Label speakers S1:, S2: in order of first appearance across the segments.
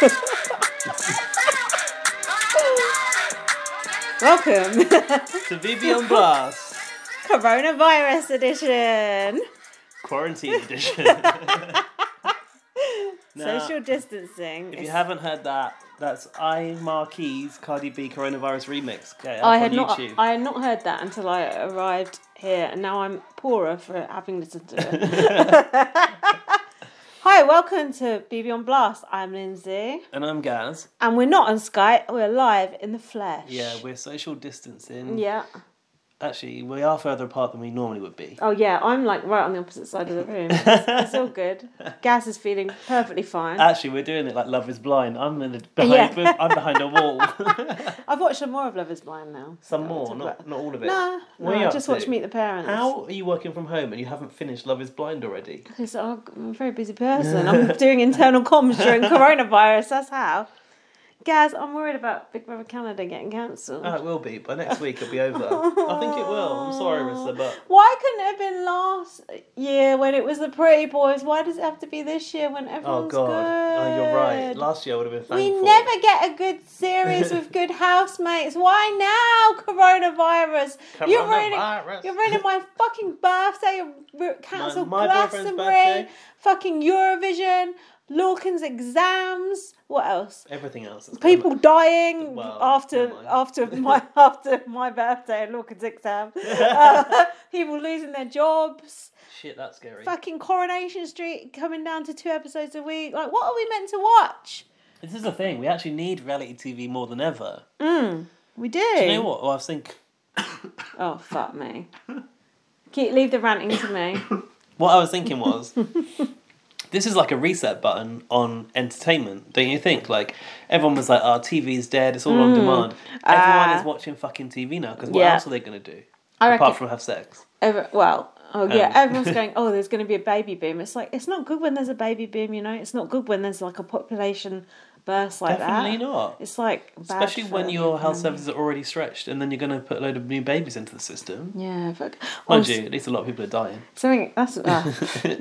S1: Welcome,
S2: to BB on Blast,
S1: coronavirus edition.
S2: quarantine edition. Nah,
S1: Social distancing.
S2: If you
S1: is-
S2: haven't heard that, that's I Marquis Cardi B Coronavirus Remix. Get it up
S1: I
S2: on
S1: had not.
S2: YouTube.
S1: I had not heard that until I arrived here, and now I'm poorer for having listened to it. Hi, welcome to BB on Blast. I'm Lindsay,
S2: and I'm Gaz.
S1: and we're not on Skype. We're live in the flesh.
S2: Yeah, we're social distancing.
S1: Yeah.
S2: Actually, we are further apart than we normally would be.
S1: Oh yeah, I'm like right on the opposite side of the room. It's, it's all good. Gas is feeling perfectly fine.
S2: Actually, we're doing it like Love is Blind. I'm in the, behind,
S1: Yeah.
S2: I'm behind a wall.
S1: I've watched some more of Love Is Blind now.
S2: Some
S1: I'll
S2: more,
S1: talk
S2: not,
S1: about-
S2: not all of it.
S1: Nah,
S2: What
S1: no,
S2: are you
S1: I
S2: up
S1: just
S2: to?
S1: watched Meet the Parents.
S2: How are you working from home and you haven't finished Love is Blind already?
S1: Because I'm a very busy person. I'm doing internal comms during coronavirus. That's how. Gaz, I'm worried about Big Brother Canada getting cancelled.
S2: Oh, it will be. By next week, it'll be over. I think it will. I'm sorry, Rissa, but
S1: Why couldn't it have been last year when it was the Pretty Boys? Why does it have to be this year when
S2: Oh
S1: everyone's
S2: god,
S1: good?
S2: Oh, you're right. Last year I would have been
S1: we
S2: thankful.
S1: never get a good series with good housemates. Why now, coronavirus? You're ruining
S2: Coronavirus.
S1: You're ruining my fucking birthday. You ru- cancelled
S2: my boyfriend's
S1: Glastonbury,
S2: birthday.
S1: fucking Eurovision, Lawkins exams. What else?
S2: everything else. Is
S1: People dying
S2: Um, Well,
S1: after
S2: never mind.
S1: after my after my birthday and Lawkins exam. Uh, people losing their jobs.
S2: Shit, that's scary.
S1: Fucking Coronation Street coming down to two episodes a week. Like, what are we meant to watch?
S2: This is the thing. We actually need reality TV more than ever.
S1: Mm, We do.
S2: You know what? Well, I think.
S1: Oh fuck me. Keep leave the ranting to me.
S2: What I was thinking was, this is like a reset button on entertainment, don't you think? Like everyone was like, "Oh, "Our TV's dead. It's all on demand."
S1: Hmm.
S2: Everyone
S1: Ah.
S2: is watching fucking TV now because what
S1: Yeah.
S2: else are they going to do
S1: I
S2: apart
S1: reckon
S2: from have sex?
S1: Every, well, oh yeah,
S2: Um.
S1: everyone's going. Oh, there's going to be a baby boom. It's like it's not good when there's a baby boom. You know, it's not good when there's like a population burst like
S2: Definitely
S1: that.
S2: not.
S1: It's like bad
S2: Especially
S1: for
S2: when
S1: the
S2: your health
S1: economy.
S2: services are already stretched, and then you're going to put a load of new babies into the system.
S1: Yeah, fuck. Oh,
S2: Mind
S1: s-
S2: you, at least a lot of people are dying.
S1: something that's uh,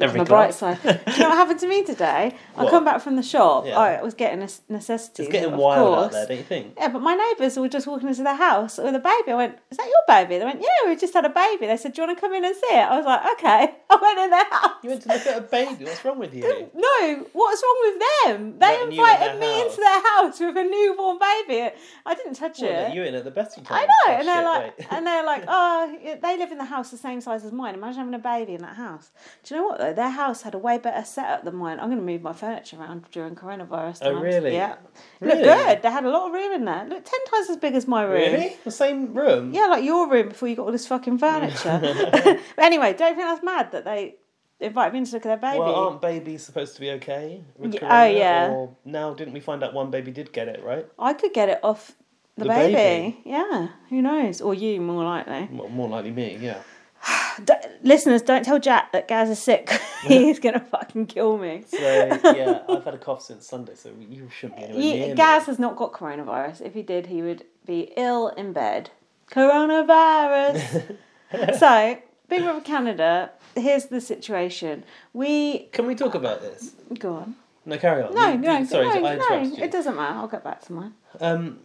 S2: Every
S1: my bright side.
S2: class.
S1: Do you know what happened to me today? I
S2: What?
S1: come back from the shop.
S2: Yeah.
S1: I was getting nes- necessities.
S2: It's getting
S1: of
S2: wild
S1: course.
S2: out there, don't you think?
S1: Yeah, but my neighbours were just walking into the house with a baby. I went, Is that your baby? They went, Yeah, we just had a baby. They said, Do you want to come in and see it? I was like, Okay. I went in their house.
S2: You went to look at a baby. What's wrong with you?
S1: No, what's wrong with them? They
S2: Letting you in
S1: invited
S2: their
S1: me
S2: house.
S1: into their house with a newborn baby. I didn't touch
S2: Well,
S1: it.
S2: you in at the best of
S1: I
S2: times.
S1: know,
S2: Oh,
S1: and they're
S2: shit,
S1: like,
S2: wait.
S1: and they're like, oh, yeah, they live in the house the same size as mine. Imagine having a baby in that house. Do you know what though? Their house had a way better setup than mine. I'm going to move my furniture around during coronavirus.
S2: Oh,
S1: times.
S2: really?
S1: Yeah,
S2: Really?
S1: looked good. They had a lot of room in there. Look, ten times as big as my room.
S2: really? The same room?
S1: Yeah, like your room before you got all this fucking furniture. but anyway, don't you think that's mad that they invited me in to look at their baby.
S2: Well, um, aren't babies supposed to be okay with
S1: Yeah, oh,
S2: corona?
S1: yeah.
S2: Or now, didn't we find out one baby did get it, right?
S1: I could get it off the,
S2: The
S1: baby.
S2: baby.
S1: Yeah, who knows? Or you, more likely.
S2: Well, more likely me, yeah. Hmm.
S1: D- listeners, don't tell Jack that Gaz is sick. He's gonna fucking kill me.
S2: So, yeah, I've had a cough since Sunday, so you shouldn't be anywhere near
S1: He,
S2: me.
S1: Gaz has not got coronavirus. If he did, he would be ill in bed. Coronavirus. so, Big Brother Canada. Here's the situation. We
S2: Can we talk about this?
S1: go on.
S2: No, carry on.
S1: No,
S2: You-
S1: no,
S2: Sorry,
S1: no,
S2: I
S1: no.
S2: interrupted you.
S1: It doesn't matter. I'll get back to mine.
S2: Um,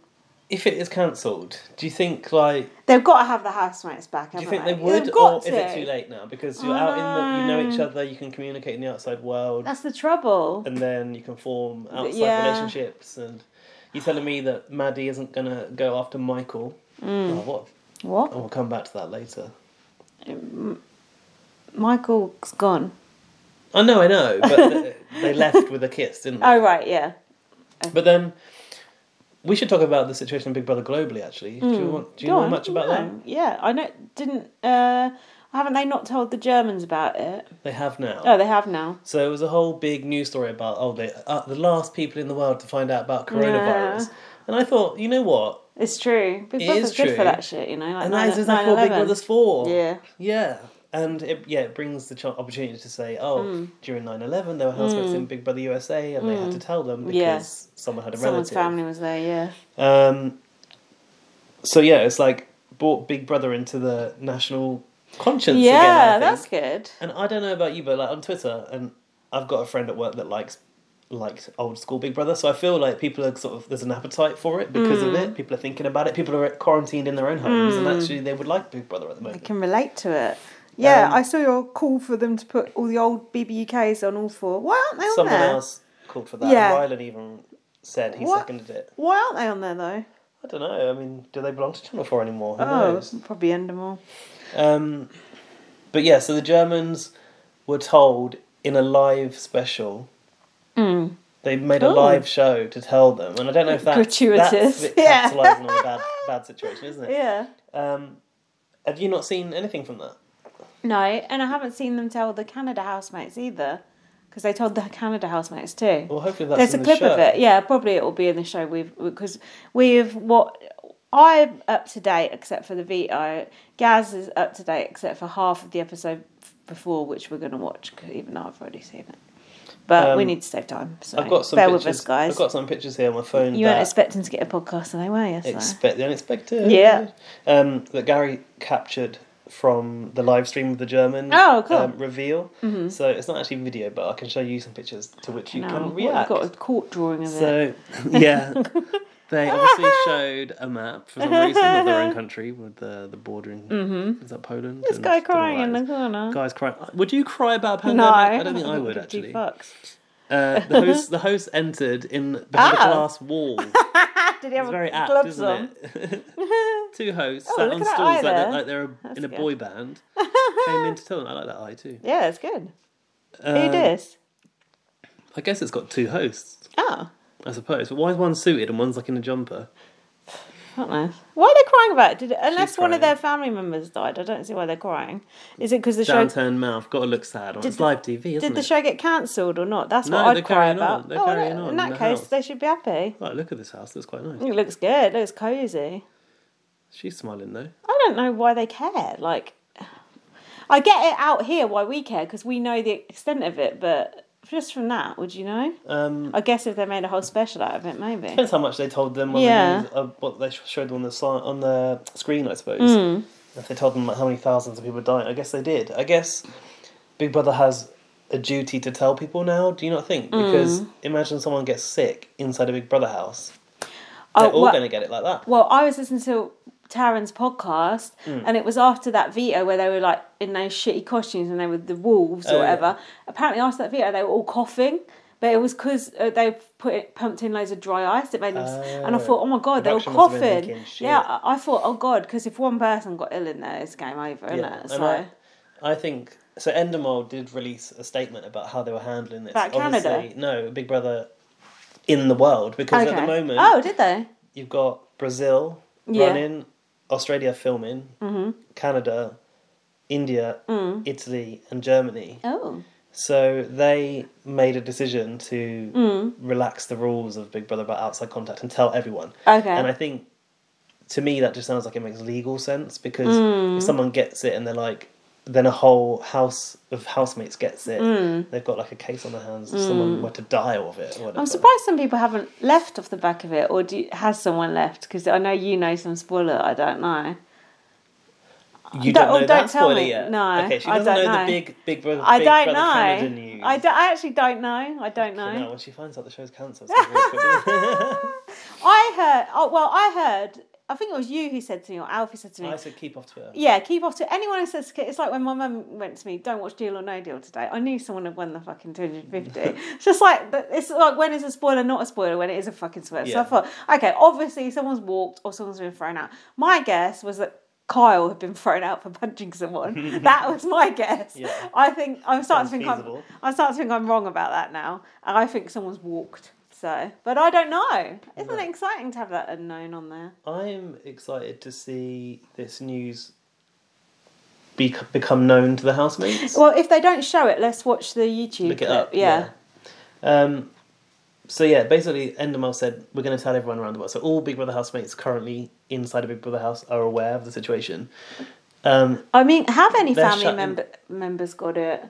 S2: if it is cancelled, do you think like
S1: They've got to have the housemates back.
S2: do you
S1: Haven't
S2: think they
S1: They've
S2: would, or
S1: got
S2: is it
S1: to. Ah.
S2: too late now because you're out in the you know each other, you can communicate in the outside world,
S1: That's the trouble.
S2: and then you can form outside
S1: yeah.
S2: relationships. And you're telling me that Maddie isn't gonna go after Michael?
S1: Mm.
S2: Oh, what?
S1: What?
S2: Oh, we'll come back to that later.
S1: Michael's gone.
S2: I know, I know, but th- they left with a kiss, didn't they?
S1: Oh right, yeah.
S2: But then we should talk about the situation in Big Brother globally. Actually, do you want? Do you
S1: Mm. Go
S2: know
S1: on.
S2: much about
S1: No.
S2: that?
S1: Yeah, I know. Didn't uh, haven't they not told the Germans about it?
S2: They have now.
S1: Oh, they have now.
S2: So it was a whole big news story about oh they uh, the last people in the world to find out about coronavirus,
S1: Yeah.
S2: and I thought you know what,
S1: It's true. Big
S2: It
S1: Brother's
S2: is
S1: good for
S2: true.
S1: that shit, you know. Like
S2: and
S1: nine,
S2: that is exactly what Big
S1: 9/11.
S2: Brother's for.
S1: Yeah.
S2: yeah, and it, yeah, it brings the ch- opportunity to say oh
S1: Hmm.
S2: during 9-11 there were housemates in Big Brother USA and they had to tell them because
S1: Yeah.
S2: someone had a
S1: Someone's
S2: relative.
S1: family was there. Yeah.
S2: Um, so yeah, it's like brought Big Brother into the national conscience. again, I
S1: yeah,
S2: think.
S1: that's good.
S2: And I don't know about you, but like on Twitter, and I've got a friend at work that likes like old school Big Brother. So I feel like people are sort of there's an appetite for it because
S1: Mm.
S2: of it. People are thinking about it. People are quarantined in their own homes, and actually they would like Big Brother at the
S1: I
S2: moment.
S1: can relate to it. Yeah,
S2: Um,
S1: I saw your call for them to put all the old BBUKs on all four. Why aren't they on
S2: Someone
S1: there?
S2: else called for that.
S1: Yeah.
S2: Rylan even said he
S1: What?
S2: seconded it.
S1: Why aren't they on there though?
S2: I don't know. I mean, do they belong to Channel Four anymore? Who
S1: Oh,
S2: knows?
S1: probably end them all.
S2: Um, but yeah, so the Germans were told in a live special.
S1: Mm.
S2: They made a
S1: Ooh.
S2: live show to tell them, and I don't know if that's
S1: Gratuitous.
S2: That's a bit
S1: Yeah.
S2: capitalising on a bad, bad situation, isn't it?
S1: Yeah.
S2: Um, have you not seen anything from that?
S1: No, and I haven't seen them tell the Canada housemates either, because they told the Canada housemates too.
S2: Well, hopefully that's
S1: There's
S2: in
S1: a
S2: the
S1: clip
S2: show.
S1: of it. Yeah, probably it will be in the show. We've because we've what I'm up to date except for the veto. Gaz is up to date except for half of the episode f- before, which we're going to watch. 'cause even though I've already seen it, but we
S2: Um,
S1: need to save time. So
S2: I've got some
S1: bear
S2: pictures.
S1: with us, guys.
S2: I've got some pictures here on my phone.
S1: you weren't
S2: that
S1: expecting to get a podcast today, were you? So.
S2: expect the unexpected.
S1: Yeah.
S2: Um, that Gary captured from the live stream of the German
S1: Oh, cool. Mm-hmm.
S2: um, reveal. So it's not actually video, but I can show you some pictures to which you
S1: No,
S2: can
S1: what, you've
S2: react.
S1: got a court drawing of it.
S2: So yeah, they obviously showed a map for some reason of their own country with the the border in is that Poland?
S1: Mm-hmm. This
S2: And
S1: guy
S2: I don't know
S1: crying
S2: why
S1: in
S2: it
S1: the
S2: is.
S1: corner.
S2: Guys crying. Would you cry about a pandemic?
S1: no,
S2: I don't think I would
S1: Give two
S2: actually.
S1: fucks.
S2: Uh, the host the host entered in behind a
S1: Ah.
S2: glass wall.
S1: Did he have
S2: It's very apt,
S1: gloves
S2: isn't
S1: on?
S2: it? Two hosts
S1: Oh,
S2: sat
S1: look
S2: on
S1: at that
S2: stools
S1: eye
S2: like they're,
S1: there.
S2: like they're a,
S1: That's
S2: in a
S1: good.
S2: boy band. Came in to tell them. I like that eye too.
S1: yeah, it's good.
S2: Um,
S1: Who dis?
S2: I guess it's got two hosts,
S1: Oh,
S2: I suppose. But why is one suited and one's like in a jumper?
S1: not nice. Why are they crying about it? Did, unless one of
S2: crying.
S1: their family members died, I don't see why they're crying. Is it because the show?
S2: Downturned mouth. Got to look sad. On.
S1: Did
S2: It's
S1: the-
S2: live TV, isn't
S1: Did the
S2: it?
S1: show get cancelled or not? That's
S2: No,
S1: what
S2: they're
S1: I'd cry
S2: carrying
S1: about.
S2: on. They're
S1: well,
S2: carrying on
S1: in
S2: in
S1: that
S2: the
S1: case,
S2: house.
S1: they should be happy.
S2: Right, look at this house. That's quite nice.
S1: It looks good. It looks cozy.
S2: She's smiling though.
S1: I don't know why they care. Like, I get it out here why we care because we know the extent of it, but just from that, would you know?
S2: Um,
S1: I guess if they made a whole special out of it, maybe.
S2: depends how much they told them. On
S1: Yeah.
S2: yeah. The news, uh, what they sh- showed on the si- on the screen, I suppose.
S1: Hmm.
S2: If they told them like, how many thousands of people died, I guess they did. I guess Big Brother has a duty to tell people now. Do you not think?
S1: Hmm.
S2: Because imagine someone gets sick inside a Big Brother house. They're
S1: Oh,
S2: all
S1: well-
S2: going to get it like that.
S1: Well, I was listening to Taryn's podcast,
S2: Mm.
S1: and it was after that veto where they were like in those shitty costumes and they were the wolves or
S2: Oh, yeah.
S1: whatever. Apparently, after that veto, they were all coughing. But it was because uh, they put it, pumped in loads of dry ice. It made them, s and I
S2: Oh.
S1: thought, oh my god, they were
S2: Production must have been
S1: coughing.
S2: thinking, shit.
S1: Yeah, I, I thought, oh god, because if one person got ill in there, it's game over, isn't it?
S2: and
S1: So
S2: I, I think so. Endemol did release a statement about how they were handling this.
S1: About Canada?
S2: Obviously, no, Big Brother in the world because at the moment
S1: oh, did they?
S2: you've got Brazil
S1: Yeah. Mm-hmm.
S2: running, Australia filming, Canada, India,
S1: Mm.
S2: Italy, and Germany.
S1: Oh,
S2: So they made a decision to
S1: Mm.
S2: relax the rules of Big Brother about outside contact and tell everyone.
S1: Okay.
S2: And I think to me that just sounds like it makes legal sense because
S1: Mm.
S2: if someone gets it and they're like then a whole house of housemates gets it. They've got like a case on their hands if someone were to die of it or whatever.
S1: Mm. I'm surprised some people haven't left off the back of it, or do you, has someone left? Because I know you know some spoiler. I don't know.
S2: You
S1: Don't-
S2: don't,
S1: oh,
S2: know
S1: don't
S2: that
S1: tell
S2: spoiler
S1: me.
S2: yet.
S1: No,
S2: Okay, she
S1: I
S2: doesn't
S1: don't
S2: know,
S1: know.
S2: the big Big Brother,
S1: I
S2: big
S1: don't
S2: brother Canada
S1: know.
S2: news.
S1: I, don't- I actually don't know. I don't
S2: Fucking hell,
S1: know.
S2: when she finds out the show's cancelled. it's gonna be awkward, isn't it?
S1: I heard. Oh well, I heard. I think it was you who said to me, or Alfie said to me.
S2: I said keep off Twitter.
S1: yeah, keep off to anyone who says it's like when my mum went to me, "Don't watch Deal or No Deal today." I knew someone had won the fucking two hundred fifty. it's just like that- it's like when is a spoiler not a spoiler when it is a fucking spoiler. So I
S2: Yeah.
S1: thought, okay, obviously someone's walked or someone's been thrown out. My guess was that Kyle had been thrown out for punching someone. that was my guess.
S2: Yeah.
S1: I think I'm starting
S2: Sounds
S1: to think I'm,
S2: feasible.
S1: I'm starting to think I'm wrong about that now, and I think someone's walked. So, but I don't know. Isn't it exciting to have that unknown on there?
S2: I'm excited to see this news be- become known to the housemates.
S1: Well, if they don't show it, let's watch the YouTube.
S2: Look
S1: clip.
S2: it up.
S1: yeah.
S2: yeah. Um, so yeah, basically, Endemol said we're going to tell everyone around the world. So all Big Brother housemates currently inside a Big Brother house are aware of the situation. Um,
S1: I mean, have any
S2: They're
S1: family
S2: shut in-
S1: member members got it?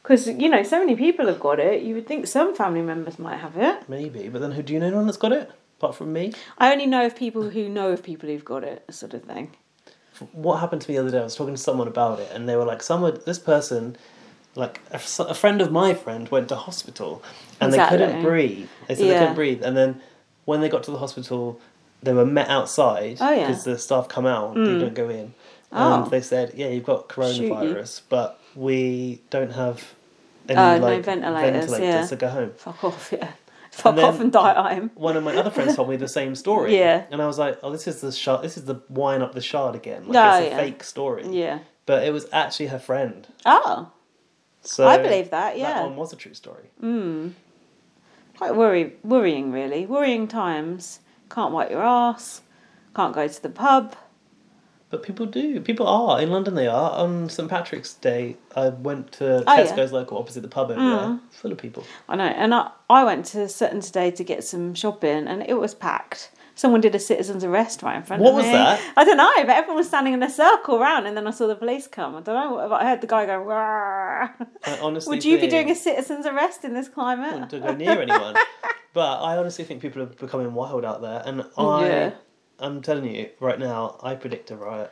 S1: Because you know, so many people have got it. You would think some family members might have it.
S2: maybe, but then who do you know? Anyone that's got it apart from me?
S1: I only know of people who know of people who've got it, sort of thing.
S2: what happened to me the other day, I was talking to someone about it, and they were like, "Someone, this person like a, s- a friend of my friend went to hospital and
S1: Exactly.
S2: they couldn't breathe. They said they
S1: Yeah.
S2: couldn't breathe, and then when they got to the hospital, they were met outside
S1: Oh, yeah. Mm.
S2: the staff come out. They don't go in,
S1: Oh.
S2: and they said, "Yeah, you've got coronavirus, but we don't have any
S1: Oh, no
S2: like
S1: ventilators, yeah.
S2: to go home."
S1: Fuck off, yeah. Fuck
S2: then-
S1: off and die at him.
S2: One of my other friends told me the same story.
S1: Yeah.
S2: and I was like, "Oh, this is the shard. This is the wine up the shard again. Like
S1: Oh,
S2: it's a
S1: yeah.
S2: fake story."
S1: Yeah.
S2: but it was actually her friend.
S1: Oh,
S2: So
S1: I believe that, yeah.
S2: that one was a true story.
S1: quite worry, worrying, really. Worrying times. Can't wipe your ass. Can't go to the pub.
S2: But people do. People are in London. They are on St Patrick's Day. I went to
S1: Oh, yeah. Mm.
S2: Tesco's local opposite the pub over there, full of people.
S1: I know. And I, I went to Sutton today to get some shopping and it was packed. Someone did a citizen's arrest right in front
S2: What
S1: of me.
S2: was that?
S1: I don't know, but everyone was standing in a circle around and then I saw the police come. I don't know, but I heard the guy going, "Rah."
S2: I honestly,
S1: Would you be
S2: think-
S1: doing a citizen's arrest in this climate?
S2: to go near anyone. but I honestly think people are becoming wild out there, and I,
S1: Yeah.
S2: I'm telling you right now, I predict a riot.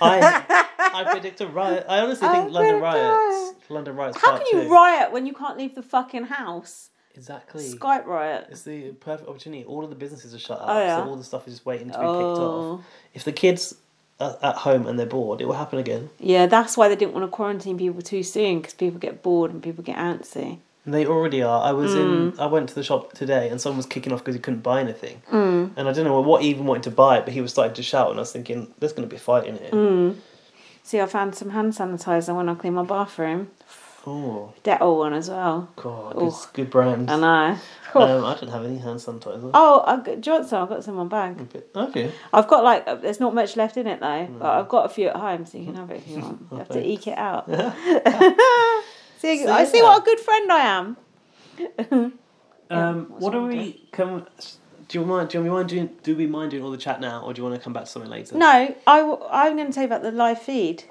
S2: I, I predict a riot. I honestly think
S1: I
S2: London
S1: predict a
S2: riots, London riots.
S1: How
S2: part
S1: can you
S2: two.
S1: riot when you can't leave the fucking house?
S2: Exactly.
S1: Skype riot.
S2: It's the perfect opportunity. All of the businesses are shut up,
S1: Oh, yeah.
S2: so all the stuff is just waiting to be picked
S1: Oh.
S2: off. If the kids are at home and they're bored, it will happen again.
S1: Yeah, that's why they didn't want to quarantine people too soon because people get bored and people get antsy.
S2: They already are. I was
S1: Mm.
S2: in. I went to the shop today, and someone was kicking off because he couldn't buy anything. Mm. And I don't know what he even wanted to buy, but he was starting to shout, and I was thinking, "There's going to be a fight in here."
S1: Mm. See, I found some hand sanitizer when I clean my bathroom.
S2: Oh
S1: Dettol one as well.
S2: God,
S1: Oh.
S2: it's good brand.
S1: I
S2: Um,
S1: know.
S2: I don't have any hand sanitizer.
S1: Oh, I got, do you want some? I've got some on bag.
S2: But- Okay,
S1: I've got like, uh, there's not much left in it though, but
S2: Mm.
S1: I've got a few at home, so you can have it if you want. You have to eke it out. see,
S2: So,
S1: I see
S2: yeah.
S1: what a good friend I am.
S2: um, what
S1: wrong
S2: are
S1: with
S2: we? Come, do you mind? Do you mind doing? Do we mind doing all the chat now, or do you want to come back to something later?
S1: No, I, w- I'm going to tell you about the live feed,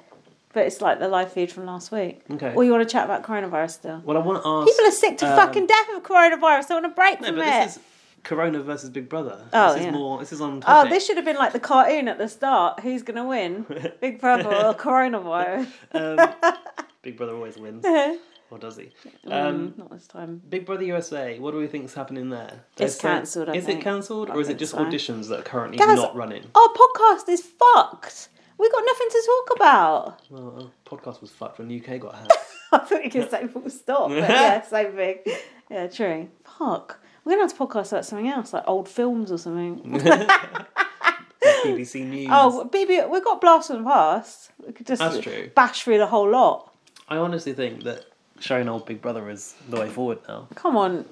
S1: but it's like the live feed from last week.
S2: Okay.
S1: Or you want to chat about coronavirus still?
S2: Well, I want to ask.
S1: People are sick to
S2: um,
S1: fucking death of coronavirus. I want a break
S2: No,
S1: from
S2: but
S1: it.
S2: this is Corona versus Big Brother.
S1: Oh,
S2: this
S1: yeah.
S2: is more. This is on.
S1: Oh,
S2: Topic.
S1: this should have been like the cartoon at the start. Who's gonna win, Big Brother or coronavirus?
S2: um, Big Brother always wins, or does he? Um,
S1: Mm, Not this time.
S2: Big Brother USA. What do we think's happening there?
S1: It's
S2: They're saying-
S1: cancelled, I
S2: Is
S1: think.
S2: it cancelled,
S1: I
S2: or is it
S1: think
S2: just
S1: so.
S2: auditions that are currently
S1: Guys-
S2: not running?
S1: Our podcast is fucked. We got nothing to talk about.
S2: Well, our podcast was fucked when the UK got hacked.
S1: I thought you could say full stop, but yeah, same thing. Yeah, true. Fuck. We're gonna have to podcast about something else, like old films or something.
S2: BBC News.
S1: Oh, BB, we got Blast from the Past. We could just
S2: That's true.
S1: bash through the whole lot.
S2: I honestly think that showing old Big Brother is the way forward now.
S1: Come on,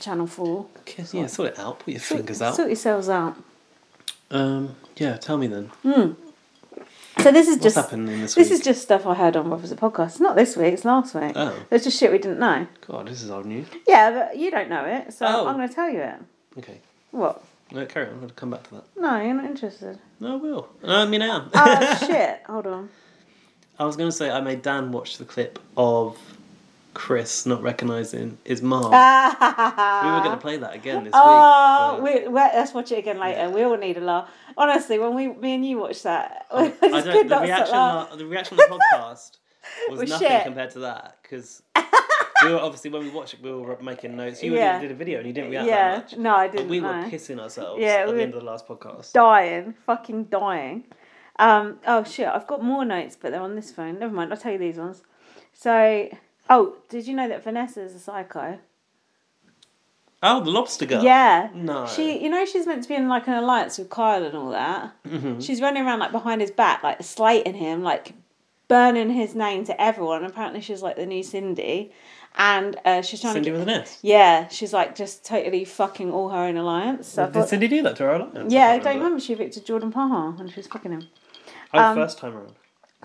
S1: Channel Four.
S2: Yeah, sort it out. Put your fingers out.
S1: Sort yourselves out.
S2: Um, yeah, tell me then.
S1: So this is
S2: What's
S1: just
S2: happening this
S1: This
S2: week?
S1: is just stuff I heard on Rob as a podcast. It's not this week, it's last week.
S2: Oh.
S1: It's just shit we didn't know.
S2: God, this is old news.
S1: Yeah, but you don't know it, so
S2: Oh.
S1: I'm going to tell you it.
S2: Okay.
S1: What?
S2: No, carry on. I'll come back to that.
S1: No, you're not interested.
S2: No, I will. I mean, I am.
S1: Oh, shit. Hold on.
S2: I was going to say I made Dan watch the clip of Chris not recognising his mom. we were going to play that again this
S1: Ah. Oh,
S2: week.
S1: we, we, let's watch it again later.
S2: Yeah.
S1: We all need a laugh. Honestly, when we, me and you watched that, I just
S2: but I don't,
S1: could
S2: the
S1: not
S2: reaction,
S1: laugh.
S2: on- the reaction on the podcast was
S1: Was
S2: nothing
S1: shit.
S2: compared to that because we were obviously when we watched it, we were making notes. You
S1: Yeah.
S2: did a video and you didn't react
S1: Yeah,
S2: that much.
S1: no, I
S2: But
S1: didn't.
S2: we were
S1: know.
S2: pissing ourselves
S1: Yeah,
S2: at
S1: we
S2: the
S1: were
S2: end of the last podcast.
S1: dying, fucking dying. Um, oh shit, I've got more notes, but they're on this phone. Never mind, I'll tell you these ones. So, oh, did you know that Vanessa is a psycho?
S2: Oh, the lobster girl.
S1: Yeah.
S2: No.
S1: She, you know, she's meant to be in like an alliance with Kyle and all that.
S2: Mm-hmm.
S1: She's running around like behind his back, like slating him, like burning his name to everyone. Apparently, she's like the new Cindy, and uh, she's trying
S2: Cindy
S1: to.
S2: with
S1: Get,
S2: an S.
S1: yeah, she's like just totally fucking all her own alliance. So I
S2: Did
S1: thought-
S2: Cindy do that to her alliance?
S1: yeah, I
S2: can't
S1: don't remember Um, she evicted Jordan Paha when she was fucking him.
S2: Oh, first time around.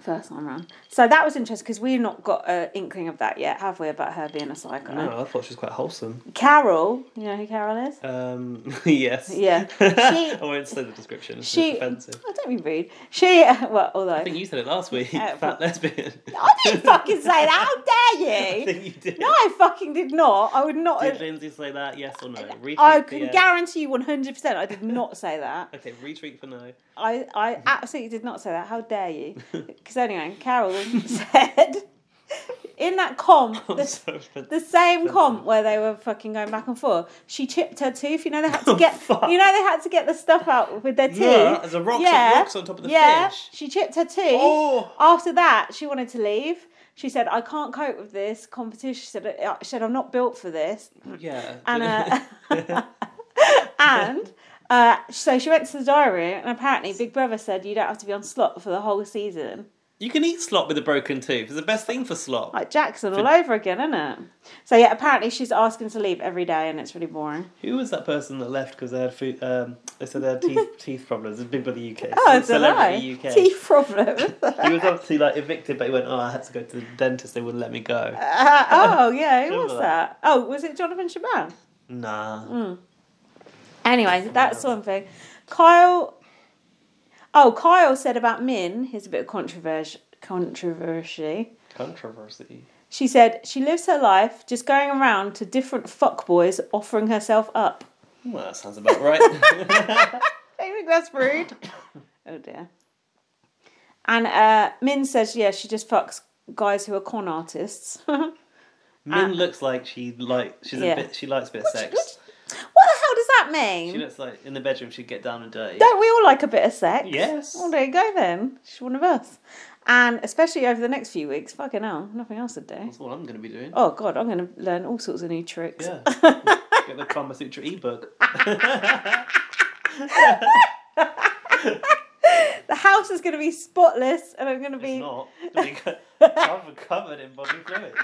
S1: First time round. So that was interesting because we've not got an inkling of that yet, have we, about her being a psycho?
S2: No, I thought she was quite wholesome.
S1: Carol, you know who Carol is?
S2: Um, yes.
S1: Yeah. She-
S2: I won't say the description. It's
S1: she-
S2: offensive.
S1: Oh, don't be rude. She, well, although.
S2: I
S1: I,
S2: think you said it last week.
S1: Uh,
S2: fat lesbian.
S1: didn't fucking say that. How
S2: I
S1: dare you?
S2: think you did.
S1: No, I fucking did not. I would not.
S2: Did Lindsay say that? Yes or no? Retweet
S1: I
S2: for
S1: can
S2: yes.
S1: guarantee you 100% I did not say that.
S2: Okay, retweet for no.
S1: I, I absolutely did not say that. How dare you? Because anyway, Carol said in that comp, the,
S2: So-
S1: the same comp where they were fucking going back and forth, she chipped her tooth. You know they had to get,
S2: Oh, Fuck.
S1: you know they had to get the stuff out with their teeth.
S2: Yeah, as a rocks- rocks on top of the
S1: yeah.
S2: fish.
S1: She chipped her tooth.
S2: Oh.
S1: After that, she wanted to leave. She said, "I can't cope with this competition." She said, I- she said "I'm not built for this."
S2: yeah.
S1: and uh, and uh, so she went to the diary, and apparently Big Brother said you don't have to be on slot for the whole season,
S2: you can eat slop with a broken tooth. It's the best thing for slop.
S1: like Jackson all over again, isn't it? So yeah, apparently she's asking to leave every day, and it's really boring.
S2: Who was that person that left because they had food? Um, they said they had teeth teeth problems. It's Big Brother UK.
S1: Oh, it's a
S2: Celebrity
S1: lie.
S2: UK.
S1: Teeth problem.
S2: He was obviously like evicted, but he went, "Oh, I had to go to the dentist. They wouldn't let me go."
S1: Uh, oh yeah, who was
S2: Remember
S1: that? Oh, was it Jonathan Shaban?
S2: Nah.
S1: Anyway, that's one thing. Kyle. Oh, Kyle said about Min. Here's a bit of controversy. Controversy.
S2: Controversy.
S1: She said she lives her life just going around to different fuckboys offering herself up.
S2: Well, that sounds about
S1: Uh,
S2: right.
S1: I think that's rude. oh dear. And uh, Min says, yeah, she just fucks guys who are con artists. what
S2: Min looks like she like she's
S1: Yeah.
S2: a bit. She likes a bit of
S1: the hell
S2: sex.
S1: does that
S2: She
S1: mean?
S2: looks like in the bedroom she'd get down and dirty.
S1: Don't we all like a bit of sex?
S2: Yes.
S1: Well, there you go then. She's one of us. And especially over the next few weeks, fucking hell, nothing else to do.
S2: That's what I'm going to be doing.
S1: Oh god, I'm going to learn all sorts of new tricks.
S2: Yeah. get the Kama Sutra ebook.
S1: The house is going to be spotless, and I'm going to be.
S2: It's not. I'm covered in bodily fluids.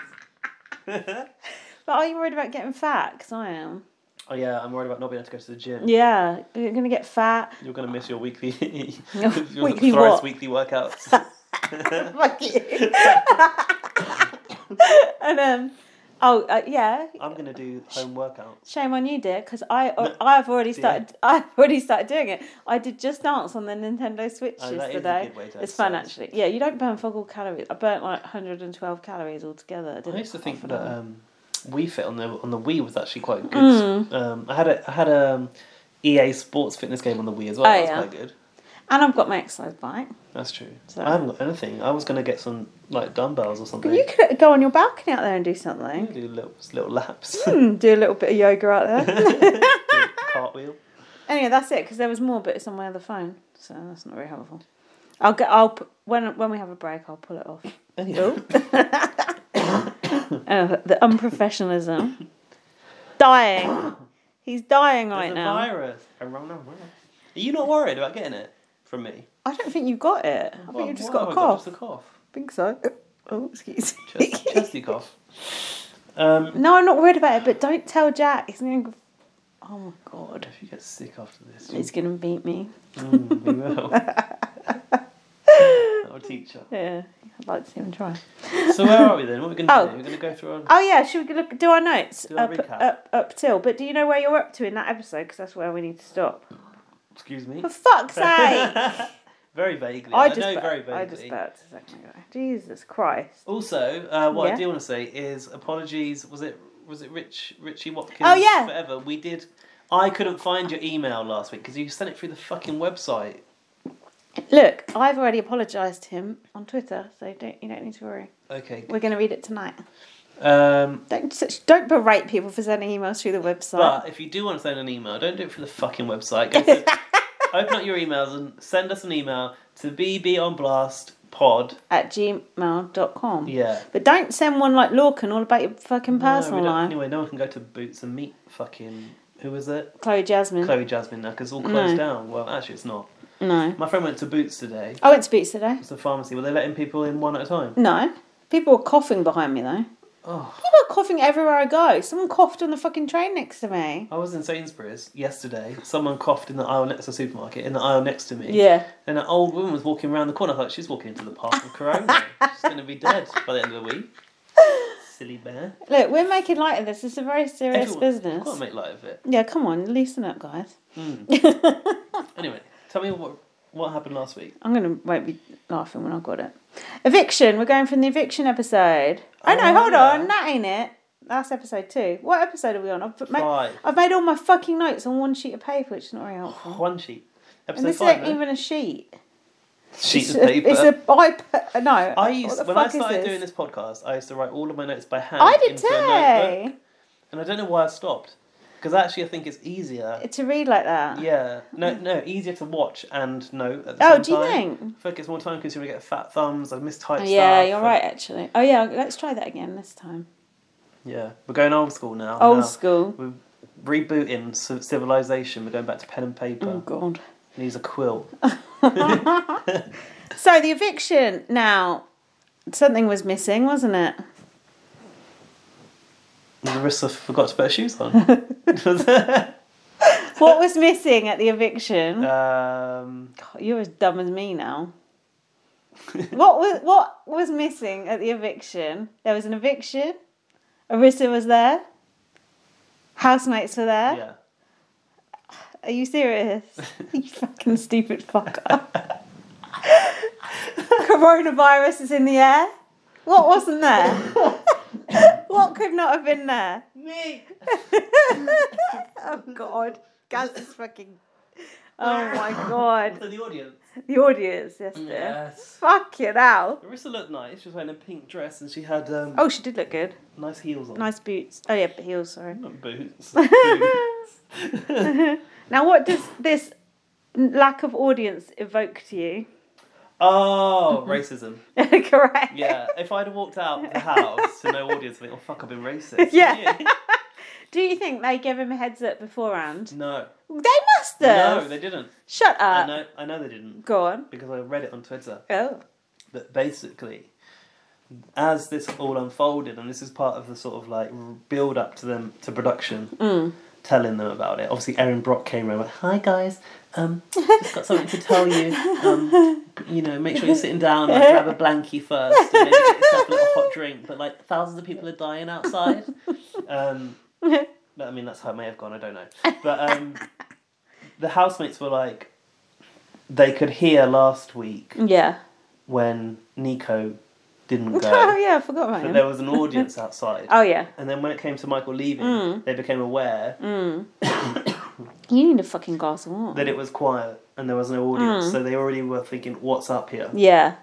S1: But are you worried about getting fat? Because I am.
S2: oh yeah, I'm worried about not being able to go to the gym.
S1: Yeah, you're going to get fat.
S2: You're going to miss your weekly, your
S1: Weekly
S2: thrice
S1: what?
S2: weekly workouts.
S1: Fuck you. and um, oh uh, yeah,
S2: I'm going to do home workouts.
S1: shame on you, dear, because I I've already started. I've already started doing it. I did just dance on the Nintendo Switch
S2: Oh, that is a
S1: yesterday.
S2: good way to
S1: It's fun
S2: exercise.
S1: actually. Yeah, you don't burn fuck all calories. I burnt like 112 calories altogether. I, did
S2: I
S1: it
S2: used to think
S1: half an
S2: that
S1: hour.
S2: um, Wii Fit on the on the Wii was actually quite good.
S1: Hmm.
S2: Um, I had a I had a um, EA Sports Fitness game on the Wii as well.
S1: Oh,
S2: that was
S1: yeah.
S2: quite good.
S1: and I've got my exercise bike.
S2: That's true.
S1: So-
S2: I haven't got anything. I was going to get some like dumbbells or something.
S1: You could go on your balcony out there and do something.
S2: do little little laps,
S1: Hmm, do a little bit of yoga out there.
S2: cartwheel.
S1: Anyway, that's it because there was more, but it's on my other phone, so that's not very helpful. I'll get. I'll pu- when when we have a break, I'll pull it off.
S2: Anyway,
S1: Oh, the unprofessionalism, dying. He's dying
S2: there's
S1: right
S2: a
S1: now.
S2: virus. around the world. Are you not worried about getting it from me?
S1: I don't think you got it. I think you just got a
S2: Just
S1: cough.
S2: a cough.
S1: I think so. Oh, excuse. me.
S2: Chest, chesty cough. Um,
S1: no, I'm not worried about it, but don't tell Jack. He's going. to... Oh my god,
S2: if you get sick after this,
S1: he's going to beat me.
S2: mm, we will. Our teacher.
S1: Yeah, I'd like to see him try.
S2: So where are we then? What are we going to
S1: Oh.
S2: do? We're going to go through our
S1: Oh yeah, should we look, do our notes
S2: Do our
S1: up,
S2: recap.
S1: up up till? But do you know where you're up to in that episode? Because that's where we need to stop.
S2: Excuse me.
S1: For fuck's sake! I,
S2: very vaguely.
S1: just
S2: know
S1: bur-
S2: very vaguely.
S1: I just burped a second ago. Jesus Christ!
S2: Also, uh, what
S1: Yeah.
S2: I do want to say is apologies. Was it was it Rich Richie Watkins?
S1: Oh, yeah.
S2: Forever. We did. I couldn't find your email last week because you sent it through the fucking website.
S1: Look, I've already apologised to him on Twitter, so don't you don't need to worry.
S2: Okay.
S1: We're going to read it tonight.
S2: Um,
S1: Don't s- don't berate people for sending emails through the website.
S2: but if you do want to send an email, don't do it through the fucking website. Go to, open up your emails and send us an email to bbonblastpod.
S1: at gmail.com.
S2: Yeah.
S1: But don't send one like Lorcan all about your fucking
S2: No, we
S1: personal
S2: don't-
S1: life.
S2: Anyway, no one can go to Boots and meet fucking who was it?
S1: Chloe Jasmine.
S2: Chloe Jasmine now because it's all
S1: No.
S2: closed down. Well, actually, it's not.
S1: No.
S2: My friend went to Boots today.
S1: I went to Beats today.
S2: It's a pharmacy. Were they letting people in one at a time?
S1: No. People were coughing behind me though.
S2: Oh,
S1: People are coughing everywhere I go. Someone coughed on the fucking train next to me.
S2: I was in Sainsbury's yesterday. Someone coughed in the aisle next to the supermarket, in the aisle next to me.
S1: Yeah.
S2: And an old woman was walking around the corner. I thought she's walking into the park with corona. she's going to be dead by the end of the week. Silly bear.
S1: Look, we're making light of this. It's a very serious
S2: Everyone- I've got to
S1: business.
S2: make light of it.
S1: Yeah, come on, loosen up, guys.
S2: Hmm. Anyway, tell me what what happened last week.
S1: I'm gonna won't be laughing when I've got it. Eviction. We're going from the eviction episode. Oh no,
S2: Oh,
S1: hold
S2: yeah.
S1: on, that ain't it. That's episode two. What episode are we on? I've put- made,
S2: Five.
S1: I've made all my fucking notes on one sheet of paper, which is not very helpful.
S2: One sheet.
S1: And
S2: Episode
S1: this
S2: five.
S1: isn't
S2: Even...
S1: even a sheet.
S2: sheet
S1: It's
S2: of paper.
S1: a, it's a iPad. No,
S2: I
S1: what the
S2: used when I
S1: fuck is
S2: started
S1: this?
S2: doing this podcast, I used to write all of my notes by hand.
S1: I did
S2: into a notebook,
S1: too.
S2: and I don't know why I stopped. Because actually, I think it's easier.
S1: To read like that.
S2: Yeah, no, no, easier to watch and note at the
S1: Oh,
S2: same
S1: do you
S2: time.
S1: think?
S2: I feel like it's more time because you get fat thumbs. I've mistyped
S1: Oh,
S2: stuff.
S1: yeah, you're
S2: and-
S1: right. Actually. Oh yeah, let's try that again this time.
S2: Yeah, we're going old school now.
S1: Old
S2: now.
S1: school.
S2: We're rebooting ci- civilization. We're going back to pen and paper.
S1: Oh god.
S2: And use a quill.
S1: So the eviction now. Something was missing, wasn't it?
S2: Marissa forgot to put her shoes on. um,
S1: What was missing at the
S2: Uh,
S1: eviction?
S2: Um,
S1: God, You're as dumb as me now. what was what was missing at the eviction? There was an eviction. Arissa was there. Housemates were there.
S2: yeah.
S1: Are you serious? you fucking stupid fucker. Coronavirus is in the air. What wasn't there? what could not have been there?
S2: Me.
S1: oh god. Gaz is fucking Oh my god.
S2: To the audience.
S1: The audience yesterday.
S2: Yes.
S1: Fucking hell.
S2: Marissa looked nice. She was wearing a pink dress and she had um,
S1: Oh, she did look good.
S2: nice heels on.
S1: Nice boots. Oh yeah, heels, sorry.
S2: Not boots. boots.
S1: now what does this lack of audience evoke to you?
S2: oh, racism.
S1: Correct.
S2: Yeah, if I'd walked out the house to no audience, I think, oh fuck, I've been racist.
S1: Yeah. Do you think they give him a heads up beforehand?
S2: no.
S1: They must have.
S2: No, they didn't.
S1: Shut
S2: I
S1: up.
S2: know. I know they didn't
S1: Go on.
S2: because I read it on Twitter.
S1: Oh.
S2: But basically, as this all unfolded, and this is part of the sort of like build up to them to production, telling them about it. Obviously, Erin Brock came around. Like, Hi guys, um, just got something to tell you. Um, you know, make sure you're sitting down. Like, grab a blankie first, and maybe get yourself a little hot drink. But like, thousands of people are dying outside. Um, but, I mean, that's how it may have gone. I don't know. But um, the housemates were like, they could hear last week
S1: Yeah.
S2: when Nico didn't
S1: Oh
S2: go.
S1: yeah, I forgot about
S2: But
S1: him.
S2: there was an audience outside.
S1: Oh Mm. yeah.
S2: And then when it came to Michael leaving, they became aware
S1: Mm. You need a fucking glass of water.
S2: that it was quiet and there was no audience. So they already were thinking, what's up here?
S1: Mm. Yeah.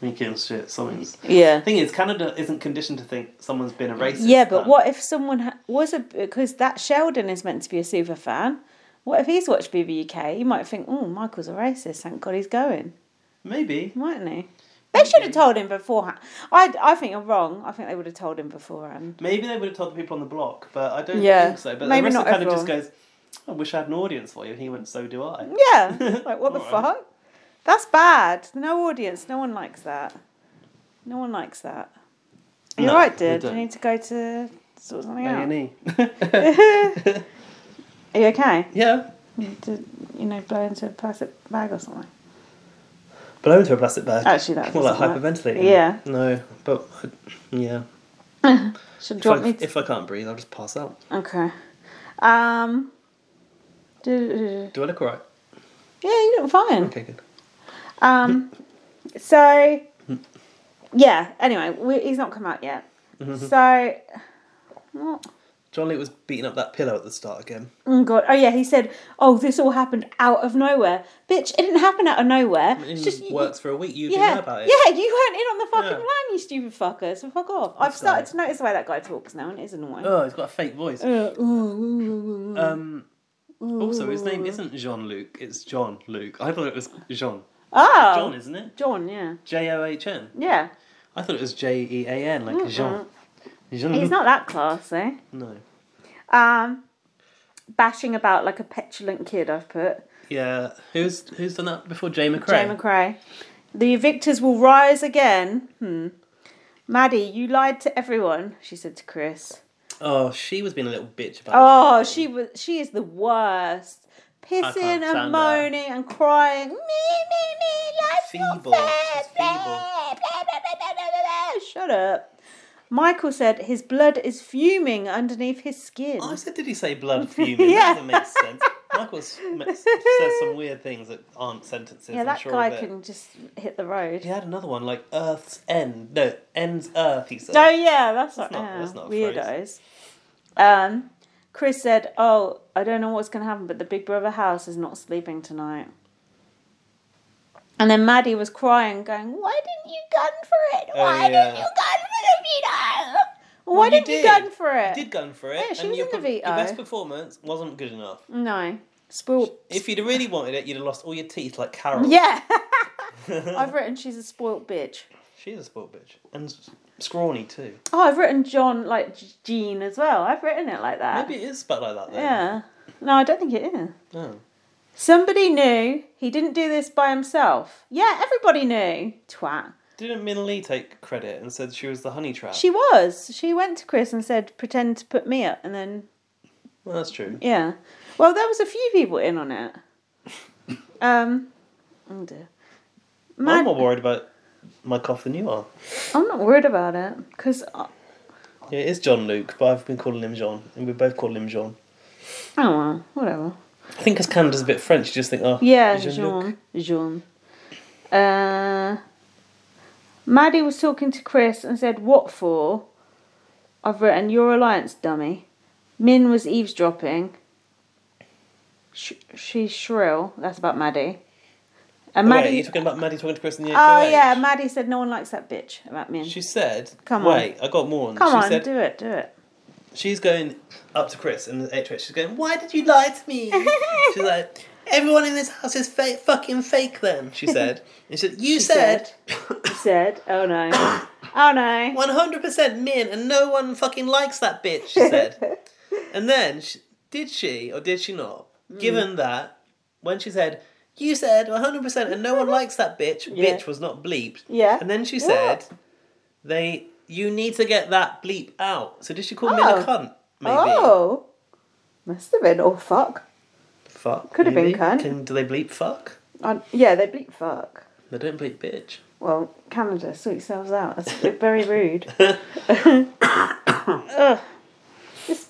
S2: Thinking, shit, something's.
S1: Yeah.
S2: The thing is, Canada isn't conditioned to think someone's been a racist.
S1: Yeah, but
S2: Um,
S1: what if someone ha- was a because that Sheldon is meant to be a super fan? What if he's watched BBUK? He might think, "Oh, Michael's a racist. Thank God he's going."
S2: Maybe.
S1: Mightn't he? They should have told him beforehand. I, I think you're wrong. I think they would have told him beforehand.
S2: Maybe they would have told the people on the block, but I don't
S1: Yeah.
S2: think so. But
S1: Maybe
S2: the rest
S1: not
S2: of Canada just
S1: everyone.
S2: goes, I wish I had an audience for you. And he went, so do I.
S1: Yeah. Like what the
S2: Alright.
S1: fuck? That's bad. No audience. No one likes that. No one likes that. You're
S2: No,
S1: right,
S2: we
S1: dude. You
S2: don't.
S1: need to go to sort something out.
S2: A&E.
S1: Are you okay?
S2: yeah.
S1: You need to, you know, blow into a plastic bag or something.
S2: Blow into a plastic bag.
S1: Actually, that
S2: More like
S1: doesn't work.
S2: hyperventilating.
S1: Yeah.
S2: No, but yeah.
S1: Should
S2: If
S1: drop
S2: I,
S1: me. To...
S2: if I can't breathe, I'll just pass out.
S1: Okay. Um. do-
S2: Do I look alright?
S1: Yeah, you look fine.
S2: Okay, good.
S1: Um, so yeah. Anyway, we, he's not come out yet.
S2: Mm-hmm.
S1: So, what?
S2: John Lee was beating up that pillow at the start again.
S1: oh god, oh yeah, he said, "Oh, this all happened out of nowhere, bitch. It didn't happen out of nowhere.
S2: It
S1: It's just you-
S2: works for a week. You didn't
S1: yeah,
S2: know about it.
S1: yeah. You weren't in on the fucking
S2: Yeah.
S1: plan, you stupid fucker. So fuck off. I've
S2: So-
S1: started to notice the way that guy talks now, and it is annoying.
S2: Oh, he's got a fake voice.
S1: Uh, ooh, ooh, ooh, ooh.
S2: Um, also, his
S1: Mm.
S2: name isn't Jean Luc. It's John Luc. I thought it was Jean.
S1: oh,
S2: John, isn't it?
S1: John, yeah,
S2: J O H N.
S1: yeah.
S2: I thought it was J E A N, like Jean. Jean.
S1: He's
S2: Luc.
S1: not that classy.
S2: No.
S1: Um, bashing about like a petulant kid. I've put.
S2: Yeah. Who's who's done that before? Jay McCray.
S1: Jay McRae. The evictors will rise again. Hmm. Maddie, you lied to everyone, she said to Chris.
S2: Oh, she was being a little bitch about.
S1: Oh, she was she is the worst.
S2: can't
S1: Pissing and
S2: stand her.
S1: moaning and crying. Me, me, me, life's not
S2: Feeble.
S1: fair.
S2: She's
S1: blah,
S2: feeble.
S1: blah, blah, blah, blah, blah, blah." Shut up. Michael said his blood is fuming underneath his skin.
S2: I said, did he say blood fuming?
S1: Yeah.
S2: That doesn't make sense. Michael s- m- says some weird things that aren't sentences.
S1: yeah,
S2: I'm
S1: that
S2: sure
S1: guy
S2: of it.
S1: can just hit the road.
S2: He had another one like Earth's End. No, End's Earth. He said.
S1: No, yeah, that's, not,
S2: not-
S1: yeah,
S2: that's not a
S1: weirdos. Um, Chris said, "Oh, I don't know what's going to happen, but the Big Brother house is not sleeping tonight." And then Maddie was crying, going, "Why didn't you gun for it?
S2: Oh,
S1: Why
S2: yeah.
S1: didn't you gun for the veto? Why
S2: Well, you
S1: didn't you
S2: did.
S1: gun for it?
S2: did gun for it.
S1: Yeah, she
S2: and
S1: was
S2: your,
S1: in the
S2: per-
S1: veto.
S2: your best performance wasn't good enough.
S1: No, spoiled.
S2: If you'd have really wanted it, you'd have lost all your teeth like Carol.
S1: Yeah, I've written she's a spoilt bitch.
S2: She's a sport bitch. And s- scrawny too.
S1: Oh, I've written John like G- Jean as well. I've written it like that.
S2: Maybe it is spelled like that then.
S1: Yeah. No, I don't think it is.
S2: Oh.
S1: Somebody knew he didn't do this by himself. Yeah, everybody knew. Twat.
S2: Didn't Min Lee take credit and said she was the honey trap?
S1: She was. She went to Chris and said, pretend to put me up. And then,
S2: Well, that's true.
S1: yeah. Well, there was a few people in on it. Um, oh dear.
S2: I'm
S1: Mad-
S2: more worried about my cough than you are.
S1: I'm not worried about it because, oh,
S2: Yeah, it is John Luke, but I've been calling him John, and we both call him John.
S1: oh well, whatever.
S2: I think because Canada's a bit French, you just think, oh,
S1: Yeah,
S2: Jean-Luc.
S1: Jean. Jean. Uh, Maddie was talking to Chris and said, What for? I've written your alliance, dummy. Min was eavesdropping. Sh- she's shrill. That's about Maddie. And
S2: Oh,
S1: Maddie.
S2: Wait, you're talking about Maddie talking to Chris in the
S1: oh,
S2: HOH?
S1: yeah, Maddie said, No one likes that bitch about Min.
S2: She said,
S1: Come on.
S2: wait, I got more on.
S1: Come
S2: she
S1: on,
S2: said,
S1: do it, do it.
S2: she's going up to Chris in the HOH. She's going, why did you lie to me? she's like, everyone in this house is fake, fucking fake then, she said. And she said, you said,
S1: She said, Oh no. Oh no.
S2: 100% min and no one fucking likes that bitch, she said. and then, sh did she or did she not,
S1: Mm.
S2: given that, when she said, you said 100% and no one likes that bitch,
S1: Yeah.
S2: bitch was not bleeped.
S1: Yeah.
S2: And then she
S1: Yeah.
S2: said, they, you need to get that bleep out. So did she call me
S1: Oh.
S2: a cunt? Maybe.
S1: Oh. Must have been. Oh, fuck.
S2: Fuck.
S1: Could have been
S2: maybe?
S1: cunt.
S2: Can, do they bleep fuck?
S1: I, yeah, they bleep fuck.
S2: They don't bleep bitch.
S1: Well, Canada, sort yourselves out. That's very rude. Ugh. This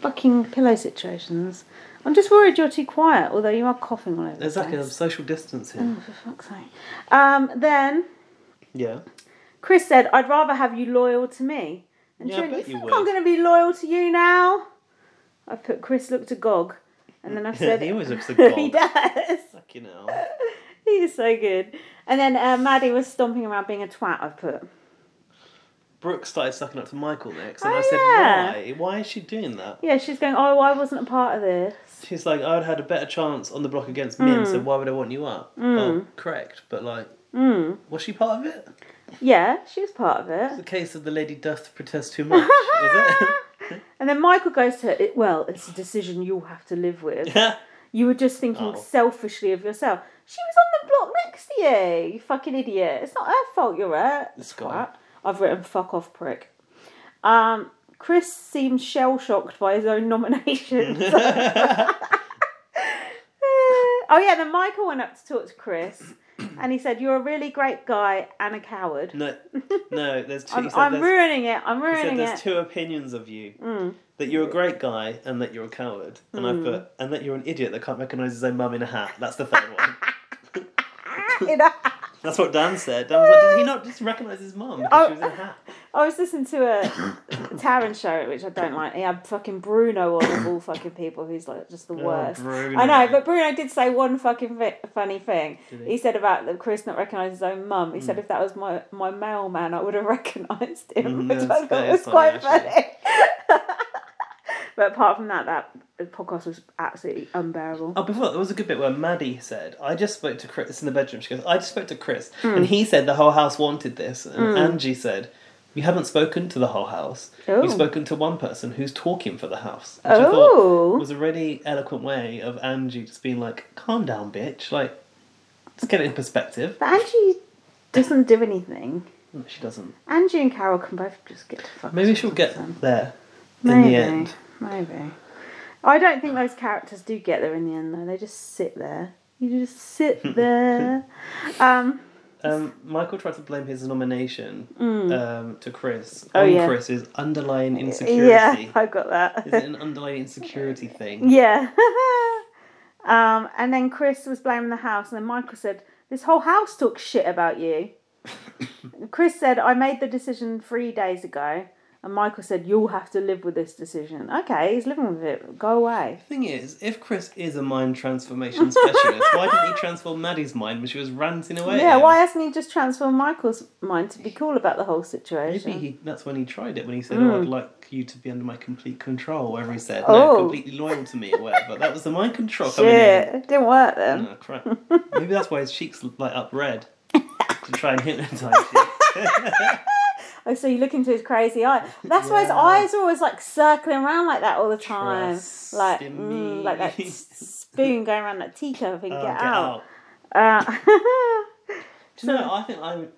S1: fucking pillow situations. I'm just worried you're too quiet, although you are coughing all over
S2: There's
S1: the
S2: like a
S1: place.
S2: social distance here.
S1: Oh, for fuck's sake. Um, then
S2: Yeah.
S1: Chris said, I'd rather have you loyal to me. And
S2: Yeah, I
S1: June,
S2: bet you
S1: think
S2: would."
S1: I'm going to be loyal to you now? I put Chris looked agog. And then I've said,
S2: he always looks the
S1: he
S2: god.
S1: does.
S2: Fucking hell.
S1: He is so good. And then uh, Maddie was stomping around being a twat, I've put.
S2: Brooke started sucking up to Michael next, and
S1: Oh,
S2: I said,
S1: yeah.
S2: "Why? Why is she doing that?"
S1: Yeah, she's going, oh, I wasn't a part of this.
S2: She's like, "I'd had a better chance on the block against Min, so
S1: Mm.
S2: why would I want you up?" Well, correct, but like, was she part of it?
S1: Hmm. Yeah, she was part of
S2: The
S1: it.
S2: case of the lady doth protest too much, was
S1: and then Michael goes to her, "It- well, it's a decision you'll have to live with.
S2: it?
S1: You were just thinking
S2: Oh.
S1: selfishly of yourself. She was on the block next to you, you fucking idiot. It's not her fault you're at.
S2: This guy.
S1: Twat. I've written fuck off, prick. Um, Chris seems shell shocked by his own nomination. oh yeah, then Michael went up to talk to Chris, and he said, "You're a really great guy and a coward."
S2: no, no. There's 2
S1: I'm,
S2: he said
S1: I'm
S2: there's,
S1: ruining it. I'm
S2: he
S1: ruining
S2: said
S1: it. Mm.
S2: there's two opinions of you: that you're a great guy and that you're a coward, and I put and that you're an idiot that can't recognise his own mum in a hat. That's the third one.
S1: You know,
S2: That's what Dan said. Dan was like, "Did he not just recognise his mum because she was in a hat?"
S1: I was listening to a Taryn show, which I don't like. He had fucking Bruno on of all fucking people, who's like just the
S2: Oh,
S1: worst.
S2: Bruno.
S1: I know, but Bruno did say one fucking fi- funny thing.
S2: Did
S1: He?
S2: he? Hmm.
S1: said about the Chris not recognising his own mum. He said if that was my my mailman, I would have recognised him,
S2: Mm,
S1: which
S2: that's-
S1: I
S2: that
S1: thought was
S2: is
S1: quite
S2: funny,
S1: funny. but apart from that, that podcast was absolutely unbearable.
S2: Oh, before that, there was a good bit where Maddie said, "I just spoke to Chris in the bedroom." She goes, "I just spoke to Chris,
S1: Hmm.
S2: and he said the whole house wanted this." And Angie said, "You haven't spoken to the whole house.
S1: Oh.
S2: You've spoken to one person who's talking for the house." Which I
S1: Oh.
S2: thought was a really eloquent way of Angie just being like, "Calm down, bitch." Like, let's get it in perspective.
S1: But Angie doesn't do anything.
S2: No, She doesn't.
S1: Angie and Carol can both just get to fuck.
S2: Maybe she'll get there in
S1: Maybe,
S2: the end.
S1: Maybe. I don't think those characters do get there in the end, though. They just sit there. You just sit there. um,
S2: Um, Michael tried to blame his nomination um, to Chris
S1: Hmm. Oh,
S2: on
S1: yeah.
S2: Chris's underlying insecurity.
S1: yeah, I got that.
S2: Is it an underlying insecurity thing?
S1: Yeah. um, and then Chris was blaming the house, and then Michael said, This whole house talks shit about you. Chris said, I made the decision three days ago. And Michael said, You'll have to live with this decision. Okay, he's living with it. Go away.
S2: Thing is, if Chris is a mind transformation specialist, why didn't he transform Maddie's mind when she was ranting away? at
S1: yeah,
S2: him?
S1: why hasn't he just transformed Michael's mind to be cool about the whole situation?
S2: Maybe he, that's when he tried it when he said, "Oh, I'd like you to be under my complete control," or whatever he said,
S1: Mm. Oh.
S2: "No, completely loyal to me," or whatever. That was the mind control coming in.
S1: Shit, it didn't work then.
S2: Oh crap! Maybe that's why his cheeks light up red to try and hypnotize you.
S1: Oh, so you look into his crazy eye. That's why his
S2: Yeah.
S1: eyes are always like circling around like that all the time,
S2: Trust
S1: like
S2: in
S1: mm,
S2: me.
S1: like that s- spoon going around that teacup and
S2: Oh,
S1: get, out.
S2: out.
S1: Uh,
S2: Do you know,
S1: Mm.
S2: I think I would.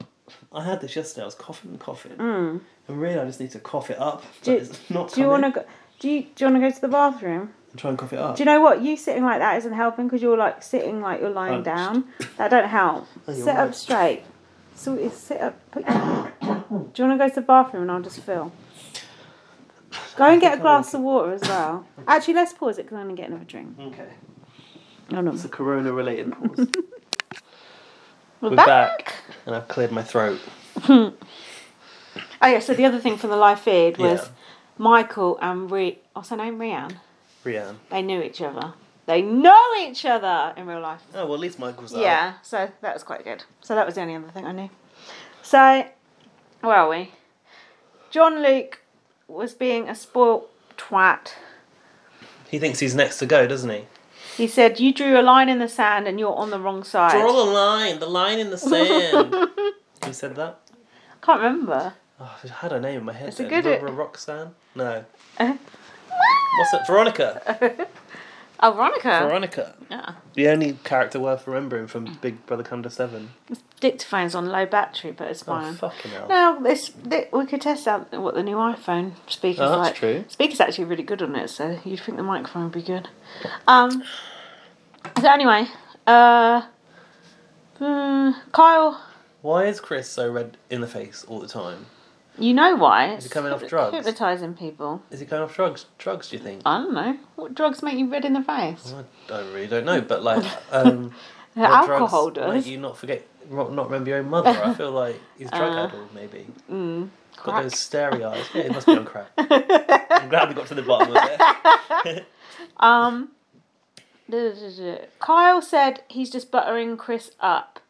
S2: I had this yesterday. I was coughing and coughing, and really, I just need to cough it up. But
S1: Mm. Do you-
S2: it's not
S1: do you
S2: coming.
S1: want to go? Do you, do you want to go to the bathroom?
S2: And try and cough it up.
S1: Do you know what? You sitting like that isn't helping because you're like sitting like you're lying
S2: Oh.
S1: down. That don't help.
S2: you're
S1: sit up
S2: right.
S1: straight. So it's sit up. Put your... Do you want to go to the bathroom and I'll just fill? Go and get a
S2: I
S1: glass of water as well. Actually, let's pause it because I'm gonna get another drink.
S2: okay,
S1: No, no.
S2: it's a corona-related pause.
S1: We're
S2: We're
S1: back.
S2: back, and I've cleared my throat.
S1: Oh yeah. So the other thing from the live feed was
S2: Yeah.
S1: Michael and Re. What's her name? Rianne.
S2: Rianne.
S1: They knew each other. They know each other in real life.
S2: Oh well, at least Michael's out.
S1: Yeah, so that was quite good. So that was the only other thing I knew. So, where are we? John Luke was being a spoilt twat.
S2: He thinks he's next to go, doesn't he?
S1: He said, You drew a line in the sand and you're on the wrong side.
S2: Draw the line, the line in the sand. Who said that?
S1: Can't remember.
S2: Oh, I had a name in my head.
S1: It's a
S2: then.
S1: good- Uh-huh.
S2: Ro- Ro- Roxanne? No. What's it? Veronica.
S1: Oh, Veronica.
S2: Veronica.
S1: yeah.
S2: The only character worth remembering from Big Brother Come to Seven.
S1: Dictaphone's on low battery, but it's
S2: Oh,
S1: fine.
S2: fucking hell.
S1: now, this, thi- we could test out what the new iPhone speaker's
S2: Oh, that's
S1: like.
S2: true.
S1: Speaker's actually really good on it, so you'd think the microphone would be good. Um, so, anyway, uh, hmm, Kyle.
S2: Why is Chris so red in the face all the time?
S1: You know why? It's
S2: he coming off
S1: hyp-
S2: drugs?
S1: Hypnotising people.
S2: Is he going off drugs? Drugs, do you think?
S1: I don't know. What drugs make you red in the face?
S2: I, I really don't know, but like, um, what
S1: Alcohol
S2: drugs
S1: does.
S2: Make you not forget, not not remember your own mother. I feel like he's drug addled, maybe. Got
S1: Uh, Crack.
S2: those stary eyes. Yeah, he must be on crack. I'm glad we got to the bottom of it.
S1: Um, duh, duh, duh, duh. Kyle said he's just buttering Chris up.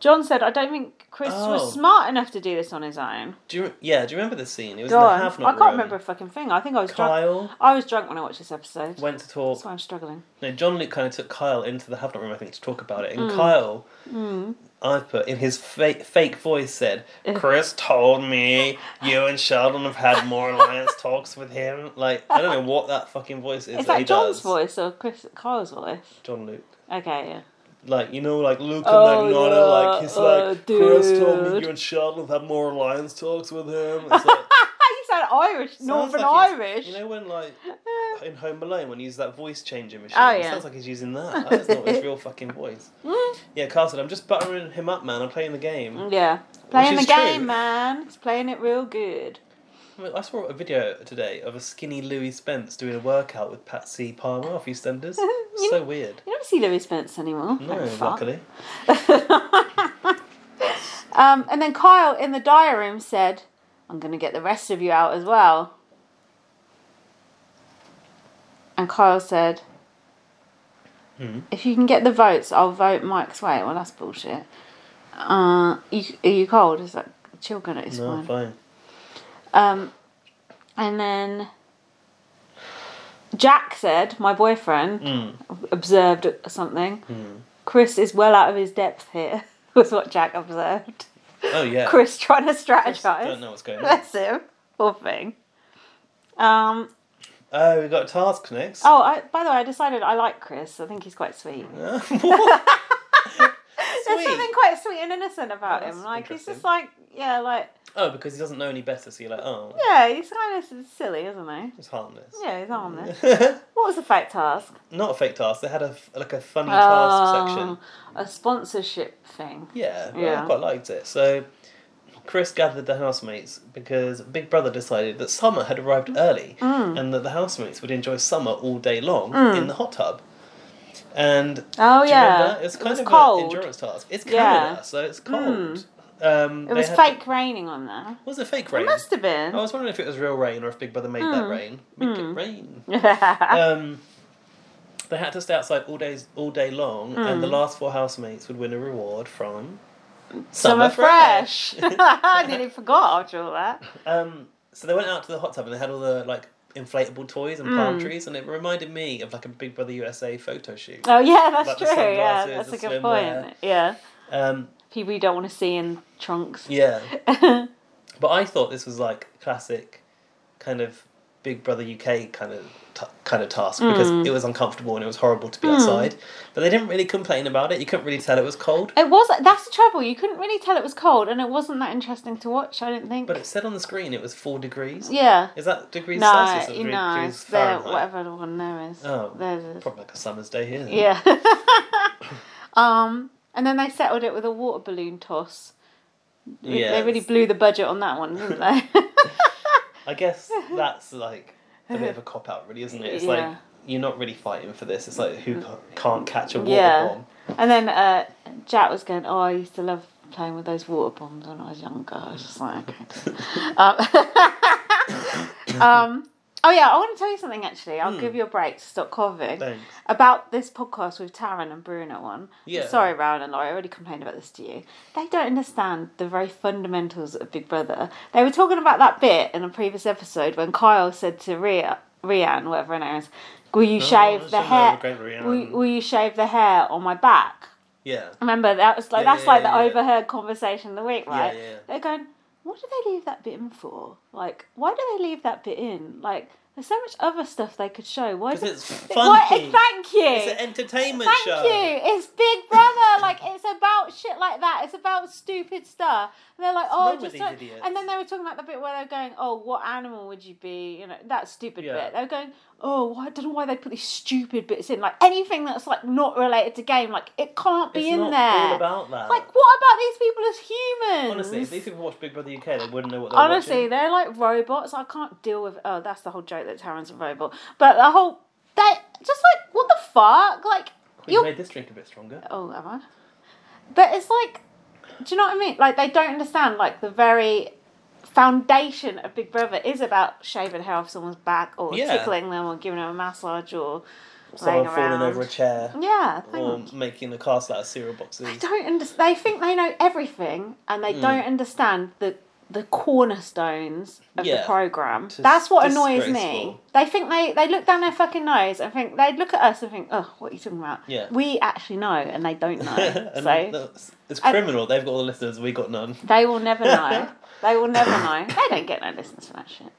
S1: John said, I don't think Chris
S2: Oh.
S1: was smart enough to do this on his own.
S2: Do you, yeah, do you remember the scene? It was in
S1: God,
S2: the
S1: I
S2: have
S1: can't
S2: not room.
S1: remember a fucking thing. I think I was drunk.
S2: Kyle
S1: I was drunk when I watched this episode.
S2: went to
S1: That's why
S2: talk.
S1: I'm struggling.
S2: No, John Luke kind of took Kyle into the have not room, I think, to talk about it. And
S1: Mm.
S2: Kyle, I've put in his fake, fake voice, said,
S1: Eh.
S2: Chris told me you and Sheldon have had more alliance talks with him. Like, I don't know what that fucking voice is
S1: Is
S2: that he
S1: that John's
S2: does.
S1: voice or Chris Kyle's voice?
S2: John Luke.
S1: Okay, yeah.
S2: Like, you know, like Luke and
S1: Oh,
S2: like Nana,
S1: yeah,
S2: like, he's
S1: oh,
S2: like, Chris told me
S1: dude.
S2: you and Sheldon have had more alliance talks with him. It's like,
S1: you sound Irish,
S2: Sounds
S1: Northern
S2: like he's-
S1: Irish.
S2: You know when like in Home Alone when he uses that voice changing machine?
S1: Oh,
S2: It
S1: yeah.
S2: sounds like he's using that. That's not his real fucking voice. Yeah, Carl said, I'm just buttering him up, man. I'm playing the game.
S1: Mm-hmm. Yeah. Playing the
S2: is
S1: game,
S2: true.
S1: man. He's playing it real good.
S2: I mean, I saw a video today of a skinny Louis Spence doing a workout with Patsy Palmer off EastEnders.
S1: You
S2: so weird.
S1: You never see Louis Spence anymore.
S2: No,
S1: Thank fuck.
S2: luckily.
S1: um, and then Kyle in the diary room said, I'm going to get the rest of you out as well. And Kyle said,
S2: Hmm.
S1: If you can get the votes, I'll vote Mike's way. Well, that's bullshit. Uh, you, are you cold? Is that chill going to
S2: No,
S1: explain?
S2: fine.
S1: Um, and then Jack said, my boyfriend,
S2: Mm.
S1: observed something.
S2: Hmm.
S1: Chris is well out of his depth here, was what Jack observed.
S2: Oh, yeah.
S1: Chris trying to strategize.
S2: Don't know what's going on.
S1: Bless him. Poor thing. Um,
S2: Oh, we got tasks next.
S1: oh, I, by the way, I decided I like Chris. I think he's quite sweet.
S2: What?
S1: There's
S2: Sweet.
S1: something quite sweet and innocent about
S2: Oh,
S1: him.
S2: that's
S1: Like, he's
S2: interesting.
S1: just like, yeah, like,
S2: Oh, because he doesn't know any better, so you're like, oh,
S1: yeah, he's kind of silly, isn't he?
S2: it's harmless.
S1: Yeah, he's harmless. What was the fake task?
S2: not a fake task. They had a f- like a funny
S1: Oh,
S2: task section.
S1: A sponsorship thing.
S2: Yeah, well,
S1: Yeah.
S2: I quite liked it. So Chris gathered the housemates because Big Brother decided that summer had arrived early
S1: Mm.
S2: and that the housemates would enjoy summer all day long in the hot tub. And
S1: Oh,
S2: do you
S1: yeah.
S2: remember? it's kind
S1: Oh, was
S2: of an
S1: cold.
S2: endurance task. It's
S1: Yeah. Mm.
S2: Canada, so it's cold. um,
S1: It was fake raining on there.
S2: Was it fake
S1: It
S2: rain?
S1: must have been.
S2: I was wondering if it was real rain or if Big Brother made
S1: Hmm.
S2: that rain. Make it rain.
S1: Ah.
S2: um, they had to stay outside all days, all day long, and the last four housemates would win a reward from
S1: Hmm. Summer fresh. I nearly forgot after all that.
S2: Um, so they went out to the hot tub and they had all the like inflatable toys and
S1: Hmm.
S2: palm trees, and it reminded me of like a Big Brother USA photo shoot.
S1: Oh yeah, that's
S2: Like the
S1: true. Yeah,
S2: sunglasses,
S1: that's a
S2: the
S1: good
S2: swimwear.
S1: point. Yeah,
S2: Um,
S1: people you don't want to see in trunks.
S2: yeah, but I thought this was like classic, kind of Big Brother UK kind of t- kind of task because
S1: Mm.
S2: it was uncomfortable and it was horrible to be outside. But they didn't really complain about it. You couldn't really tell it was cold.
S1: It was. That's the trouble. You couldn't really tell it was cold, and it wasn't that interesting to watch. I didn't think.
S2: But it said on the screen it was four degrees.
S1: yeah.
S2: Is that degrees
S1: No,
S2: Celsius or
S1: you
S2: degrees
S1: know, it's the,
S2: Fahrenheit?
S1: whatever the one there is.
S2: Oh,
S1: There's a-
S2: probably like a summer's day here. then.
S1: yeah. um, and then they settled it with a water balloon toss.
S2: yeah.
S1: They really blew the budget on that one, didn't they?
S2: I guess that's like a bit of a cop out, really, isn't it? It's
S1: Yeah. Mm.
S2: like you're not really fighting for this. It's like who ca- can't catch a water
S1: Yeah.
S2: bomb.
S1: and then uh, Jack was going, "Oh, I used to love playing with those water bombs when I was younger." I was just like, okay. um, um, oh yeah, I want to tell you something. Actually, I'll give you a break to stop coughing.
S2: Hmm. Thanks.
S1: about this podcast with Taryn and Bruno on.
S2: Yeah.
S1: Sorry, Rowan and Laura, I already complained about this to you. They don't understand the very fundamentals of Big Brother. They were talking about that bit in a previous episode when Kyle said to Ria, Rianne, whatever her name is, will you shave
S2: that's
S1: the
S2: another
S1: hair?
S2: great Rianne.
S1: Will, will you shave the hair on my back?
S2: Yeah.
S1: Remember that was like
S2: Yeah,
S1: that's
S2: yeah,
S1: like the
S2: yeah, yeah.
S1: overheard conversation of the week, right?
S2: yeah, yeah.
S1: They're going, what do they leave that bit in for? Like, why do they leave that bit in? Like, there's so much other stuff they could show. Why?
S2: 'Cause
S1: do-
S2: it's
S1: Why-
S2: funky.
S1: Thank you.
S2: It's an entertainment
S1: Thank
S2: show.
S1: you. It's Big Brother. Like it's about shit like that. It's about stupid stuff. And they're like,
S2: wrong
S1: oh,
S2: with
S1: just
S2: these
S1: don't-"
S2: idiots?
S1: and then they were talking about the bit where they're going, oh, what animal would you be? You know that stupid
S2: Yeah.
S1: bit. They're going, oh, why- I don't know why they put these stupid bits in. Like anything that's like not related to game, like it can't be
S2: It's
S1: in
S2: not
S1: there.
S2: all about that.
S1: like what about these people as humans?
S2: Honestly, if these people watch Big Brother UK, they wouldn't know what they're
S1: Honestly,
S2: watching.
S1: they're like robots. I can't deal with. Oh, that's the whole joke that Taryn's a robot. But the whole they just like what the fuck? Like
S2: You
S1: you're
S2: made this drink a bit stronger.
S1: oh, am I? But it's like, do you know what I mean? Like they don't understand. Like the very foundation of Big Brother is about shaving hair off someone's back or
S2: Yeah.
S1: tickling them or giving them a massage or
S2: Someone
S1: laying
S2: falling
S1: around.
S2: over a chair.
S1: yeah, thank
S2: Or making a castle out of cereal
S1: they
S2: boxes.
S1: don't understand. They think they know everything, and
S2: Mm.
S1: they don't understand the the cornerstones of the
S2: Yeah.
S1: program.
S2: Dis-
S1: That's what annoys me.
S2: disgraceful.
S1: They think they they look down their fucking nose and think they look at us and think, oh, what are you talking about?
S2: Yeah.
S1: we actually know, and they don't know. so
S2: And that's- it's criminal. They've got all the listeners. We got none.
S1: they will never know. they will never know. They don't get no listeners for that shit.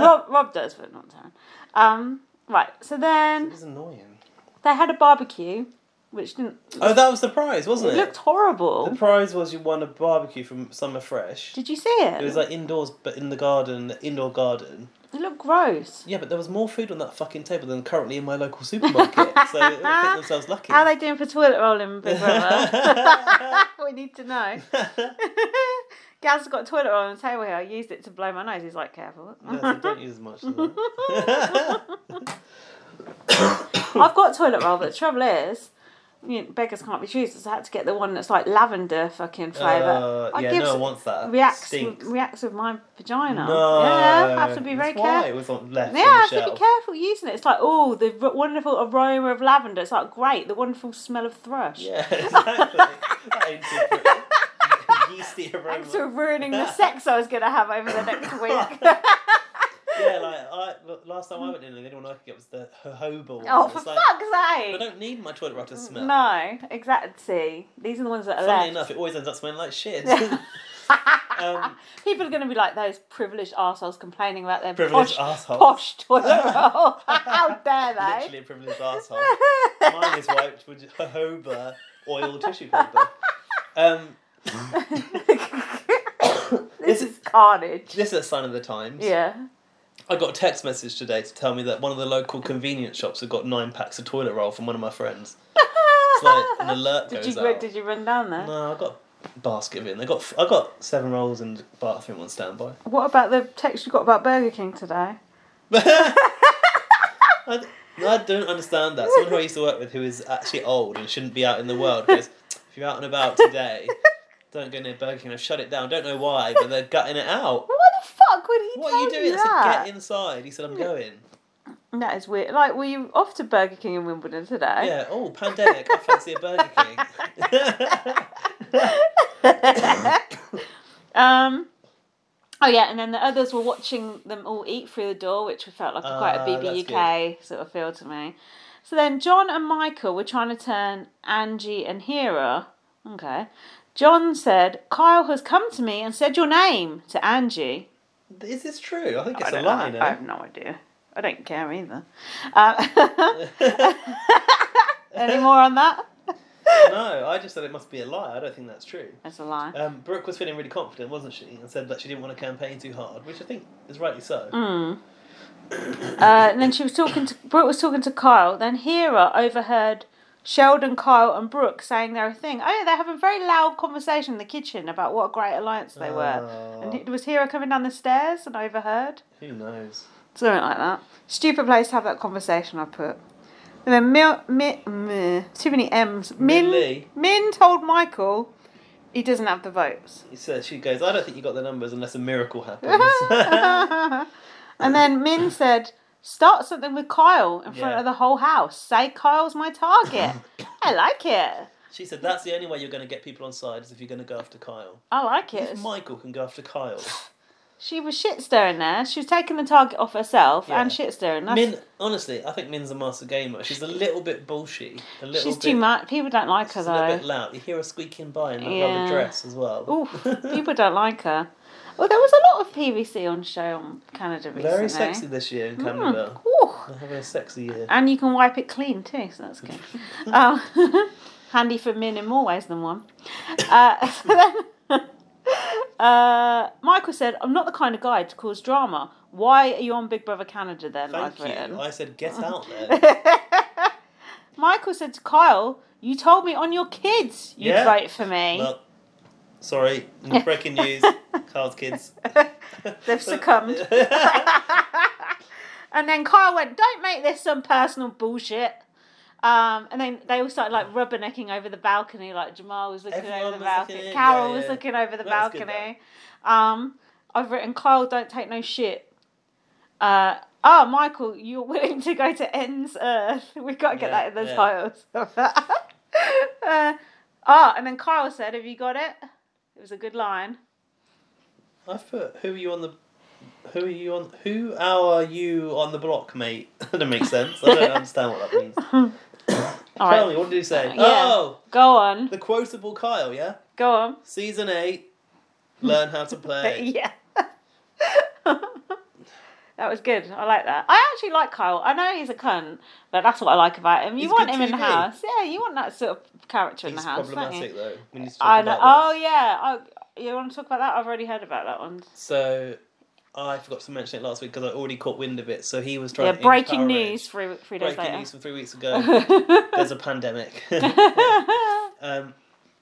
S1: Rob Rob does, but not Taryn. Um, right. So then
S2: It's annoying.
S1: they had a barbecue, which didn't
S2: Oh, that was the prize, wasn't
S1: it
S2: it?
S1: looked horrible.
S2: The prize was you won a barbecue from Summer Fresh.
S1: Did you see it?
S2: It was like indoors, but in the garden, the indoor garden.
S1: it looked gross.
S2: Yeah, but there was more food on that fucking table than currently in my local supermarket. so they think themselves lucky.
S1: How are they doing for toilet rolling, Big Brother? we need to know. Gaz has got toilet roll on the table here. I used it to blow my nose. He's like, careful.
S2: Yeah, so don't use as much. as that.
S1: I've got toilet roll, but the trouble is, you know, beggars can't be choosers. I had to get the one that's like lavender fucking flavour.
S2: Uh,
S1: I
S2: yeah,
S1: gives-
S2: no one wants that.
S1: reacts,
S2: Stinks.
S1: with, reacts with my vagina.
S2: No.
S1: Yeah, I have to be very
S2: That's why
S1: careful.
S2: it was on left
S1: Yeah,
S2: on
S1: I
S2: the
S1: have to be
S2: shelf.
S1: careful using it. It's like, oh, the r- wonderful aroma of lavender. It's like, great, the wonderful smell of thrush.
S2: Yeah, exactly. that ain't different. Yeasty aroma.
S1: Thanks for ruining the sex I was going to have over the next week.
S2: Yeah, like I look, last time I went in, the only one I could get was the jojoba one.
S1: oh, for
S2: It's like, I
S1: fuck's sake!
S2: don't need my toilet roll to smell.
S1: No, exactly. These are the ones that are left.
S2: Funnily enough, it always ends up smelling like shit. um,
S1: People are going to be like those privileged arseholes complaining about their
S2: Privileged
S1: posh,
S2: arseholes.
S1: posh toilet roll. How dare
S2: literally
S1: they?
S2: a privileged asshole. Mine is wiped with jojoba oil tissue paper. Um,
S1: this is carnage.
S2: this is a sign of the times.
S1: yeah.
S2: I got a text message today to tell me that one of the local convenience shops had got nine packs of toilet roll from one of my friends. It's like an alert
S1: Did
S2: goes
S1: you
S2: out.
S1: did you run down there?
S2: No, I got a basket of it. and They got I got seven rolls and bathroom on standby.
S1: What about the text you got about Burger King today?
S2: I, I don't understand that. Someone who I used to work with who is actually old and shouldn't be out in the world goes, if you're out and about today, don't go near Burger King. I've shut it down. Don't know why, but they're gutting it out.
S1: Why the fuck would he
S2: What
S1: tell
S2: are you doing? I
S1: that?
S2: said, get inside. He said, I'm going.
S1: That is weird. Like, were you off to Burger King in Wimbledon today?
S2: Yeah, oh, pandemic. I fancy a Burger King.
S1: um, oh yeah, and then the others were watching them all eat through the door, which felt like a, quite a
S2: Ah, that's
S1: BB UK sort of feel to me. So then John and Michael were trying to turn Angie and Hera. Okay. John said, Kyle has come to me and said your name to Angie.
S2: Is this true? I think it's
S1: I
S2: a
S1: don't
S2: lie
S1: know.
S2: now.
S1: I have no idea. I don't care either. Uh, any more on that?
S2: no, I just said it must be a lie. I don't think that's true.
S1: That's a lie.
S2: Um, Brooke was feeling really confident, wasn't she? And said that she didn't want to campaign too hard, which I think is rightly so.
S1: Mm. Uh, and then she was talking to Brooke was talking to Kyle. Then Hera overheard Sheldon, Kyle, and Brooke saying they're a thing. Oh, yeah, they're having a very loud conversation in the kitchen about what a great alliance they were. And
S2: Ah,
S1: it was Hera coming down the stairs and overheard
S2: who knows?
S1: something like that. Stupid place to have that conversation. I put. And then Mil, Mi, Mi, too many M's. Min,
S2: Min Lee.
S1: Min told Michael he doesn't have the votes.
S2: He says she goes. I don't think you got the numbers unless a miracle happens.
S1: and then Min said, "Start something with Kyle in front
S2: Yeah.
S1: of the whole house. Say Kyle's my target. I like it.
S2: she said that's the only way you're going to get people on side is if you're going to go after Kyle.
S1: I like
S2: If
S1: it."
S2: Michael can go after Kyle.
S1: She was shit stirring there. She was taking the target off herself and
S2: Yeah.
S1: shit stirring. That's-
S2: Min, honestly, I think Min's a master gamer. She's a little bit bullshy. A little
S1: she's
S2: bit,
S1: too much. People don't like her
S2: She's a little bit
S1: though.
S2: loud. You hear her squeaking by in that
S1: Yeah.
S2: lovely dress as well.
S1: Oof, people don't like her. Well, there was a lot of PVC on show on Canada recently.
S2: Very sexy this year in Canada.
S1: Mm, ooh.
S2: They're having a sexy year.
S1: And you can wipe it clean too, so that's good. um, handy for men in more ways than one. Uh, so then, uh, Michael said, I'm not the kind of guy to cause drama. Why are you on Big Brother Canada then?
S2: Thank
S1: I've written.
S2: you. I said get out there.
S1: Michael said to Kyle, You told me on your kids you'd
S2: Yeah.
S1: vote for me.
S2: well, sorry, breaking news. Carl's kids.
S1: They've succumbed. and then Kyle went, "Don't make this some personal bullshit." Um, and then they all started like rubbernecking over the balcony, like Jamal was looking
S2: Everyone
S1: over the
S2: was
S1: balcony,
S2: looking in,
S1: Carol
S2: yeah,
S1: was
S2: yeah.
S1: looking over the
S2: That's good,
S1: balcony. um, I've written, "Kyle, don't take no shit." Uh, oh, Michael, you're willing to go to ends earth. We gotta get
S2: Yeah,
S1: that in the
S2: yeah.
S1: titles. uh, oh, and then Kyle said, "Have you got it?" It was a good line.
S2: I've put who are you on the who are you on who are you on the block, mate? that doesn't make sense. I don't understand what that means.
S1: All
S2: Tell
S1: right,
S2: me, what did you say?
S1: Yeah.
S2: Oh
S1: go on,
S2: the quotable Kyle, yeah?
S1: go on.
S2: Season eight. Learn how to play.
S1: yeah. that was good. I like that. I actually like Kyle. I know he's a cunt, but that's what I like about him. You
S2: He's
S1: want
S2: good
S1: him in the
S2: TV.
S1: house. Yeah, you want that sort of character in
S2: He's
S1: the house, don't you?
S2: problematic though. We need to talk
S1: I know.
S2: about this.
S1: Oh, yeah. I, you want to talk about that? I've already heard about that one.
S2: So I forgot to mention it last week because I already caught wind of it. So he was trying.
S1: Yeah,
S2: to
S1: breaking
S2: encourage-
S1: news three, three days
S2: Breaking
S1: later.
S2: news from three weeks ago. There's a pandemic. um,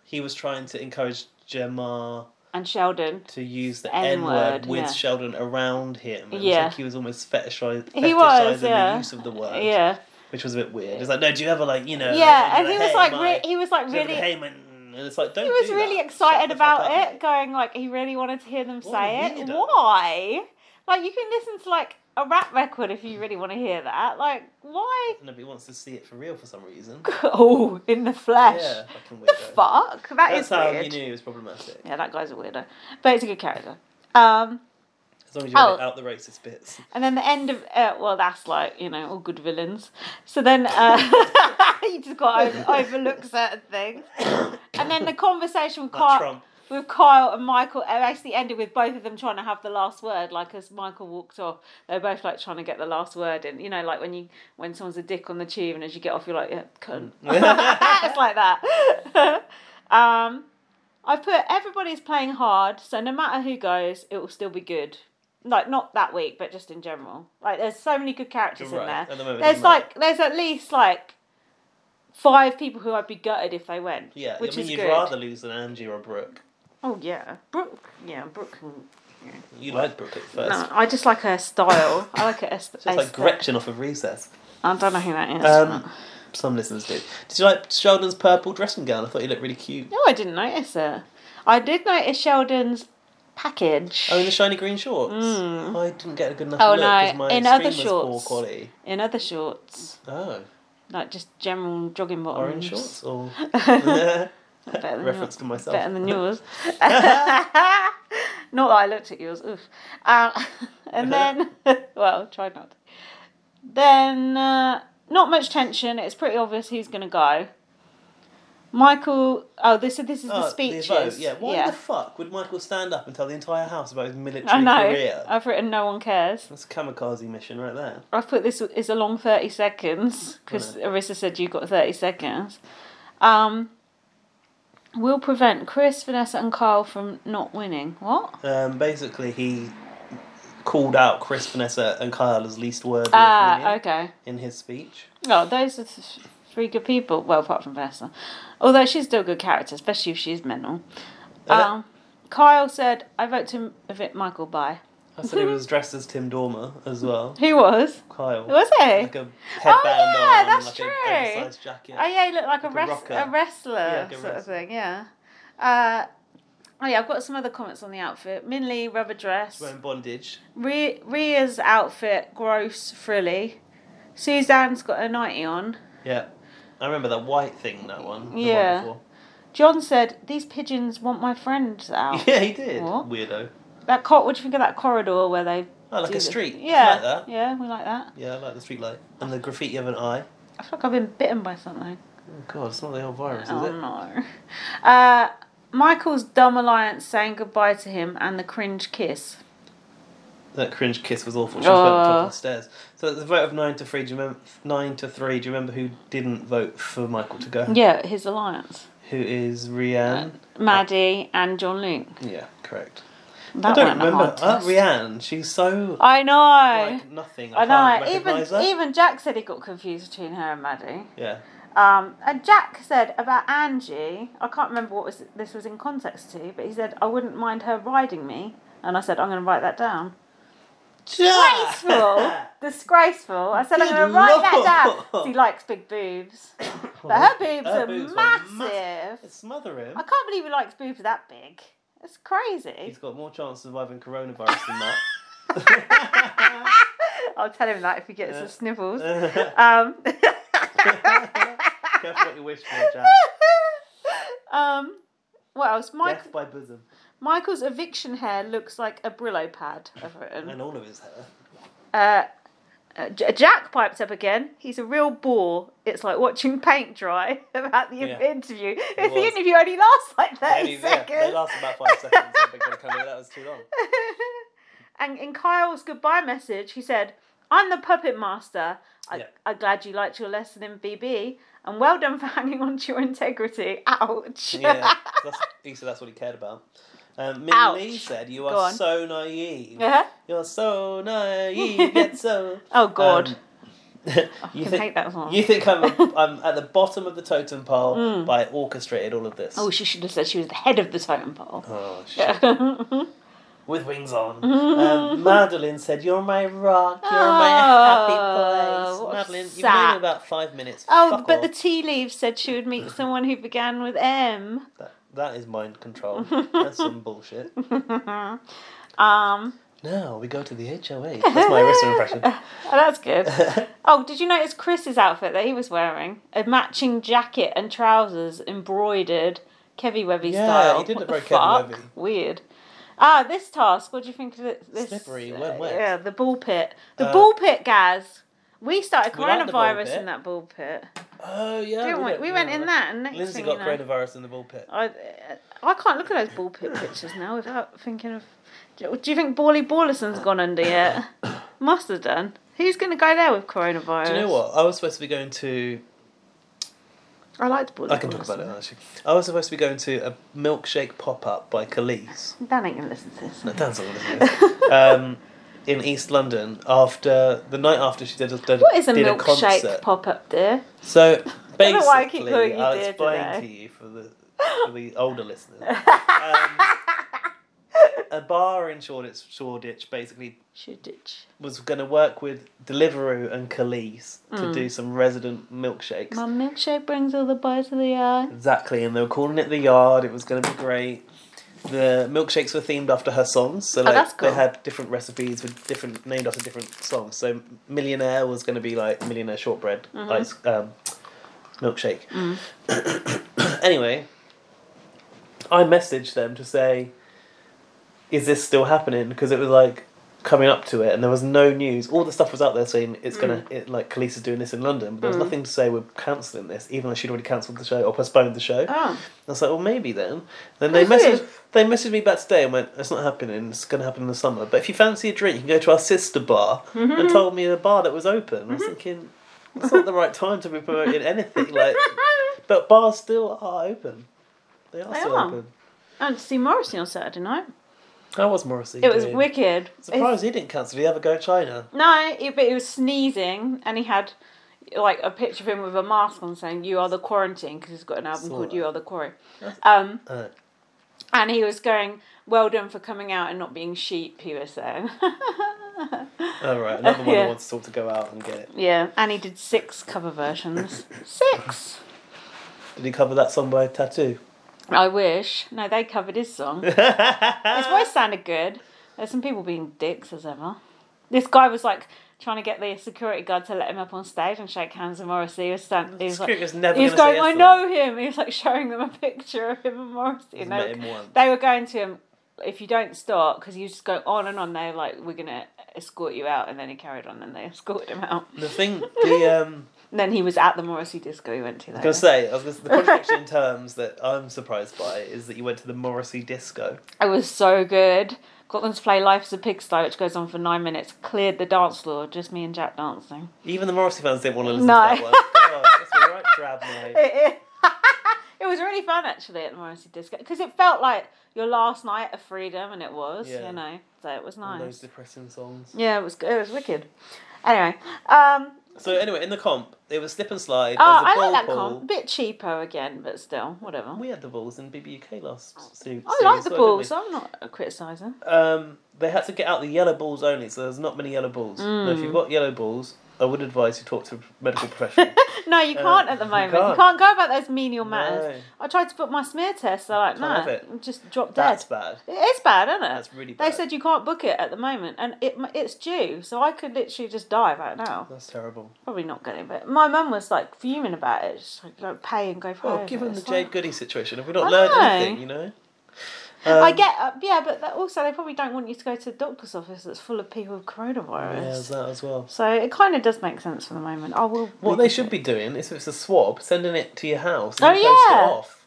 S2: he was trying to encourage Gemma
S1: and Sheldon.
S2: to use the N
S1: N-word,
S2: word with
S1: yeah.
S2: Sheldon around him. It was
S1: Yeah.
S2: like he was almost fetishizing,
S1: He was,
S2: fetishizing
S1: yeah.
S2: the use of the word,
S1: Yeah,
S2: which was a bit weird. It's like, no, do you ever like you know?
S1: yeah,
S2: like,
S1: and
S2: do
S1: he
S2: you
S1: was
S2: ever,
S1: like,
S2: hey,
S1: re-
S2: Mike?
S1: he was like
S2: Do you ever,
S1: really,
S2: hey, man? And it's like, don't.
S1: he was
S2: do
S1: really
S2: that. Shut
S1: excited
S2: the fuck
S1: about
S2: up,
S1: it, going like he really wanted to hear them
S2: What a
S1: say it.
S2: weirdo.
S1: Why? Like you can listen to like a rap record if you really want to hear that. Like why?
S2: mate. Nobody wants to see it for real for some reason.
S1: Oh, in the flesh.
S2: Yeah, fucking
S1: The
S2: weirdo.
S1: fuck? That
S2: That's
S1: is
S2: how
S1: weird.
S2: you knew it was problematic.
S1: Yeah, that guy's a weirdo, but he's a good character. Um,
S2: As long as you edit
S1: Oh.
S2: out the racist bits.
S1: and then the end of uh, well, that's like you know all good villains. So then uh, you just got to overlook certain things, and then the conversation with
S2: Like
S1: Car-
S2: Trump.
S1: with Kyle and Michael, it actually ended with both of them trying to have the last word. Like as Michael walked off, they were both like trying to get the last word. And you know, like when you when someone's a dick on the tube, and as you get off, you're like, yeah, cunt.
S2: Mm.
S1: it's like that. um, I put everybody's playing hard, so no matter who goes, it will still be good. Like not that week, but just in general. Like there's so many good characters
S2: You're
S1: in
S2: right.
S1: there.
S2: At the moment, it
S1: there's
S2: doesn't matter.
S1: like there's at least like five people who I'd be gutted if they went.
S2: Yeah,
S1: which
S2: I mean,
S1: is
S2: you'd
S1: good.
S2: rather lose than Angie or Brooke.
S1: Oh yeah, Brooke. Yeah, Brooke. can-
S2: You liked Brooke at first.
S1: No, I just like her style. I like her. est-
S2: It's like
S1: aesthetic.
S2: Gretchen off of Recess.
S1: I don't know who that is.
S2: Um, some listeners do. Did you like Sheldon's purple dressing gown? I thought he looked really cute.
S1: no, I didn't notice it. I did notice Sheldon's package.
S2: Oh, in the shiny green shorts. I didn't get a good enough
S1: Oh,
S2: look
S1: no,
S2: because my
S1: in
S2: screen
S1: other
S2: was poor
S1: shorts.
S2: quality.
S1: In other shorts,
S2: Oh,
S1: like just general jogging bottoms.
S2: orange shorts or
S1: Better than
S2: reference
S1: yours.
S2: to myself.
S1: Better than yours. Not that I looked at yours. Oof. Uh, and then, well, try not. to. Then, uh, not much tension. It's pretty obvious who's going to go. Michael. Oh, this is this is
S2: Oh,
S1: the speeches.
S2: vote, Yeah. Why the fuck would Michael stand up and tell the entire house about his military
S1: I know. Uh,
S2: career?
S1: I've written no one cares.
S2: That's a kamikaze mission right there.
S1: I've put this is a long 30 seconds because Arissa said you got 30 seconds. Um, will prevent Chris, Vanessa, and Carl from not winning. What?
S2: Um, basically, he called out Chris, Vanessa, and Kyle as least worthy of
S1: Ah,
S2: winning
S1: okay.
S2: in his speech.
S1: Oh, those are th- three good people. Well, apart from Vanessa. Although she's still a good character, especially if she's mental.
S2: Uh,
S1: Um, Kyle said, I vote to evict Michael by.
S2: I said he was dressed as Tim Dormer as well.
S1: Who was?
S2: Kyle.
S1: Was he? Oh,
S2: Like a headband
S1: yeah,
S2: on,
S1: that's
S2: like
S1: true.
S2: a oversized jacket.
S1: Oh yeah, he looked like,
S2: Like
S1: a,
S2: a
S1: wrest-
S2: rocker.
S1: a wrestler
S2: Yeah, like a
S1: sort of
S2: wrestler.
S1: thing. Yeah. Uh, oh yeah, I've got some other comments on the outfit. Minley rubber dress.
S2: Wearing bondage.
S1: Rhea, Rhea's outfit gross frilly. Suzanne's got a nightie on.
S2: Yeah. I remember that white thing, that one. the one
S1: Yeah.
S2: before.
S1: John said, "These pigeons want my friends out."
S2: Yeah, he did.
S1: What?
S2: Weirdo.
S1: that cor- what do you think of that corridor where they?
S2: Oh, like
S1: do
S2: a
S1: the-
S2: street.
S1: Yeah,
S2: Like that.
S1: yeah, we like that.
S2: Yeah, I like the street light. And the graffiti of an eye.
S1: I feel like I've been bitten by something.
S2: Oh, God, it's not the old virus,
S1: oh
S2: is it?
S1: no. Uh, Michael's dumb alliance saying goodbye to him and the cringe kiss.
S2: That cringe kiss was awful. She was about to top
S1: Oh.
S2: of the stairs. So it's a vote of nine to three. Do you remember nine to three? Do you remember who didn't vote for Michael to go?
S1: Yeah, Uh, his alliance.
S2: Who is Rianne?
S1: Maddie and John Luke.
S2: yeah, correct.
S1: That
S2: I don't
S1: weren't a
S2: remember.
S1: hard
S2: Uh,
S1: test.
S2: Rianne, she's so
S1: I know.
S2: like nothing. I,
S1: I know.
S2: can't
S1: Even
S2: recognise her.
S1: even Jack said he got confused between her and Maddie.
S2: Yeah,
S1: Um, and Jack said about Angie. I can't remember what was this was in context to, but he said I wouldn't mind her riding me, and I said I'm going to write that down. Disgraceful, disgraceful. I said I'm
S2: Good
S1: going to write that down.
S2: lord.
S1: He likes big boobs, but her boobs
S2: Her
S1: are
S2: boobs were
S1: massive.
S2: massive. Smother him.
S1: I can't believe he likes boobs that big. It's crazy.
S2: He's got more chance of surviving coronavirus than that.
S1: I'll tell him that if he gets
S2: Yeah.
S1: the snivels.
S2: Careful
S1: Um,
S2: what you wish for, Jack.
S1: um, what else? Mike,
S2: Death by bosom.
S1: Michael's eviction hair looks like a Brillo pad. I've written.
S2: And all of his hair.
S1: Uh, uh, J- Jack pipes up again. He's a real bore. It's like watching paint dry about the
S2: Yeah.
S1: interview. If the
S2: was.
S1: interview only lasts like 30
S2: Only there.
S1: seconds.
S2: They last about five seconds. I think they're coming. That was too long.
S1: and in Kyle's goodbye message, he said, I'm the puppet master. I,
S2: Yeah.
S1: I'm glad you liked your lesson in VB. And well done for hanging on to your integrity. Ouch.
S2: Yeah, that's, he said that's what he cared about. Um, Min
S1: Ouch.
S2: Lee said, "You
S1: Go
S2: are
S1: on.
S2: so naive.
S1: Yeah?
S2: You're so naive, yet so."
S1: Oh, God.
S2: Um,
S1: I can
S2: you,
S1: hate
S2: think,
S1: that song.
S2: you think I'm, a, I'm at the bottom of the totem pole, but I orchestrated all of this.
S1: Mm. Oh, she should have said she was the head of the totem pole.
S2: Oh, shit. With wings on. um, Madeline said, You're my rock, you're my happy
S1: Oh,
S2: place.
S1: what a
S2: Madeline, you've
S1: sap.
S2: been in about five minutes.
S1: Oh,
S2: Fuck
S1: but
S2: off.
S1: the tea leaves said she would meet someone who began with M.
S2: That, that is mind control. That's some bullshit.
S1: Um,
S2: Now we go to the HOA. That's my Arista impression.
S1: oh, that's good. oh, did you notice Chris's outfit that he was wearing? A matching jacket and trousers embroidered Kevy Webby
S2: Yeah,
S1: style.
S2: he did
S1: What
S2: look
S1: the
S2: very Kevvy
S1: fuck?
S2: Webby.
S1: Weird. Ah, this task. What do you think of it- this? uh,
S2: Slippery, when wet.
S1: Yeah, the ball pit. The
S2: Uh,
S1: ball pit, Gaz. We started
S2: we like
S1: coronavirus
S2: the ball pit.
S1: in that ball pit.
S2: Oh, yeah.
S1: Didn't we?
S2: don't-
S1: We went
S2: yeah,
S1: in
S2: right.
S1: that, and next
S2: Lindsay
S1: thing
S2: got
S1: you know,
S2: coronavirus in the bullpit.
S1: I I can't look at those ball pit pictures now without thinking of. Do you think Borley Borlison's gone under yet? Must have done. Who's going to go there with coronavirus?
S2: Do you know what? I was supposed to be going to.
S1: I liked Borley.
S2: I can talk about it actually. I was supposed to be going to a milkshake pop up by Khalees.
S1: Dan ain't going to listen to this.
S2: No, Dan's not listening. to this. um, in East London, after the night after she did a, did,
S1: What is a
S2: did a
S1: milkshake
S2: concert.
S1: pop up, dear?
S2: So
S1: don't
S2: basically,
S1: know why I keep calling you
S2: I'll
S1: dear
S2: explain
S1: today.
S2: to you for the for the older listeners. Um, a bar in Shoreditch, Shoreditch basically
S1: Shoreditch.
S2: was going to work with Deliveroo and Khalees to
S1: Mm.
S2: do some resident milkshakes.
S1: My milkshake brings all the boys to the yard.
S2: Exactly, and they were calling it the yard. It was going to be great. The milkshakes were themed after her songs, so like
S1: Oh, that's cool.
S2: they had different recipes with different named after different songs. So millionaire was going to be like millionaire shortbread
S1: Mm-hmm.
S2: ice um, milkshake.
S1: Mm.
S2: anyway, I messaged them to say, "Is this still happening?" Because it was like coming up to it, and there was no news. All the stuff was out there saying it's gonna it, like Khaleesi's doing this in London, but there was nothing to say we're cancelling this, even though she'd already cancelled the show or postponed the show.
S1: Oh.
S2: I was like, well, maybe then. Then they
S1: That's
S2: messaged
S1: weird.
S2: they messaged me back today and went, it's not happening. It's going to happen in the summer. But if you fancy a drink, you can go to our sister bar. And told me a bar that was open. I was thinking, it's not the right time to be promoting anything. Like, but bars still are open. They are
S1: They
S2: still
S1: are.
S2: open.
S1: I went to see Morrissey on Saturday night.
S2: How was Morrissey?
S1: It was
S2: doing?
S1: wicked.
S2: Surprised he didn't cancel. Did he ever go to China?
S1: No, he, but he was sneezing, and he had like a picture of him with a mask on, saying "You are the quarantine" because he's got an album
S2: Saw
S1: called
S2: that.
S1: "You Are the Quarry." Um,
S2: Uh,
S1: and he was going, "Well done for coming out and not being sheep," he was saying.
S2: all right, another one
S1: Yeah.
S2: that wants to, to go out and get it.
S1: yeah, and he did six cover versions. six.
S2: Did he cover that song by Tattoo?
S1: I wish. No, they covered his song. His voice sounded good. There's some people being dicks as ever. This guy was like trying to get the security guard to let him up on stage and shake hands with Morrissey. He was, stand- he was like,
S2: Security was never
S1: he was
S2: gonna say
S1: going, I
S2: yes to that."
S1: know him. He was like showing them a picture of him and Morrissey. And
S2: met
S1: they,
S2: him
S1: were,
S2: once.
S1: they were going to him, if you don't stop, because he was just going on and on, they were like, we're going to escort you out. And then he carried on and they escorted him out.
S2: The thing, the um.
S1: And then he was at the Morrissey disco he went to
S2: I
S1: later.
S2: was gonna say, I was gonna, the contradiction in terms that I'm surprised by is that you went to the Morrissey disco.
S1: It was so good. Got them to play Life is a Pigsty, which goes on for nine minutes. Cleared the dance floor, just me and Jack dancing.
S2: Even the Morrissey fans didn't want to listen
S1: No.
S2: to that one. God, that's a right drab night.
S1: It, was really fun actually at the Morrissey Disco because it felt like your last night of freedom, and it was,
S2: Yeah.
S1: you know, so it was
S2: All those
S1: nice.
S2: depressing songs.
S1: Yeah, it was good. It was wicked. Anyway, um,
S2: So anyway, in the comp, it was slip and slide.
S1: oh,
S2: there was
S1: I
S2: a ball
S1: like that
S2: pool.
S1: comp. A bit cheapo again, but still, whatever.
S2: We had the balls in BBUK last series.
S1: Oh, I like the balls. I'm not a criticiser.
S2: Um, they had to get out the yellow balls only, so there's not many yellow balls. Now,
S1: Mm.
S2: if you've got yellow balls, I would advise you talk to a medical professional.
S1: No, you
S2: Uh,
S1: can't at the
S2: you
S1: moment. You
S2: can't.
S1: can't, go about those menial matters. I tried to put my smear test. They're like,
S2: Can't have
S1: no,
S2: it.
S1: just drop dead.
S2: That's bad.
S1: It is bad, isn't it?
S2: That's really
S1: They
S2: bad.
S1: said you can't book it at the moment, and it it's due, so I could literally just die right now.
S2: That's terrible.
S1: Probably not going to, but my mum was like fuming about it. She's like, "Don't pay and go
S2: Well,
S1: private."
S2: given the
S1: It's
S2: Jade
S1: like-
S2: Goody situation, have we not
S1: I
S2: learned
S1: know.
S2: anything? You know.
S1: I
S2: Um,
S1: get, uh, yeah, but that also they probably don't want you to go to the doctor's office that's full of people with
S2: Yeah, there's
S1: coronavirus.
S2: that as well.
S1: so it kind of does make sense for the moment. I will.
S2: What they
S1: reconsider.
S2: should be doing is if it's a swab, sending it to your house and
S1: Oh,
S2: you post
S1: yeah.
S2: it off.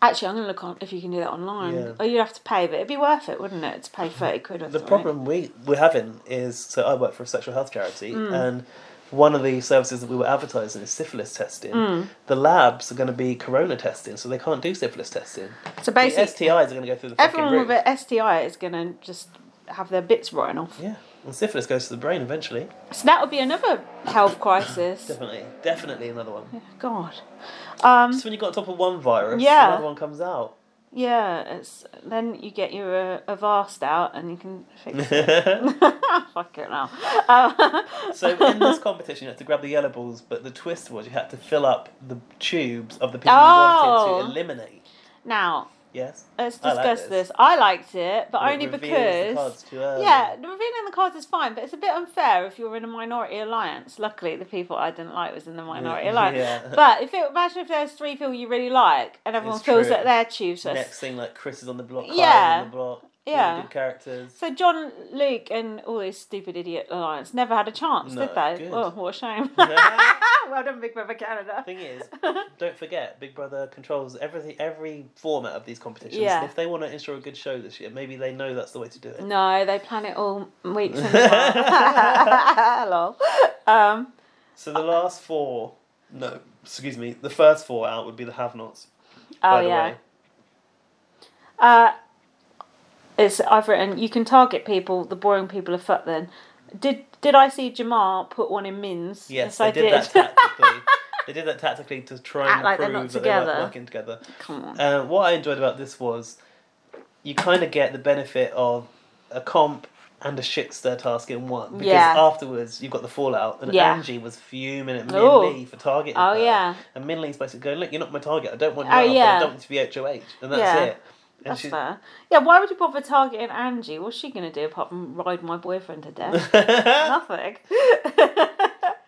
S1: Actually, I'm going to look on if you can do that online.
S2: Yeah.
S1: Or you'd have to pay, but it'd be worth it, wouldn't it, to pay 30 quid or
S2: The
S1: something?
S2: problem we we're having is so I work for a sexual health charity
S1: Mm.
S2: and one of the services that we were advertising is syphilis testing.
S1: Mm.
S2: The labs are going to be corona testing, so they can't do syphilis testing.
S1: So
S2: The
S1: basically,
S2: STIs are going to go through the
S1: everyone
S2: fucking roof.
S1: with an STI is going to just have their bits rotten off.
S2: Yeah, and syphilis goes to the brain eventually.
S1: So that would be another health crisis.
S2: Definitely, definitely another one.
S1: God. Um,
S2: Just when you got on top of one virus,
S1: Yeah.
S2: another one comes out.
S1: yeah, it's then you get your uh, avast out and you can fix it. Fuck it now. Um,
S2: So in this competition, you had to grab the yellow balls, but the twist was you had to fill up the tubes of the people you
S1: Oh.
S2: wanted to eliminate.
S1: now,
S2: Yes.
S1: let's
S2: I
S1: discuss
S2: like
S1: this.
S2: this.
S1: I liked it, but
S2: And it
S1: only
S2: reveals the
S1: because.
S2: cards too early.
S1: Yeah, the revealing the cards is fine, but it's a bit unfair if you're in a minority alliance. Luckily, the people I didn't like was in the minority
S2: Yeah.
S1: alliance. But if it, imagine if there's three people you really like, and everyone
S2: It's
S1: feels
S2: true.
S1: that they're choose us.
S2: Next thing, like Chris is on the block. Kyle
S1: Yeah.
S2: is on the block.
S1: Yeah.
S2: Really good characters.
S1: So John, Luke, and all this stupid idiot alliance never had a chance,
S2: No,
S1: did they?
S2: good.
S1: Oh, what a shame.
S2: Yeah.
S1: well done, Big Brother Canada.
S2: Thing is, don't forget, Big Brother controls everything, every format of these competitions.
S1: Yeah. Mm.
S2: And if they want to ensure a good show this year, maybe they know that's the way to do it.
S1: No, they plan it all weeks in advance. Lol. Um,
S2: So the last four, no, excuse me, the first four out would be the have-nots.
S1: oh
S2: by the
S1: yeah.
S2: way.
S1: Uh, it's I've written you can target people. The boring people are fucked. Then did did I see Jamal put one in Mins?
S2: Yes, they did, that tactically. they did that tactically to try
S1: Act
S2: and
S1: like they're
S2: prove
S1: not
S2: that they weren't
S1: together.
S2: working together.
S1: Come on.
S2: Uh, what I enjoyed about this was you kind of get the benefit of a comp and a shit stir task in one because
S1: Yeah.
S2: afterwards you've got the fallout and
S1: Yeah.
S2: Angie was fuming at Min
S1: Ooh.
S2: Lee for targeting
S1: Oh,
S2: her.
S1: yeah.
S2: and Min Lee's basically going look you're not my target I don't want
S1: Oh,
S2: you out, but
S1: yeah.
S2: I don't want you to be HOH and that's
S1: Yeah.
S2: it And
S1: That's
S2: she's
S1: fair. Yeah, why would you bother targeting Angie? What's she going to do apart from ride my boyfriend to death? Nothing.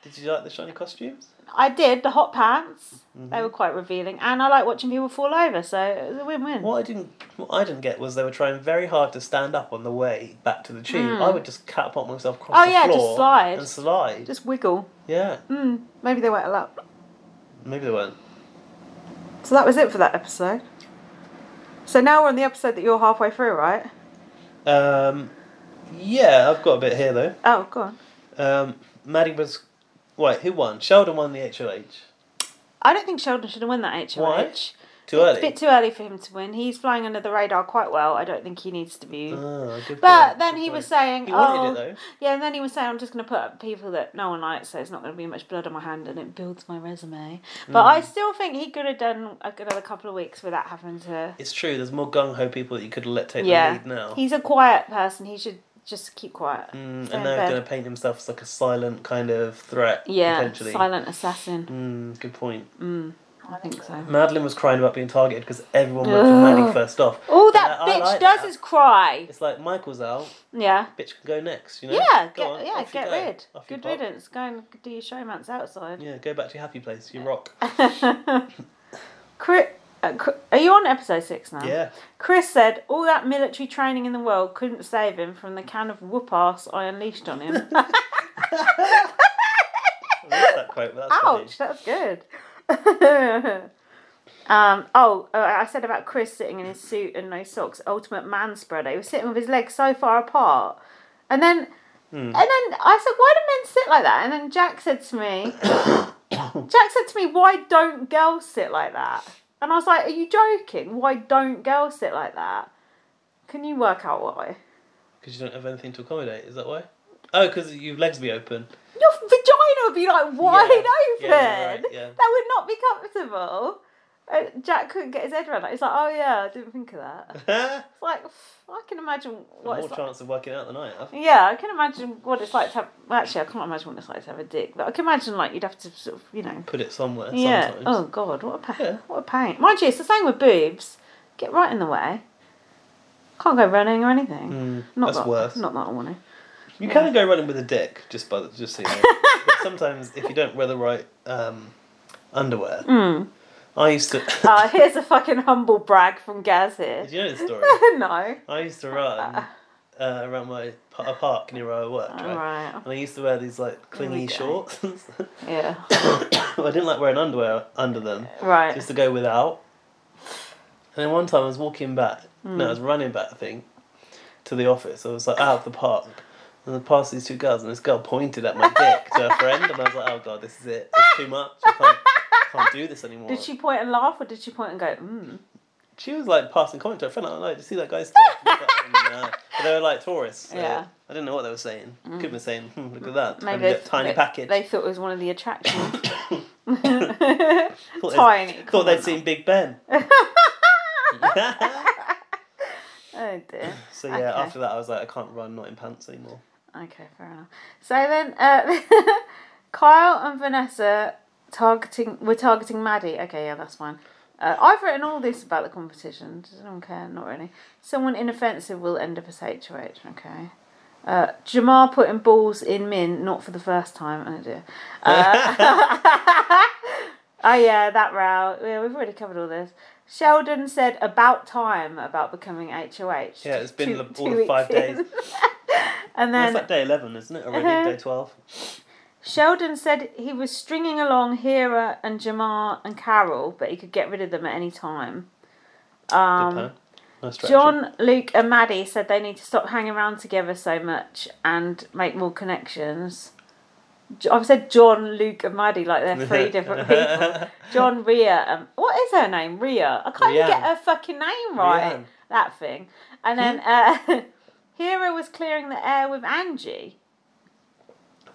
S2: Did you like the shiny costumes?
S1: I did the hot pants.
S2: Mm-hmm.
S1: They were quite revealing, and I like watching people fall over. So it was a win-win.
S2: What I didn't, what I didn't get was they were trying very hard to stand up on the way back to the tube. I would just catapult myself across
S1: Hmm. Oh,
S2: the
S1: yeah, just
S2: floor
S1: slide.
S2: and slide.
S1: Just wiggle.
S2: yeah,
S1: Mm, maybe they weren't allowed.
S2: maybe they weren't.
S1: So that was it for that episode. So now we're on the episode that you're halfway through, right?
S2: Um, yeah, I've got a bit here though.
S1: Oh, go on.
S2: Um, Maddie was, wait, who won? Sheldon won the HLH.
S1: I don't think Sheldon should have won that HOH.
S2: Why?
S1: It's
S2: Too
S1: a
S2: early.
S1: bit too early for him to win. He's flying under the radar quite well. I don't think he needs to be.
S2: Ah, good
S1: but
S2: point,
S1: then
S2: good
S1: he
S2: point.
S1: was saying,
S2: He
S1: "Oh,
S2: wanted it
S1: yeah." And then he was saying, "I'm just going to put up people that no one likes, so it's not going to be much blood on my hand, and it builds my resume." But
S2: Hmm.
S1: I still think he could have done a- another couple of weeks without having to.
S2: though. It's true. There's more gung ho people that you could let take the
S1: yeah,
S2: lead now.
S1: he's a quiet person. He should just keep quiet.
S2: Mm,
S1: Stay in
S2: and now he's
S1: bed.
S2: going to paint himself as like a silent kind of threat.
S1: Yeah,
S2: potentially.
S1: silent assassin.
S2: Mm, good point.
S1: I think so.
S2: Madeline was crying about being targeted because everyone went for Maddie
S1: Ugh.
S2: first off.
S1: All
S2: And
S1: that
S2: Uh, I- I
S1: bitch
S2: like
S1: does
S2: that.
S1: is cry.
S2: It's like Michael's out,
S1: Yeah.
S2: bitch can go next, you know?
S1: Yeah,
S2: Go
S1: get,
S2: on,
S1: yeah,
S2: off you
S1: get
S2: go.
S1: rid.
S2: Off you
S1: Good
S2: pop.
S1: riddance. Go and do your showmance outside.
S2: Yeah, go back to your happy place, you rock.
S1: Chris, uh, Chri- are you on episode six now?
S2: Yeah.
S1: Chris said all that military training in the world couldn't save him from the can of whoop ass I unleashed on him.
S2: I love that quote, but
S1: Ouch,
S2: that's funny.
S1: that's good. um, oh, uh, I said about Chris sitting in his suit and no socks, ultimate man spreader. He was sitting with his legs so far apart. And then
S2: Hmm.
S1: and then I said, Why do men sit like that? And then Jack said to me Jack said to me, Why don't girls sit like that? And I was like, Are you joking? Why don't girls sit like that? Can you work out why?
S2: Because you don't have anything to accommodate, is that why? Oh, because your legs be open.
S1: Your vagina would be like wide
S2: Yeah, yeah,
S1: open.
S2: right, yeah.
S1: That would not be comfortable. Uh, Jack couldn't get his head around it. He's like, oh yeah, I didn't think of that.
S2: More
S1: It's like, pff, I can imagine what it's like.
S2: chance of working out than I have.
S1: Yeah, I can imagine what it's like to have. well, Actually, I can't imagine what it's like to have a dick, but I can imagine like you'd have to sort of, you know.
S2: Put it somewhere
S1: Yeah.
S2: sometimes.
S1: Oh god, what a pain!
S2: Yeah.
S1: What a pain. Mind you, it's the same with boobs. Get right in the way. Can't go running or anything.
S2: Mm,
S1: not
S2: that's
S1: that,
S2: worse.
S1: Not that I want to.
S2: You can go running with a dick, just by the, just so you know. but sometimes if you don't wear the right um, underwear, I used to.
S1: Uh, Mm. here's a fucking humble brag from Gaz here.
S2: Did you know this story?
S1: no.
S2: I used to run uh, around my pa- a park near where I worked, right?
S1: Alright.
S2: And I used to wear these like
S1: we
S2: clingy
S1: go.
S2: shorts. But
S1: Yeah.
S2: I didn't like wearing underwear under them,
S1: Right.
S2: just to go without. And then one time I was walking back, no, I
S1: Hmm.
S2: was running back, I think, to the office. I was like out of the park. And I passed these two girls, and this girl pointed at my dick to her friend, and I was like, "Oh god, this is it. It's too much. I can't, can't do this anymore."
S1: Did she point and laugh, or did she point and go, mm?
S2: She was like passing comment to her friend. I don't know. Did you see that guy's dick? And I was like, "Mm, no." But they were like tourists. so
S1: Yeah. Mm.
S2: I didn't know what they were saying. Could have been saying, hmm, "Look at that
S1: Maybe
S2: tiny,
S1: they,
S2: little tiny
S1: they,
S2: package."
S1: They thought it was one of the attractions. Oh,
S2: thought
S1: tiny,
S2: They'd,
S1: come
S2: thought they'd
S1: on.
S2: seen Big Ben.
S1: oh dear.
S2: so yeah,
S1: Okay.
S2: after that, I was like, I can't run not in pants anymore.
S1: Okay, fair enough. So then, uh, Kyle and Vanessa targeting. We're targeting Maddie. Okay, yeah, that's fine. Uh, I've written all this about the competition. Does anyone care? Not really. Someone inoffensive will end up as HOH. Okay. Uh, Jamar putting balls in Min, not for the first time. Oh dear. Oh yeah, that route. Yeah, we've already covered all this. Sheldon said about time about becoming HOH.
S2: Yeah, it's been
S1: Two-
S2: all
S1: two
S2: of five
S1: weeks
S2: days.
S1: in. and
S2: It's
S1: then
S2: like day eleven, isn't it? Already
S1: Uh-huh.
S2: day twelve.
S1: Sheldon said he was stringing along Hera and Jamar and Carol, but he could get rid of them at any time.
S2: Good
S1: Um,
S2: plan. Nice strategy.
S1: John, Luke, and Maddie said they need to stop hanging around together so much and make more connections. J- I've said John, Luke, and Maddie like they're three different people. John, Ria, and what is her name? Ria. I can't even get
S2: Rianne.
S1: her fucking name right.
S2: Rianne.
S1: That thing. And then
S2: Hmm?
S1: uh, Hera was clearing the air with Angie.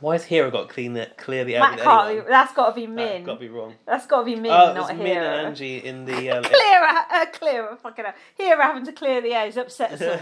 S2: Why has Hero got to clean the, clear the air
S1: That
S2: with
S1: can't
S2: anyone?
S1: be, that's got to be
S2: That
S1: Min.
S2: got to be wrong.
S1: That's got to be Min,
S2: Oh, it was
S1: not Hera. uh,
S2: Min and Angie in the. Um,
S1: Clearer, uh, clearer, fucking hell. Hera having to clear the air is upset someone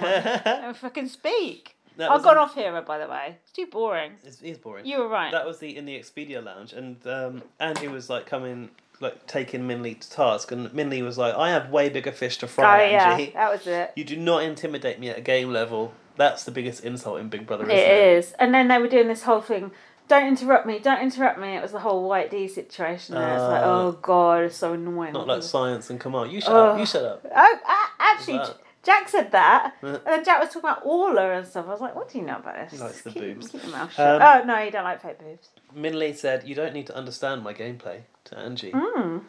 S1: and fucking speak.
S2: That
S1: I've
S2: was
S1: gone
S2: in-
S1: off here, by the way. It's too boring.
S2: It's, it's boring.
S1: You were right.
S2: That was the in the Expedia lounge, and um, Andy was like coming, like taking Minley to task, and Minley was like, "I have way bigger fish to
S1: oh
S2: fry,
S1: yeah,
S2: Angie.
S1: that was it.
S2: You do not intimidate me at a game level. That's the biggest insult in Big Brother, isn't it?"
S1: It is. And then they were doing this whole thing. Don't interrupt me! Don't interrupt me! It was the whole White D situation. There, it's like,
S2: Uh,
S1: oh god, it's so annoying.
S2: Not like science and Kamal. You shut
S1: Mm-hmm. Ugh.
S2: up. You shut up.
S1: Oh, a- actually,
S2: What's
S1: J- Jack said that,
S2: Yeah.
S1: and then Jack was talking about Orla and stuff. I was like, "What do you know about this?"
S2: He likes the
S1: keep,
S2: boobs.
S1: keep your mouth shut.
S2: Um,
S1: oh no, you don't like fake boobs.
S2: Minley said, "You don't need to understand my gameplay." To Angie,
S1: Hmm.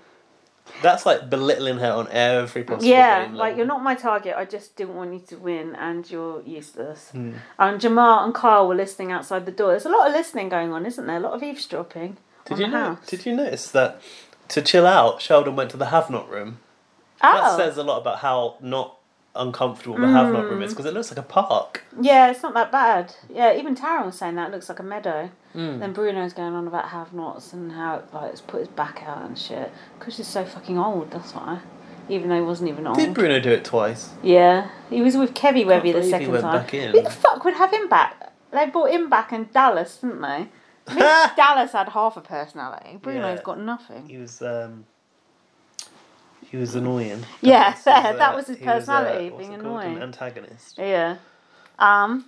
S2: that's like belittling her on every possible.
S1: Yeah,
S2: game
S1: like
S2: level.
S1: you're not my target. I just didn't want you to win, and you're useless.
S2: Hmm.
S1: And Jamal and Kyle were listening outside the door. There's a lot of listening going on, isn't there? A lot of eavesdropping.
S2: Did
S1: on
S2: you
S1: the
S2: know,
S1: house.
S2: Did you notice that to chill out, Sheldon went to the have not room.
S1: Oh,
S2: That says a lot about how not uncomfortable the have not room
S1: Mm.
S2: is because it looks like a park.
S1: yeah, it's not that bad. Yeah, even Taryn was saying that it looks like a meadow.
S2: Hmm.
S1: Then Bruno's going on about have-nots and how like it's put his back out and shit because he's so fucking old. That's why. Even though he wasn't even old.
S2: Did Bruno do it twice?
S1: Yeah, he was with Kevy Webby the
S2: believe he
S1: second
S2: went
S1: time.
S2: back in.
S1: Who the fuck would have him back? They brought him back in Dallas, didn't they? I think Dallas had half a personality. Bruno's
S2: Yeah.
S1: got nothing.
S2: He was. um He was annoying.
S1: Yeah,
S2: That was his,
S1: that-
S2: uh,
S1: that was his
S2: he was, uh,
S1: personality,
S2: what's
S1: being
S2: it called? An
S1: annoying.
S2: antagonist.
S1: Yeah. Um.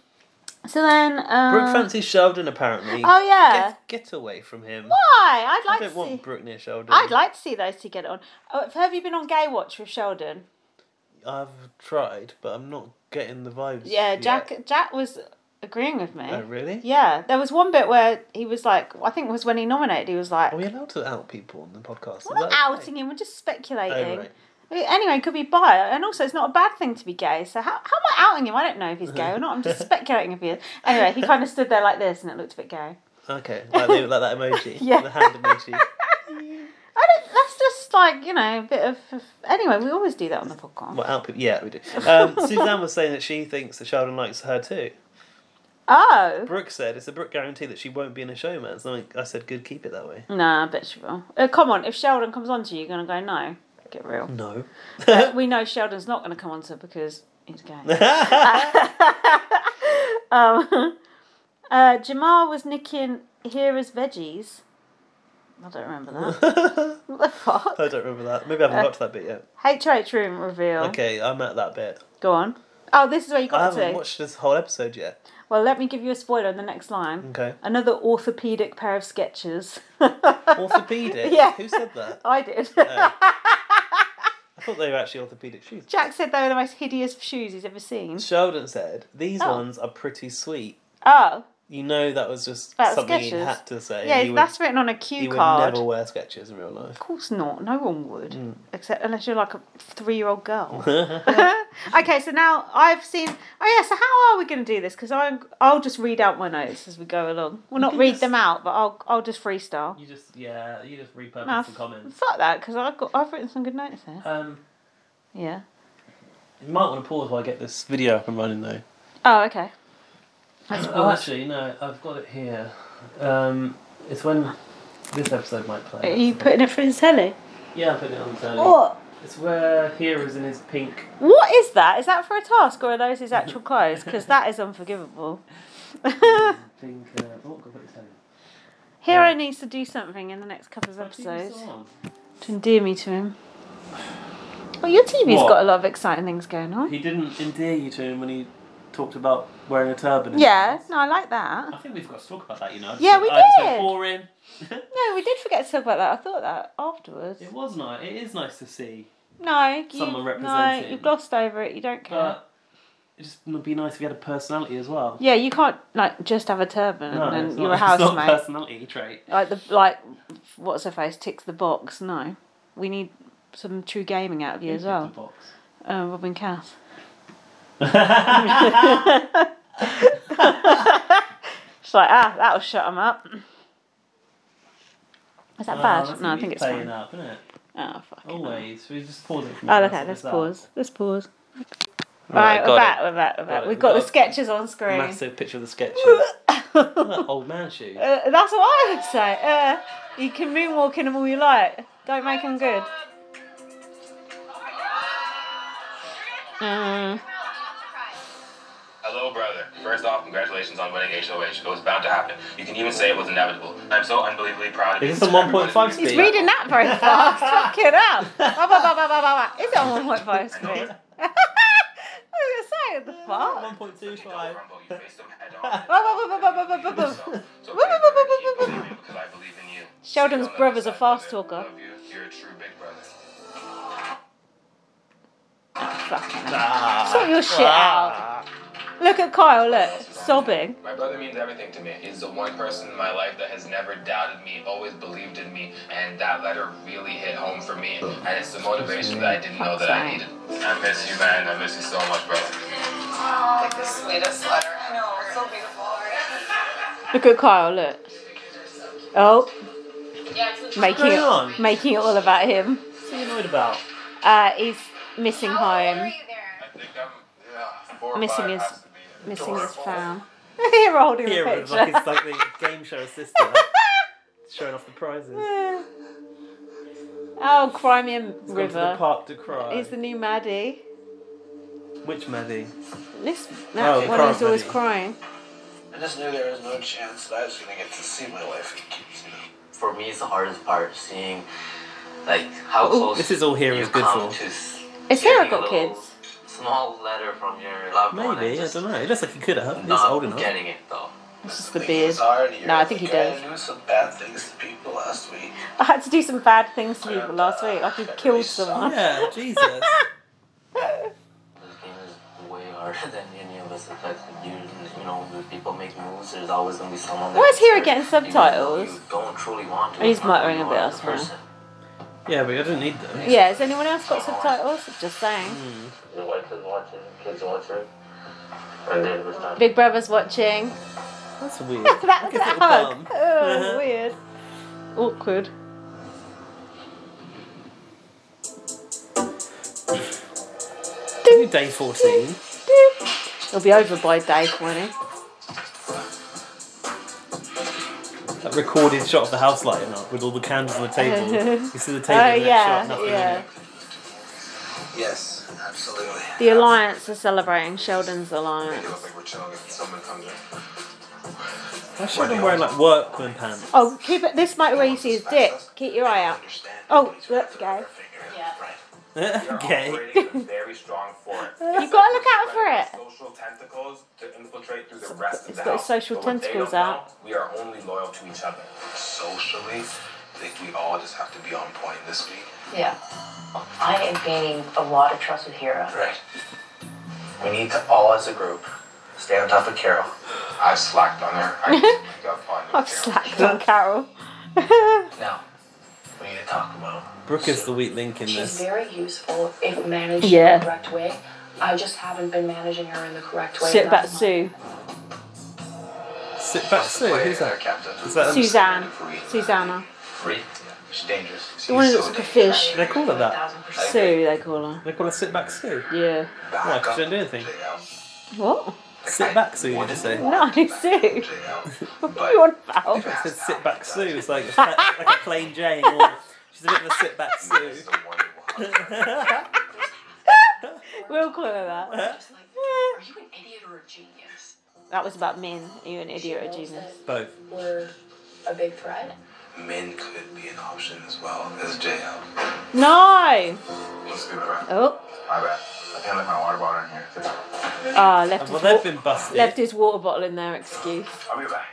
S1: So then. Um,
S2: Brooke fancies Sheldon apparently.
S1: Oh yeah.
S2: Get, get away from him.
S1: Why? I'd
S2: I
S1: like
S2: don't
S1: to
S2: want
S1: see.
S2: Brooke near Sheldon.
S1: I'd like to see those two get on. Oh, have you been on Gay Watch with Sheldon?
S2: I've tried, but I'm not getting the vibes.
S1: Yeah,
S2: yet.
S1: Jack. Jack was agreeing with me.
S2: Oh, really?
S1: Yeah, there was one bit where he was like, I think it was when he nominated. He was like,
S2: Are we allowed to out people on the podcast? Is
S1: We're not
S2: that okay?
S1: outing him, we're just speculating.
S2: Oh, right.
S1: Anyway, he could be bi, and also it's not a bad thing to be gay. So how, how am I outing him? I don't know if he's gay or not. I'm just speculating if he is. Anyway, he kind of stood there like this, and it looked a bit gay.
S2: Okay, like, the, like that emoji.
S1: Yeah.
S2: The hand emoji.
S1: I don't. That's just like you know a bit of. of- Anyway, we always do that on the podcast.
S2: Well, out people. Yeah, we do. Um, Suzanne was saying that she thinks that Sheldon likes her too.
S1: Oh
S2: Brooke said it's a Brooke guarantee that she won't be in a showman. So I said, good, keep it that way.
S1: nah, I bet you will. Uh, come on, if Sheldon comes on to you, you're gonna go no. Get real.
S2: No.
S1: But we know Sheldon's not gonna come on to her because he's gay. Um, uh, Jamal was nicking Hera's veggies. I don't remember that.
S2: I
S1: what the fuck?
S2: don't remember that. Maybe I haven't got to that bit yet.
S1: HH room reveal.
S2: Okay, I'm at that bit.
S1: Go on. Oh, this is where you
S2: I
S1: got
S2: haven't
S1: to.
S2: watched this whole episode yet.
S1: Well, let me give you a spoiler on the next line.
S2: Okay.
S1: Another orthopedic pair of sketches.
S2: Orthopedic?
S1: Yeah.
S2: Who said that?
S1: I did.
S2: Oh. I thought they were actually orthopedic shoes.
S1: Jack said they were the most hideous shoes he's ever seen.
S2: Sheldon said, these
S1: Oh.
S2: ones are pretty sweet.
S1: Oh,
S2: You know that was just
S1: That's
S2: something he
S1: Skechers.
S2: had to say.
S1: yeah,
S2: he would,
S1: that's written on a
S2: he
S1: cue
S2: would
S1: card.
S2: never Mm. wear sketches in real life.
S1: Of course not. No one would, except unless you're like a three-year-old girl. okay, so now I've seen. Oh yeah. So how are we going to do this? Because I I'll just read out my notes as we go along. Well, not
S2: can
S1: read
S2: just-
S1: them out, but I'll I'll just freestyle.
S2: You just yeah, you just repurpose
S1: Nah,
S2: the comments.
S1: fuck that, because I've got I've written some good notes there.
S2: Um,
S1: Yeah.
S2: you might want to pause while I get this video up and running though.
S1: Oh okay. Let's
S2: Oh,
S1: pause.
S2: actually, no, I've got it here. Um, it's when this episode might
S1: Are
S2: play.
S1: you putting it for his telly?
S2: Yeah, I put it on the telly.
S1: What?
S2: It's where Hera's in his pink.
S1: What is that? Is that for a task or are those his actual clothes? Because that is unforgivable.
S2: pink. Uh, oh, I've got it telly.
S1: Hero needs to do something in the next couple of
S2: My TV
S1: episodes.
S2: song.
S1: to endear me to him. Well, your TV's
S2: What?
S1: got a lot of exciting things going on.
S2: He didn't endear you to him when he talked about wearing a turban. in
S1: Yeah,
S2: his house.
S1: no, I like that.
S2: I think we've got to talk about that, you know. I just
S1: Yeah,
S2: went-
S1: we
S2: I just went
S1: did.
S2: boring.
S1: No, we did forget to talk about that. I thought that afterwards.
S2: It was nice. It is nice to see.
S1: No, you, no,
S2: Someone representing.
S1: you glossed over it. You don't care.
S2: But it just would be nice if you had a personality as well.
S1: yeah, you can't like just have a turban
S2: No,
S1: and
S2: it's
S1: then you're a
S2: not- it's not
S1: housemate.
S2: personality trait.
S1: like the like, what's her face ticks the box. No, we need some true gaming out of you as well. Uh, Robin Cass. She's like, ah, that'll shut him up. Is that bad? No, I think it's
S2: playing
S1: fine.
S2: up, isn't it?
S1: Oh, fuck. it.
S2: Oh, Always. We just pause it. for a
S1: Oh,
S2: minute,
S1: okay,
S2: sort
S1: let's
S2: this out.
S1: pause. Let's pause.
S2: Right,
S1: Right,
S2: got
S1: we're
S2: it.
S1: back, we're back, we're back.
S2: it,
S1: We've
S2: we've
S1: got the
S2: got-
S1: sketches on screen.
S2: Massive picture of the sketches. Look at that old man shoe.
S1: Uh, that's what I would say. Uh, you can moonwalk in them all you like. Don't make them good. Uh,
S3: Hello, brother. First off, congratulations on winning HOH. It was bound to happen. You can even say it was inevitable. I'm so unbelievably proud of you.
S2: Is this a 1.5
S3: Everyone
S2: speed?
S3: is-
S1: He's reading that very fast. Fuck it up. Ba, ba, ba, ba, ba, ba, ba. Is it on 1.5 speed? I was going to say, the fuck?
S2: One point two
S3: You don't
S2: five.
S3: rumble, you faced them head
S1: Ba,
S3: on.
S1: ba, ba, ba, ba, ba, ba, ba, ba.
S3: So- so
S1: Woo, woo,
S3: thank
S1: woo,
S3: you,
S1: woo,
S3: Ricky,
S1: woo, woo,
S3: believe in you, 'cause I believe in you.
S1: Sheldon's
S3: See you on the
S1: brother's a
S3: other side,
S1: fast
S3: brother.
S1: talker.
S3: Love you. You're a true big brother.
S2: Ah.
S1: Sort your shit out. Look at Kyle, look, sobbing.
S3: My brother means everything to me. He's the one person in my life that has never doubted me, always believed in me, and that letter really hit home for me. And it's the motivation that I didn't know that I needed. I miss you, man. I miss you so much, brother.
S4: Like the sweetest letter. I know, it's so beautiful.
S1: Look at Kyle, look. Oh,
S4: Yeah, it's
S1: making
S2: going on?
S1: it, making it all about him.
S2: What's he annoyed about?
S1: Uh, he's missing home,
S3: I think I'm yeah, four or
S1: Missing
S3: five
S1: his-
S3: has to be it.
S1: missing his
S3: Adorable.
S1: fam. Here, holding
S2: Here,
S1: the
S2: it's
S1: picture.
S2: like it's like the game show assistant showing off the prizes.
S1: oh, Crimean
S2: He's gone to the
S1: River.
S2: park to cry.
S1: He's the new Maddie.
S2: Which Maddie?
S1: This that
S2: Oh,
S1: one who's always
S2: Maddie.
S1: crying.
S5: I just knew there was no chance that I was gonna get to see my wife and kids, you know.
S6: for me it's the hardest part seeing like how close
S2: Oh, This is all here
S6: you
S2: is good
S6: come
S2: for.
S6: to s-
S1: Has Sarah
S6: getting a
S1: got
S6: little
S1: kids?
S6: small letter from your loved one and
S2: Maybe I
S6: just
S2: don't know. It looks like he could have. He's
S6: not
S2: old enough.
S6: getting it though
S1: It's just the
S5: Thing is,
S1: beard.
S5: it's hard, you're
S1: No, I think he
S5: like, I
S1: does.
S5: knew some bad things to people last week.
S1: I had to do some bad things to people last week. Like he killed someone.
S2: Oh, Yeah, Jesus.
S6: this game is way harder than any of us expected you, you know when people make moves there's always going to be someone that
S1: Why is Hero
S6: deserves-
S1: getting
S6: even though
S1: subtitles?
S6: you don't truly want to
S1: He's
S6: it's not who
S1: muttering
S6: you
S1: a
S6: are
S1: bit
S6: as
S1: as
S6: a
S1: well.
S6: person.
S2: Yeah, but I don't need them.
S1: Yeah, has anyone else got subtitles? Just saying.
S2: Mm.
S6: your wife is watching kids watching and then we're done
S1: Big Brother's watching.
S2: That's weird.
S1: that that
S2: Look at that
S1: hug.
S2: bum. Uh-huh.
S1: Oh, weird. Awkward.
S2: Only day fourteen.
S1: It'll be over by day 20.
S2: That recorded shot of the house lighting up with all the candles on the table. you see the table
S1: Oh,
S2: in that shot,
S1: yeah,
S2: nothing in
S1: yeah.
S2: it.
S5: Yes, absolutely.
S1: The Alliance is celebrating Sheldon's
S3: Make
S1: Alliance.
S3: it look like we're chilling and someone comes in.
S2: Why should I be wearing like workman pants?
S1: Oh, keep it. This might where you see his dick. Keep your eye out.
S5: Understand?
S1: Oh, look, guy.
S4: Yeah.
S5: Right.
S2: okay.
S3: Operating in a very strong force.
S1: You gotta look out for it.
S3: Social tentacles to infiltrate through the
S1: it's
S3: rest of the
S1: got
S3: house.
S1: its social
S3: But what they
S1: tentacles
S3: don't know,
S1: out.
S3: we are only loyal to each other.
S5: Socially, I think we all just have to be on point this week.
S4: Yeah. I am gaining a lot of trust with Hero.
S5: Right. We need to all as a group stay on top of Carol.
S3: I've slacked on her. I just pick up on
S1: I've
S3: Carol.
S1: slacked on Carol.
S5: Now, we need to talk about
S2: Brooke is the weak link in
S4: She's
S2: this.
S4: very useful if managed
S1: Yeah.
S4: in the correct way. I just haven't been managing her in the correct way.
S1: Shit about
S4: That's my-
S1: Sue.
S2: Sit back, Sue. Who's
S5: our
S2: that?
S5: captain.
S2: Is that
S1: Suzanne.
S5: Free.
S1: Susanna.
S5: Free? She's dangerous.
S1: The one who looks like a fish.
S2: They call her that.
S4: 1000%.
S1: Sue, they call her.
S2: They call her sit back Sue.
S1: Yeah.
S2: Why? 'Cause she didn't do anything.
S5: Stay out.
S1: What?
S2: Sit back Sue, you just say.
S1: No, Sue.
S5: Stay out.
S1: What are you on about?
S2: I said sit back Sue. It's like a fat, like a plain Jane. Or she's a bit of a sit back Sue.
S3: It's the one who will have her.
S1: We'll call her that.
S4: Just like, are you an idiot or a genius?
S1: That was about men. Are you an idiot or a
S4: She knows
S1: genius?
S4: that
S2: Both.
S4: We're a big threat.
S5: Men could be an option as well as JL.
S1: No!
S3: Let's do it, right?
S1: Oh.
S3: My bad. I can't let my water bottle in here.
S1: Ah, left,
S2: Well,
S1: his
S2: they've
S1: wa-
S2: been busted.
S1: left his water bottle in their excuse.
S3: I'll be back.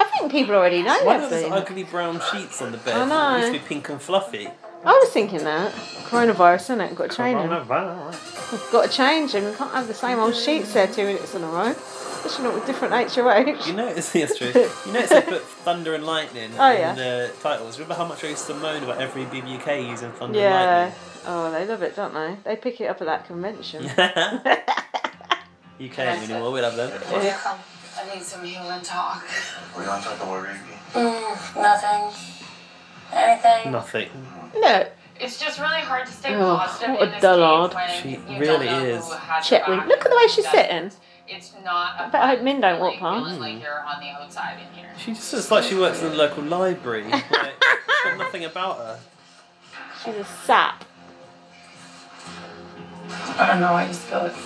S1: I think people already know
S2: Why are
S1: that.
S2: those
S1: Blue.
S2: ugly brown sheets on the bed?
S1: I know.
S2: It used to be pink and fluffy.
S1: I was thinking that. Coronavirus, isn't it? Got to change them.
S2: Coronavirus.
S1: Got to change them. You can't have the same old sheets there two minutes in a row. Especially not with different HOH.
S2: You notice, yes, true. You notice they put thunder and lightning
S1: Oh,
S2: in
S1: yeah.
S2: the titles. Remember how much I used to moan about every BBUK using thunder
S1: Yeah. Oh, they love it, don't they? They pick it up at that convention.
S2: and lightning? UK anymore, we'll have them.
S4: I need some human talk.
S5: We're going to talk about Rigby.
S4: Nothing. Anything.
S2: Nothing.
S1: Look,
S7: It's just really hard to stay
S1: Oh,
S7: positive
S1: what a
S7: in this
S1: dullard.
S7: game when
S2: She
S7: you
S2: really
S7: don't know
S2: is.
S7: who has your
S1: Chetwin.
S7: back
S1: Look at the way she's
S7: and
S1: sitting.
S7: It's not. I
S1: bet I hope men don't walk past.
S7: Feeling like you're on the outside in here.
S2: She just looks like she works in the local library. Like, she's got nothing about her.
S1: She's a sap.
S7: I don't know. I just feel like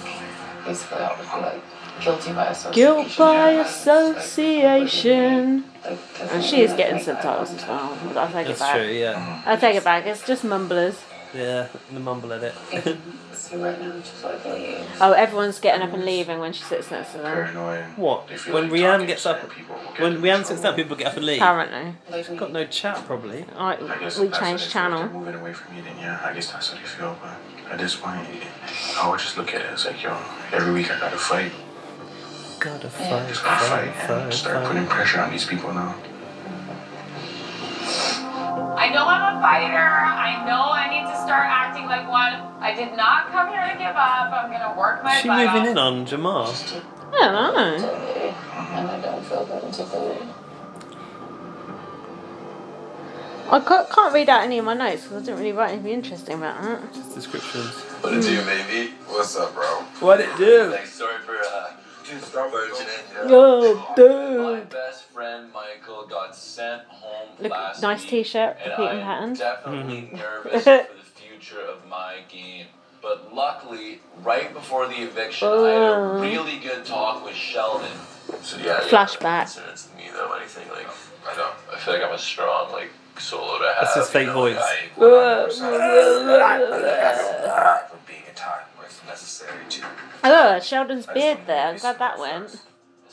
S7: basically I would feel like guilty by association.
S1: Guilt by
S7: Yeah.
S1: association.
S7: Like, doesn't
S1: And she is
S7: really
S1: getting
S7: make that
S1: subtitles
S7: much
S1: as well. I'll take it
S2: That's
S1: back.
S2: true, yeah.
S1: I'll take it back. It's just mumblers.
S2: Yeah, the mumble edit.
S7: sense to me Right now, It's just like, really-
S1: Oh, everyone's getting up and leaving when she sits next to them.
S5: Paranoid.
S2: What?
S5: They feel
S2: When
S5: like
S2: Rianne
S5: talking
S2: gets
S5: to
S2: up,
S5: certain people will get
S2: when
S5: them in
S2: Rianne sits
S5: trouble.
S2: down, people get up and leave.
S1: Apparently,
S7: like, we-
S2: Got no chat, probably.
S5: I guess
S1: I, we
S5: that's what they
S1: changed
S5: feel, like
S1: channel.
S5: They're moving away from you, then yeah, I guess that's how they feel. But at this point, I would just look at it as like, yo, every week I gotta fight,
S2: Gotta fight,
S5: just gotta
S2: fight,
S5: fight, and
S2: fight,
S5: start putting
S2: fight.
S5: pressure on these people now.
S7: I know I'm a fighter. I know I need to start acting like one. I did not come here to give up. I'm gonna work my
S2: Is she
S7: butt
S2: moving
S7: off.
S2: in on Jamal?
S1: I don't know.
S7: And I don't feel good until Thursday.
S1: I ca- can't read out any of my notes because I didn't really write anything interesting about that.
S2: Descriptions.
S8: What it do,
S5: E?
S8: baby? What's up, bro?
S2: What it do?
S8: Like, sorry for uh, virgin and
S1: Oh,
S8: My
S1: dude.
S8: best friend Michael got sent home
S1: Look,
S8: last
S1: nice
S8: week,
S1: t-shirt,
S8: and
S1: repeating
S8: I am
S1: pattern.
S8: definitely nervous for the future of my game. But luckily, right before the eviction, I had
S1: Oh.
S8: a really good talk with Sheldon. So yeah, yeah,
S1: Flashback.
S8: Concerns me though, anything like I don't. I feel like I'm a strong like solo to have.
S2: That's his
S8: you
S2: fake
S8: know,
S2: voice.
S8: like, I equal 100%.
S5: For being a time where it's necessary to.
S1: Oh, Sheldon's beard there. I'm glad that went.
S8: As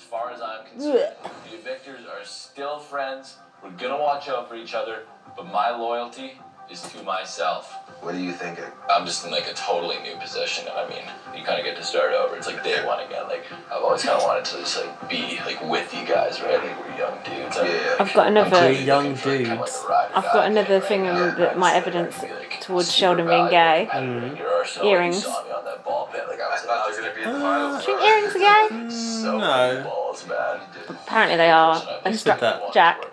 S8: far as I'm concerned, the evictors are still friends. We're gonna watch out for each other, but my loyalty is to myself.
S5: What are you thinking?
S8: I'm just in like a totally new position. I mean, you kind of get to start over. It's like day one again. Like I've always kind of wanted to just like be like with you guys, right? Like we're young dudes. I'm-
S5: Yeah.
S1: I've got
S8: clearly
S1: another.
S2: Great. young
S8: looking for kinda
S2: dudes.
S8: a ride or
S1: I've
S8: die
S1: got another
S8: right
S1: thing
S8: now.
S1: on the- my evidence
S8: I'd be, like,
S1: towards
S8: super
S1: Sheldon being gay.
S8: valuable.
S2: Mm-hmm.
S8: You're our son. You
S1: Earrings.
S8: saw me on that ball pit. Like, I was- I
S5: thought
S8: was
S5: you were
S8: gonna be
S5: gonna be in the finals.
S1: Think earrings are gay?
S8: so
S2: Mm, No.
S8: many balls, man.
S1: Apparently they are. And
S2: said that?
S1: Stra- Jack,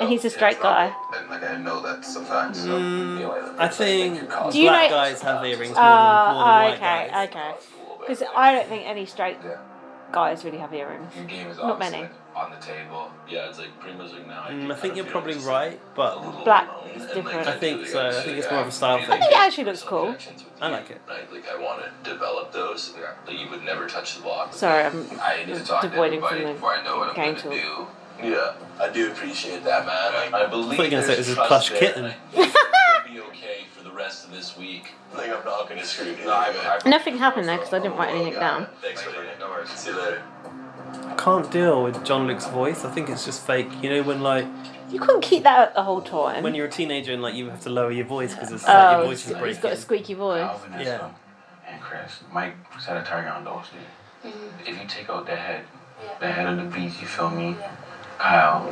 S1: and he's a straight guy.
S5: And like I know that's a fact. So.
S2: Mm, I think black
S1: Do you know-
S2: guys have earrings
S1: Oh,
S2: more than, more than
S1: oh,
S2: white
S1: okay,
S2: guys.
S1: okay. Because I don't think any straight guys really have earrings.
S8: Your game is
S1: Not
S8: obviously
S1: many.
S8: on the table. Yeah, it's like pretty much like now.
S2: Mm, I
S8: do
S2: think
S8: kinda
S2: you're
S8: feel
S2: probably
S8: just
S2: right,
S8: a
S2: but
S8: little
S1: Black
S8: alone,
S1: is
S8: and, like,
S1: different.
S2: I think so. I think it's more of a style
S1: I
S2: thing.
S1: think it actually looks
S8: some
S1: cool.
S8: connections with
S2: I
S8: you,
S2: like it.
S8: Right? Like I want to develop those. Like you would never touch the block.
S1: Sorry, um, I'm
S8: I need to talk to
S1: avoiding from
S8: everybody
S1: the
S8: before I know what I'm
S1: game
S8: gonna
S1: talk.
S8: do. Yeah, I do appreciate that, man. Like, I believe.
S2: I thought you were gonna say
S8: there's
S2: it was a
S8: trust
S2: plush
S8: there,
S2: kitten.
S8: and I think it'll be okay for the rest of this week. Like I'm not gonna screw you.
S1: Nothing happened there because I didn't write anything down.
S8: Thanks for it. No worries. See you later.
S2: I can't deal with John Luke's voice. I think it's just fake. You know when like
S1: You couldn't keep that up the whole time.
S2: when you're a teenager and like you have to lower your voice because it's like
S1: oh,
S2: your
S1: he's
S2: voice is
S1: he's got
S2: breaking.
S1: a squeaky voice.
S2: Yeah.
S5: And Chris, Mike set a target on those dude. If you take out the head, the head of the beast, you feel me? Kyle,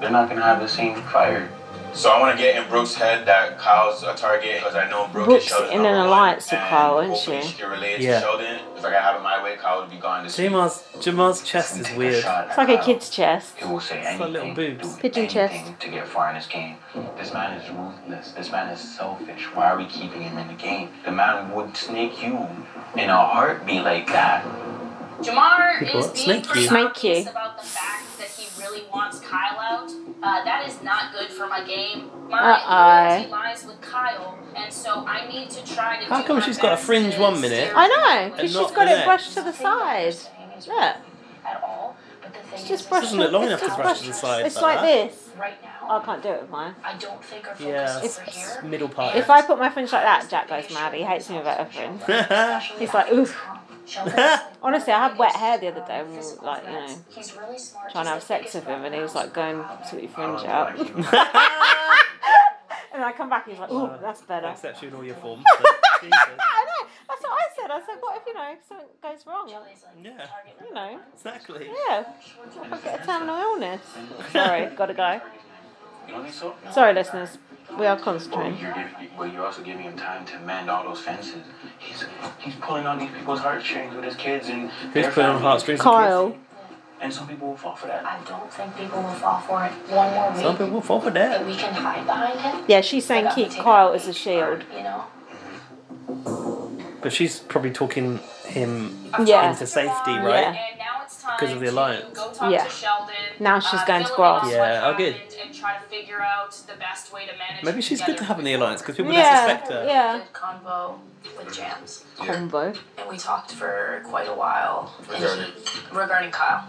S5: they're not gonna have the same fire.
S3: So I want to get in Brooke's head that Kyle's a target because I know Brooke
S1: Brooke's
S3: is Sheldon's
S1: in an
S3: number one,
S1: alliance with
S3: and
S1: Kyle, isn't
S3: hopefully
S1: she?
S3: She can relate
S2: Yeah.
S3: to Sheldon. If I could have it my way, Kyle would be gone this week.
S2: Jamal's Jamal's chest is
S5: Take a
S2: weird.
S5: shot at
S1: It's like a
S5: Kyle.
S1: kid's chest.
S5: He will say
S2: It's like
S5: anything.
S2: little boobs.
S5: do
S1: Pigeon
S5: anything
S1: chest.
S5: To get far in this game. This man is ruthless. This man is selfish. Why are we keeping him in the game? The man would snake you in a heartbeat like that.
S9: Jamar
S2: People
S9: is
S2: like
S9: being
S2: snake
S9: pretty
S2: you.
S1: Snake
S9: obvious
S1: you.
S9: about the fact that he really wants Kyle out. Uh, that is not good for my game. My
S1: Uh-oh.
S9: loyalty lies with Kyle, and so I need to try to.
S2: How
S9: do
S2: come
S9: my
S2: she's got a
S9: best
S2: fringe
S9: to
S2: one minute?
S9: steer
S1: I know,
S9: away
S1: because
S2: not
S1: she's got
S2: the
S1: it
S2: legs.
S1: brushed to the side. Look,
S9: At all, but the thing
S1: it's
S9: is,
S1: just brushed.
S9: is
S2: Doesn't look long
S1: it's
S2: enough to
S1: just
S2: brush to the side
S1: It's
S2: like
S1: like this.
S9: right now.
S1: I can't do it with mine.
S9: I don't think our focus
S2: Yeah,
S9: is
S2: it's,
S9: over
S2: it's
S9: here.
S2: middle part.
S1: If I put my fringe like that, Jack goes mad. He hates me about a fringe. He's like, oof. Honestly, I had wet hair the
S10: Uh,
S1: other day, and we were, like you know,
S9: He's really smart.
S1: trying to have
S9: He's the
S1: sex
S9: biggest
S1: with him, and he was
S9: rat
S1: like going sort your fringe out.
S5: Like, you-
S1: And I come back, he's like, ooh, that's better.
S2: Except you in all your forms.
S1: I know. That's what I said. I said, what if you know if something goes wrong?
S9: mouth. He's like,
S2: Yeah.
S9: target
S1: You know,
S2: Exactly.
S1: yeah, I'll get a terminal illness. Sorry, gotta go.
S5: You don't think so?
S1: Sorry, listeners. We are
S5: Well,
S1: concentrating.
S5: you're giving, well, you're also giving him time to mend all those fences. He's he's pulling on these people's heartstrings with his kids and
S2: Who's
S5: their
S2: putting on
S5: families.
S2: heartstrings?
S1: Kyle.
S5: And some people will fall for that.
S9: I don't think people will fall for it. One more
S2: Some
S9: week
S2: people fall for
S9: that
S2: that.
S9: we can hide behind him,
S1: Yeah, she's saying keep Kyle as a shield.
S9: you know?
S2: But she's probably talking him
S1: Yeah.
S2: into safety,
S9: Javon,
S2: right?
S9: And now it's time
S2: Because of the
S9: to
S2: alliance.
S9: Go talk
S1: Yeah.
S9: to Sheldon.
S1: Now she's
S9: uh,
S1: going to
S9: fill him in
S1: grass.
S9: on
S2: Yeah,
S9: what
S2: oh, good.
S9: happened And
S10: try to figure out the best way to manage.
S2: Maybe she's good to have in the alliance because people
S1: Yeah.
S2: don't suspect her.
S1: Yeah.
S10: Good convo with Jams,
S1: Combo.
S10: and we talked for quite a while
S3: Regarding-
S10: regarding Kyle.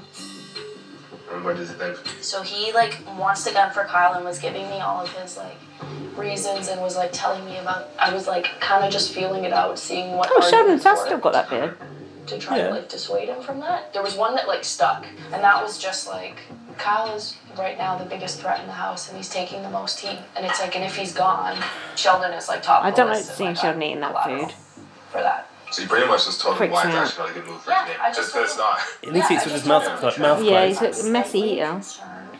S3: And what does it think?
S10: So he like wants to gun for Kyle and was giving me all of his like reasons and was like telling me about. I was like kind of just feeling it out, seeing what.
S1: Oh, Sheldon
S10: arguments
S1: Fast
S10: were
S1: still got that beard.
S10: to try
S2: Yeah.
S10: to like dissuade him from that. There was one that like stuck, and that was just like Kyle is right now the biggest threat in the house, and he's taking the most heat. And it's like, and if he's gone, Sheldon is like top.
S1: I
S10: of
S1: don't
S10: the
S1: like
S10: list as,
S1: seeing
S10: a
S1: Sheldon eating that
S10: collateral
S1: food.
S10: For that,
S3: So you pretty much just told him
S1: Freaks
S3: why
S1: me
S3: it's
S1: out.
S3: actually not a good move for
S10: Yeah,
S3: his name.
S10: I
S3: Just
S10: just
S3: that it's
S10: told
S3: not.
S2: He needs to eat with his mouth, clo- mouth
S1: Yeah,
S2: closed.
S1: he's a messy eater.
S10: concerned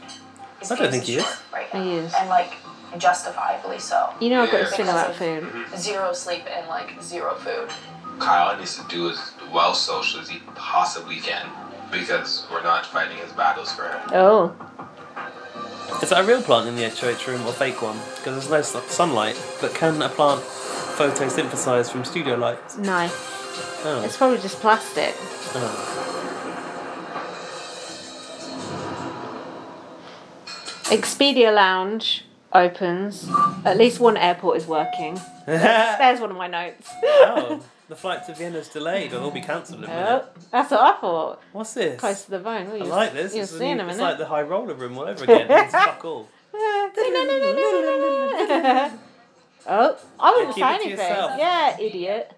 S10: is
S2: I don't think he
S10: Clayton's
S2: is.
S10: short Right now,
S1: He is.
S10: and like justifiably so.
S1: You know I've got a
S3: Yeah.
S1: thing about food.
S10: Zero sleep and like zero food.
S3: Kyle needs to do as well social as he possibly can because we're not fighting his battles for him.
S1: Oh.
S2: Is that a real plant in the HOH room or fake one? Because there's no su- sunlight, but can a plant photosynthesize from studio lights?
S1: No.
S2: Oh.
S1: It's probably just plastic.
S2: oh.
S1: Expedia Lounge opens. At least one airport is working. There's one of my notes.
S2: oh, the flight to Vienna's delayed or they'll be cancelled in a
S1: Oh,
S2: minute.
S1: that's what I thought.
S2: What's this?
S1: Close to the bone. Well,
S2: I
S1: you-
S2: like this.
S1: You're
S2: This is a
S1: seeing
S2: new-
S1: them,
S2: it's
S1: is
S2: like the high roller room all over again. It's fuck all.
S1: Eh, oh, I wouldn't
S2: Keep
S1: say
S2: it to
S1: anything.
S2: yourself.
S1: Yeah, idiot.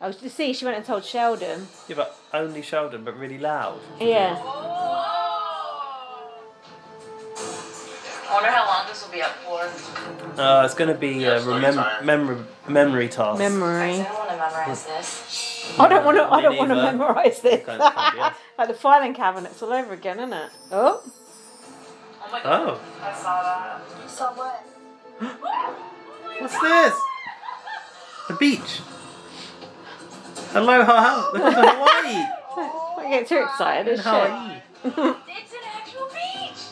S1: Oh, you see, she went and told Sheldon.
S2: Yeah, but only Sheldon, but really loud.
S1: Yeah.
S10: I wonder how long this will be up for.
S2: Uh, it's going to be
S3: Yeah,
S2: a
S3: story
S2: remem-
S3: time.
S2: memory memory task.
S10: I
S1: Memory.
S10: don't want to memorize this.
S1: I don't want to. I
S2: Me
S1: don't want to
S2: neither.
S1: memorise this.
S2: Can't- can't be asked.
S1: like the filing cabinets all over again, isn't it? Oh,
S10: Oh my god.
S2: Oh,
S10: I saw that.
S11: So what?
S2: what's this? The beach. Aloha, Hal- Hawaii.
S1: I get too excited.
S2: In
S1: It's shit.
S2: Hawaii.
S10: It's an actual beach!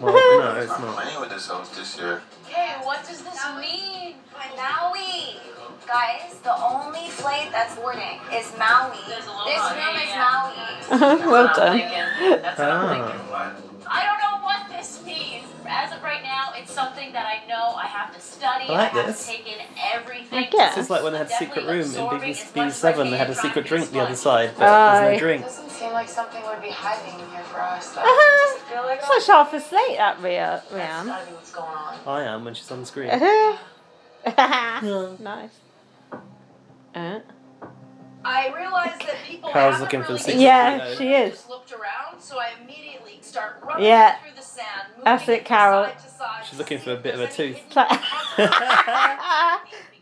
S2: Well, no, it's
S3: I'm
S2: not.
S3: playing with this host this year.
S10: Okay, what does this mean?
S11: Maui. Guys, the only flight that's boarding is Maui.
S10: There's
S11: This
S10: a little
S11: room
S10: Maui,
S11: is
S10: Oh, yeah.
S11: Maui.
S1: well
S10: That's what I'm
S1: done.
S10: thinking. That's what I'm thinking.
S2: Ah,
S10: I don't know what this means. As of right now, it's something that I know I have to study.
S2: I like
S10: have
S2: this.
S10: to take in everything.
S1: I guess.
S2: this is like when they had
S10: Definitely
S2: secret room in
S10: absorbing
S2: BB-
S10: as much as I
S2: BB7. They
S10: can,
S2: had a
S10: trying to
S2: secret
S10: be
S2: drink the
S10: smart.
S2: other side, but
S1: Aye.
S2: there was no drink.
S10: Doesn't seem like something would be hiding in here for us. Though.
S1: Uh-huh.
S10: feel like
S1: It's like half asleep that Ria,
S10: that's
S1: Rian.
S10: gotta be what's going on.
S2: I am when she's on the screen.
S1: Uh-huh. nice. Uh,
S10: I realized that people
S2: Carol's
S10: haven't
S2: looking for the
S10: really
S2: secret
S1: yeah, she is.
S10: just looked around, so I immediately start rubbing
S1: Yeah.
S10: through the sand, moving
S1: That's it,
S10: from
S1: Carol.
S10: side to side
S2: She's
S10: to
S2: looking
S10: see
S2: for a
S10: if
S2: bit of a
S10: there's any
S2: tooth.
S1: Play,
S10: hidden-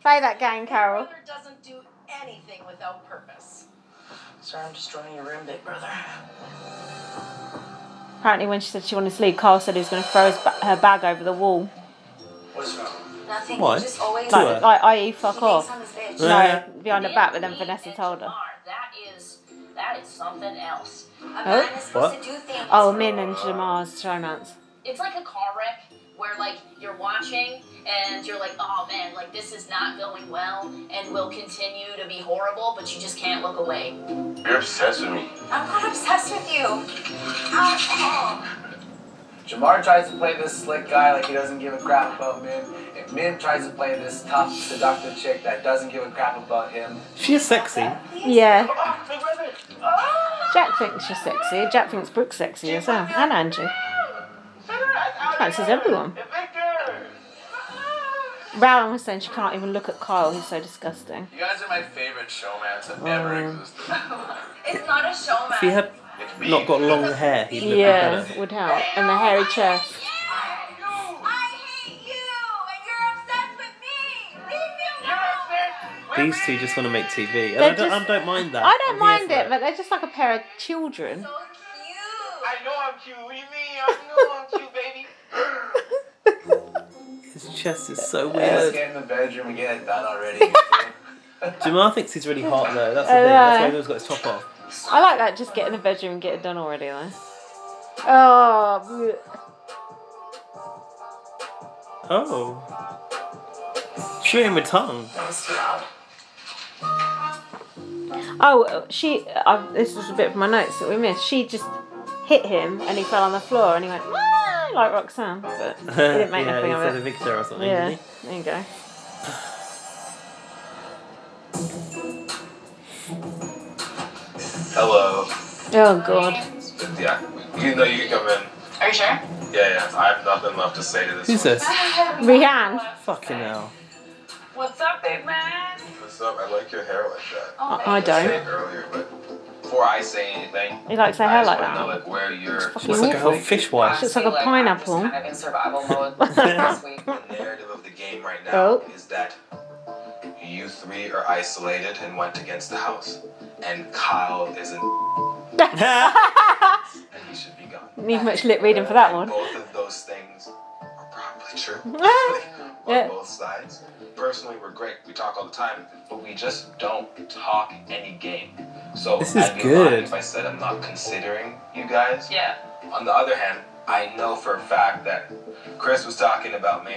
S1: Play that game,
S10: Big
S1: Carol.
S10: Brother doesn't do anything without purpose. Sorry, I'm destroying your room, big brother.
S1: Apparently, when she said she wanted to leave, Carl said he was going to throw his ba- her bag over the wall.
S3: What's wrong?
S11: Nothing.
S2: Why?
S11: Just always.
S2: Like-
S1: Like, like i.e., fuck
S11: He thinks
S1: off.
S11: I'm his bitch.
S1: No,
S2: Yeah.
S1: behind her back, but then
S10: Leave
S1: Vanessa
S10: it
S1: told
S10: to
S1: her.
S10: Mar. That is, that is something else.
S11: A man is supposed
S2: What?
S11: to do things.
S1: Oh, Min and Jamar's romance.
S10: It's like a car wreck where like you're watching and you're like, oh man, like this is not going well and will continue to be horrible, but you just can't look away.
S3: You're obsessed with me.
S11: I'm not obsessed with you. Alcohol.
S5: Jamar tries to play this slick guy like he doesn't give a crap about Min, and Min tries to play this tough, seductive chick that doesn't give a crap about him.
S2: She is sexy.
S1: Yeah.
S3: Oh, big brother.
S1: Jack thinks she's sexy. Jack thinks Brooke's sexy as well. And Angie. Fancies everyone. Rowan was saying she can't even look at Kyle, he's so disgusting.
S3: You guys are my favorite showmans that ever existed.
S10: It's not a showman.
S2: If he had not got long hair, he'd look
S1: Yeah,
S2: better.
S1: would help. And the hairy chest.
S10: I hate you and you're obsessed with me. Leave me alone.
S2: These two just want to make TV. And
S1: They're
S2: I don't,
S1: just-
S2: I don't mind that.
S1: I don't
S2: I'm here
S1: mind
S2: for
S1: it, but they're just like a pair of children.
S10: So cute.
S3: I know I'm cute. What do you mean? I know I'm cute, baby.
S2: His chest is so
S5: Yeah, let's
S2: weird.
S5: get in the bedroom and get it done already.
S2: Jamar thinks he's really hot though. That's the
S1: I
S2: thing. That's why
S1: know.
S2: he's always got his top off.
S1: I like that, just get in the bedroom and get it done already, though. Oh,
S2: Oh. Shooting with tongue.
S10: That was too loud.
S1: Oh, she. I, this is a bit of my notes that we missed. She just hit him, and he fell on the floor, and he went. "Ah!" I like Roxanne, but I didn't make
S2: yeah,
S1: nothing
S2: he
S1: of
S2: said
S1: it.
S2: Victor or something.
S1: yeah,
S2: didn't
S1: there you go.
S3: Hello.
S1: Oh god.
S3: Yeah, you know you can come in.
S12: Are you sure?
S3: Yeah, yeah. I have nothing left to say to this.
S13: Who's this?
S1: Rihanna.
S13: Fucking hell.
S14: What's up, big man?
S3: What's up? I like your hair like that.
S1: I- I don't.
S3: said earlier, but before I say anything,
S1: He likes her hair
S3: I just
S1: like
S3: wanna
S1: that.
S3: Know, like where you're.
S1: fucking Looks like a awful. whole
S13: fishwife.
S1: She looks like a pineapple.
S5: kind of in survival mode this week.
S3: The narrative of the game right now
S1: Oh.
S3: is that you three are isolated and went against the house, and Kyle isn't. and he should be gone.
S1: Need much lip reading for that one.
S3: Both of those things are probably true. on
S1: Yeah.
S3: both sides. Personally, we're great. We talk all the time, but we just don't talk any game. So
S2: This is
S3: I'd be lying
S2: good.
S3: If I said I'm not considering you guys,
S14: Yeah.
S3: on the other hand, I know for a fact that Chris was talking about me.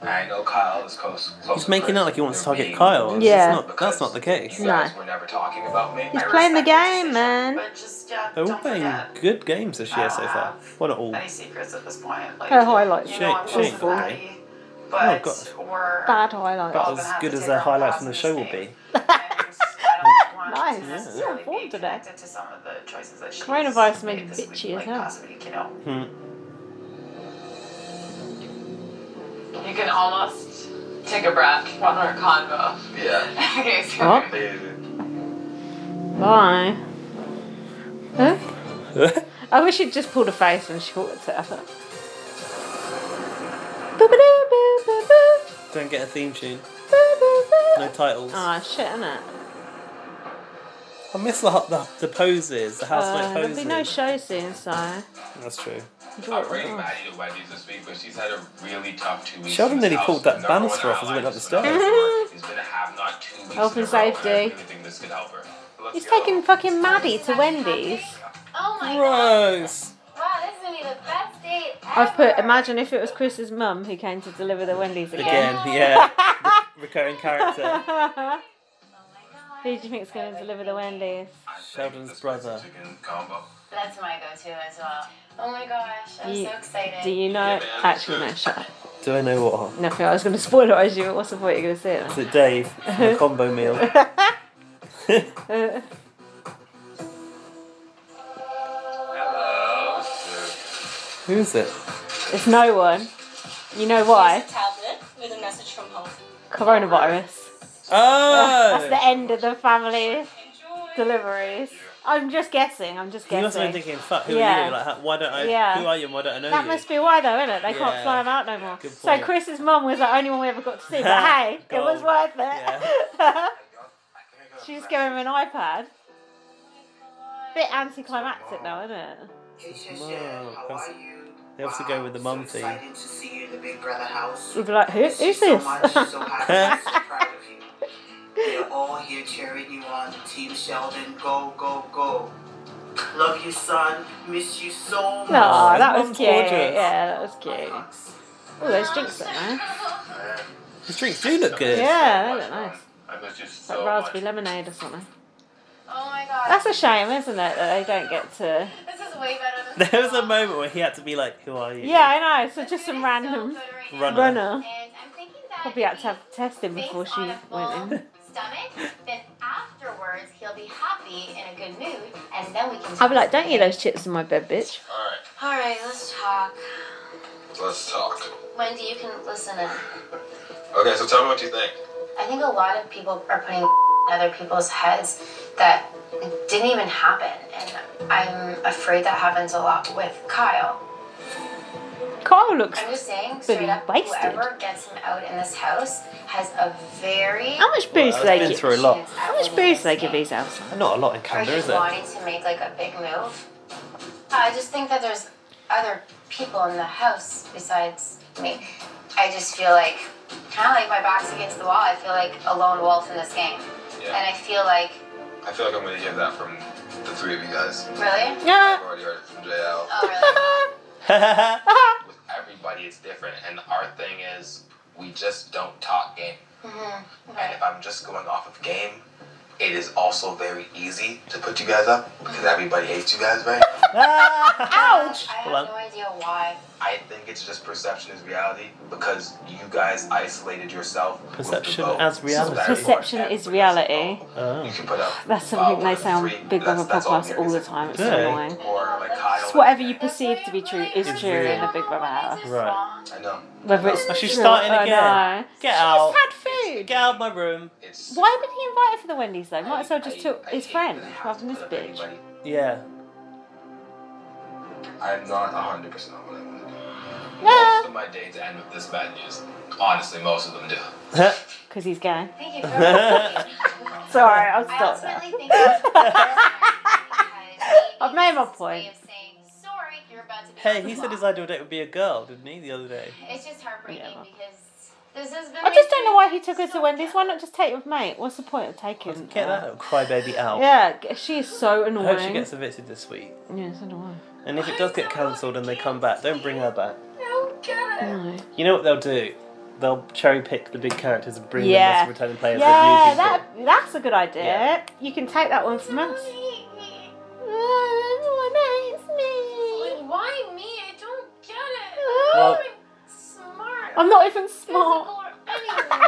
S3: And I know Kyle is close. close
S2: He's
S3: to
S2: making
S3: Chris.
S2: out like he wants to
S3: They're
S2: target
S3: being-
S2: Kyle.
S1: Yeah.
S2: That's not, that's not the case.
S3: You guys were never talking about me.
S1: He's
S3: I
S1: playing the
S3: respect that
S1: game, man.
S5: uh,
S2: They're all playing good games this year so far. Well, not all.
S5: Any secrets at this point? Like,
S1: Her highlights
S5: you
S2: Shit,
S5: know, I'm
S2: shit.
S5: close to Maddie,
S2: Oh,
S5: but
S2: God.
S5: we're
S1: Bad
S2: About
S1: highlights.
S2: as good as their highlights from the show will be.
S1: Nice.
S5: to
S1: You're
S5: necessarily
S1: on form
S5: be
S1: today.
S5: connected to some of the choices that she's
S1: Coronavirus made
S5: made this
S1: you bitchy
S5: week,
S1: as
S5: like
S1: hell.
S5: last week, you
S2: Hmm.
S5: know.
S14: You can almost take a breath when we're convo.
S3: Yeah.
S14: okay, so
S1: Oh, bye. Huh? I wish she'd just pulled a face when she caught it. I thought. Boo-ba-doo,
S2: Don't get a theme tune.
S1: boo-ba-doo,
S2: No
S1: boo-ba-doo.
S2: titles.
S1: Ah, shit, innit?
S2: I miss the, the, the poses, the housemate
S1: Uh, there'll
S2: poses.
S1: be no show soon, so.
S2: That's true.
S3: I'm really mad at Wendy's this week, but she's had a really tough two weeks.
S2: Sheldon
S3: in this
S2: nearly
S3: house.
S2: pulled that
S3: The number
S2: banister
S3: one
S2: off as he went
S3: ally
S2: up the
S3: is phenomenal.
S2: stairs.
S3: He's been a have-not two weeks
S1: Health
S3: in a
S1: and
S3: row, and I
S1: safety.
S3: really think this could help her. Let's
S1: He's
S3: go.
S1: taking fucking Maddie to Wendy's.
S10: Oh my
S2: Gross.
S10: god. Wow, this is gonna be the best date ever.
S1: I've put, imagine if it was Chris's mum who came to deliver the Wendy's again.
S2: Again, yeah. Re- recurring character.
S10: Oh
S1: Who do you think's going to deliver the Wendy's?
S2: Sheldon's brother.
S10: That's my go-to as well. Oh my gosh, I'm
S1: You-
S10: so excited.
S1: Do you know? Actually, no, shut up.
S2: Do I know what?
S1: Nothing, I was going to spoil it as you, but what's the point? You're going to say it.
S2: Is it Dave? The combo meal.
S1: Uh,
S2: Who is it?
S1: it's no one. You know why?
S10: Here's a tablet with a message from home.
S1: Coronavirus. That's the
S2: Oh!
S1: end of the family deliveries. I'm just guessing, I'm just
S2: You must have
S1: guessing.
S2: been thinking, fuck, who are
S1: Yeah.
S2: you? Like, how- why don't I,
S1: Yeah.
S2: who are you and why don't I know
S1: That
S2: you?
S1: must be why, though, isn't it? They
S2: Yeah.
S1: can't fly them out no more.
S2: Good
S1: So
S2: point.
S1: Chris's mum was the only one we ever got to see, but hey, it was
S2: Gold.
S1: worth it.
S2: Yeah.
S1: she just gave him an iPad. Bit anticlimactic, though, isn't it?
S2: Mum. They also go with the mum theme.
S5: Excited to see you in the Big Brother house.
S1: We'd be like, who, who's
S5: Thank you
S1: this?
S5: so much. So happy. so proud of you. We're all here cheering you on. Team Sheldon, go, go, go. Love you, son. Miss you so much.
S1: Aw, that
S2: Mum's
S1: was cute.
S2: gorgeous.
S1: Yeah, that was cute. Oh, those drinks are nice.
S2: His drinks do look good.
S1: Yeah, they look nice.
S3: I miss you so
S1: Like
S3: much.
S1: raspberry lemonade or something.
S10: Oh my god.
S1: That's a shame, isn't it, that they don't get to.
S10: This is way better than
S2: There was a moment where he had to be like, who are you?
S1: Yeah, I know. So just some random
S2: Runner.
S1: runner.
S10: And I'm thinking that
S1: Probably had to have testing before she went in.
S10: stomach, then afterwards he'll be happy in a good mood, and then we can.
S1: I'd be like, don't eat those chips in my bed, bitch.
S3: All right,
S10: All right, let's talk.
S3: let's talk.
S10: Wendy, you can listen in.
S3: Okay, so tell me what you think.
S10: I think a lot of people are putting in other people's heads that didn't even happen, and I'm afraid that happens a lot with Kyle.
S1: Kyle looks.
S10: I'm just saying,
S1: Been
S10: straight up,
S1: wasted.
S10: whoever gets him out in this house has a very
S1: How much booze do they
S2: been
S1: give?
S2: through a lot.
S1: How much booze do they give these elves?
S2: Not a lot in
S10: or
S2: Canada, is
S10: just
S2: it?
S10: wanting to make like a big move. I just think that there's other people in the house besides me. I just feel like kind of like my back's against the wall. I feel like a lone wolf in this game, and
S3: Yeah,
S10: I feel like
S3: I feel like I'm gonna hear that from the three of you guys.
S1: Uh,
S10: really,
S1: Yeah.
S3: I've already heard it from JL.
S10: oh really.
S3: With everybody, it's different, and our thing is we just don't talk game.
S10: Mm-hmm.
S3: And if I'm just going off of game, it is also very easy to put you guys up because everybody hates you guys, right?
S1: Ouch!
S10: Uh, I have no idea why.
S3: I think it's just perception is reality because you guys isolated yourself. with the
S2: Perception
S3: vote.
S2: as reality.
S3: So that-
S1: Perception is reality.
S2: Oh.
S1: That's something they say on Big Brother podcasts all the time. It's so
S2: Yeah.
S1: annoying. It's whatever you perceive to be true is
S2: It's
S1: true
S2: real.
S1: in the Big Brother hour.
S2: Right.
S3: I know.
S1: Whether it's
S2: Oh,
S15: she's
S1: true
S15: starting
S1: or
S15: again.
S1: not.
S15: Get
S1: She's
S15: out.
S1: had food.
S15: Get out of my room.
S1: Why would he invite her for the Wendy's though? Might as well just took his friend rather than this bitch.
S15: Yeah.
S3: I'm not 100 percent on what I want to do.
S1: Yeah.
S3: Most of my dates end with this bad news. Honestly, most of them do.
S1: Because he's gay.
S10: Thank you
S3: for reminding
S1: Sorry, I'll
S10: I
S1: stop
S10: ultimately
S1: now.
S10: think that
S1: I've made my point.
S10: sorry, you're about to be.
S15: Hey, he said his ideal date would be a girl, didn't he, the other day?
S10: It's just heartbreaking because this has been.
S1: I just don't know why he took her to Wendy's. Why not just take her with mate? What's the point of taking?
S15: Get that
S1: her?
S15: little crybaby out.
S1: Yeah, g- she is so
S15: I
S1: annoying.
S15: hope she gets evicted this week.
S1: Yeah, so do I.
S15: And if it does get cancelled and they come back, don't bring her back.
S10: No, get it.
S15: You know what they'll do? They'll cherry pick the big characters and bring
S1: yeah.
S15: them as returning players
S1: Yeah,
S15: with new people.
S1: that that's a good idea. You can take that one from us.
S10: Why me? I don't get it.
S15: Well-
S10: smart.
S1: I'm not even smart.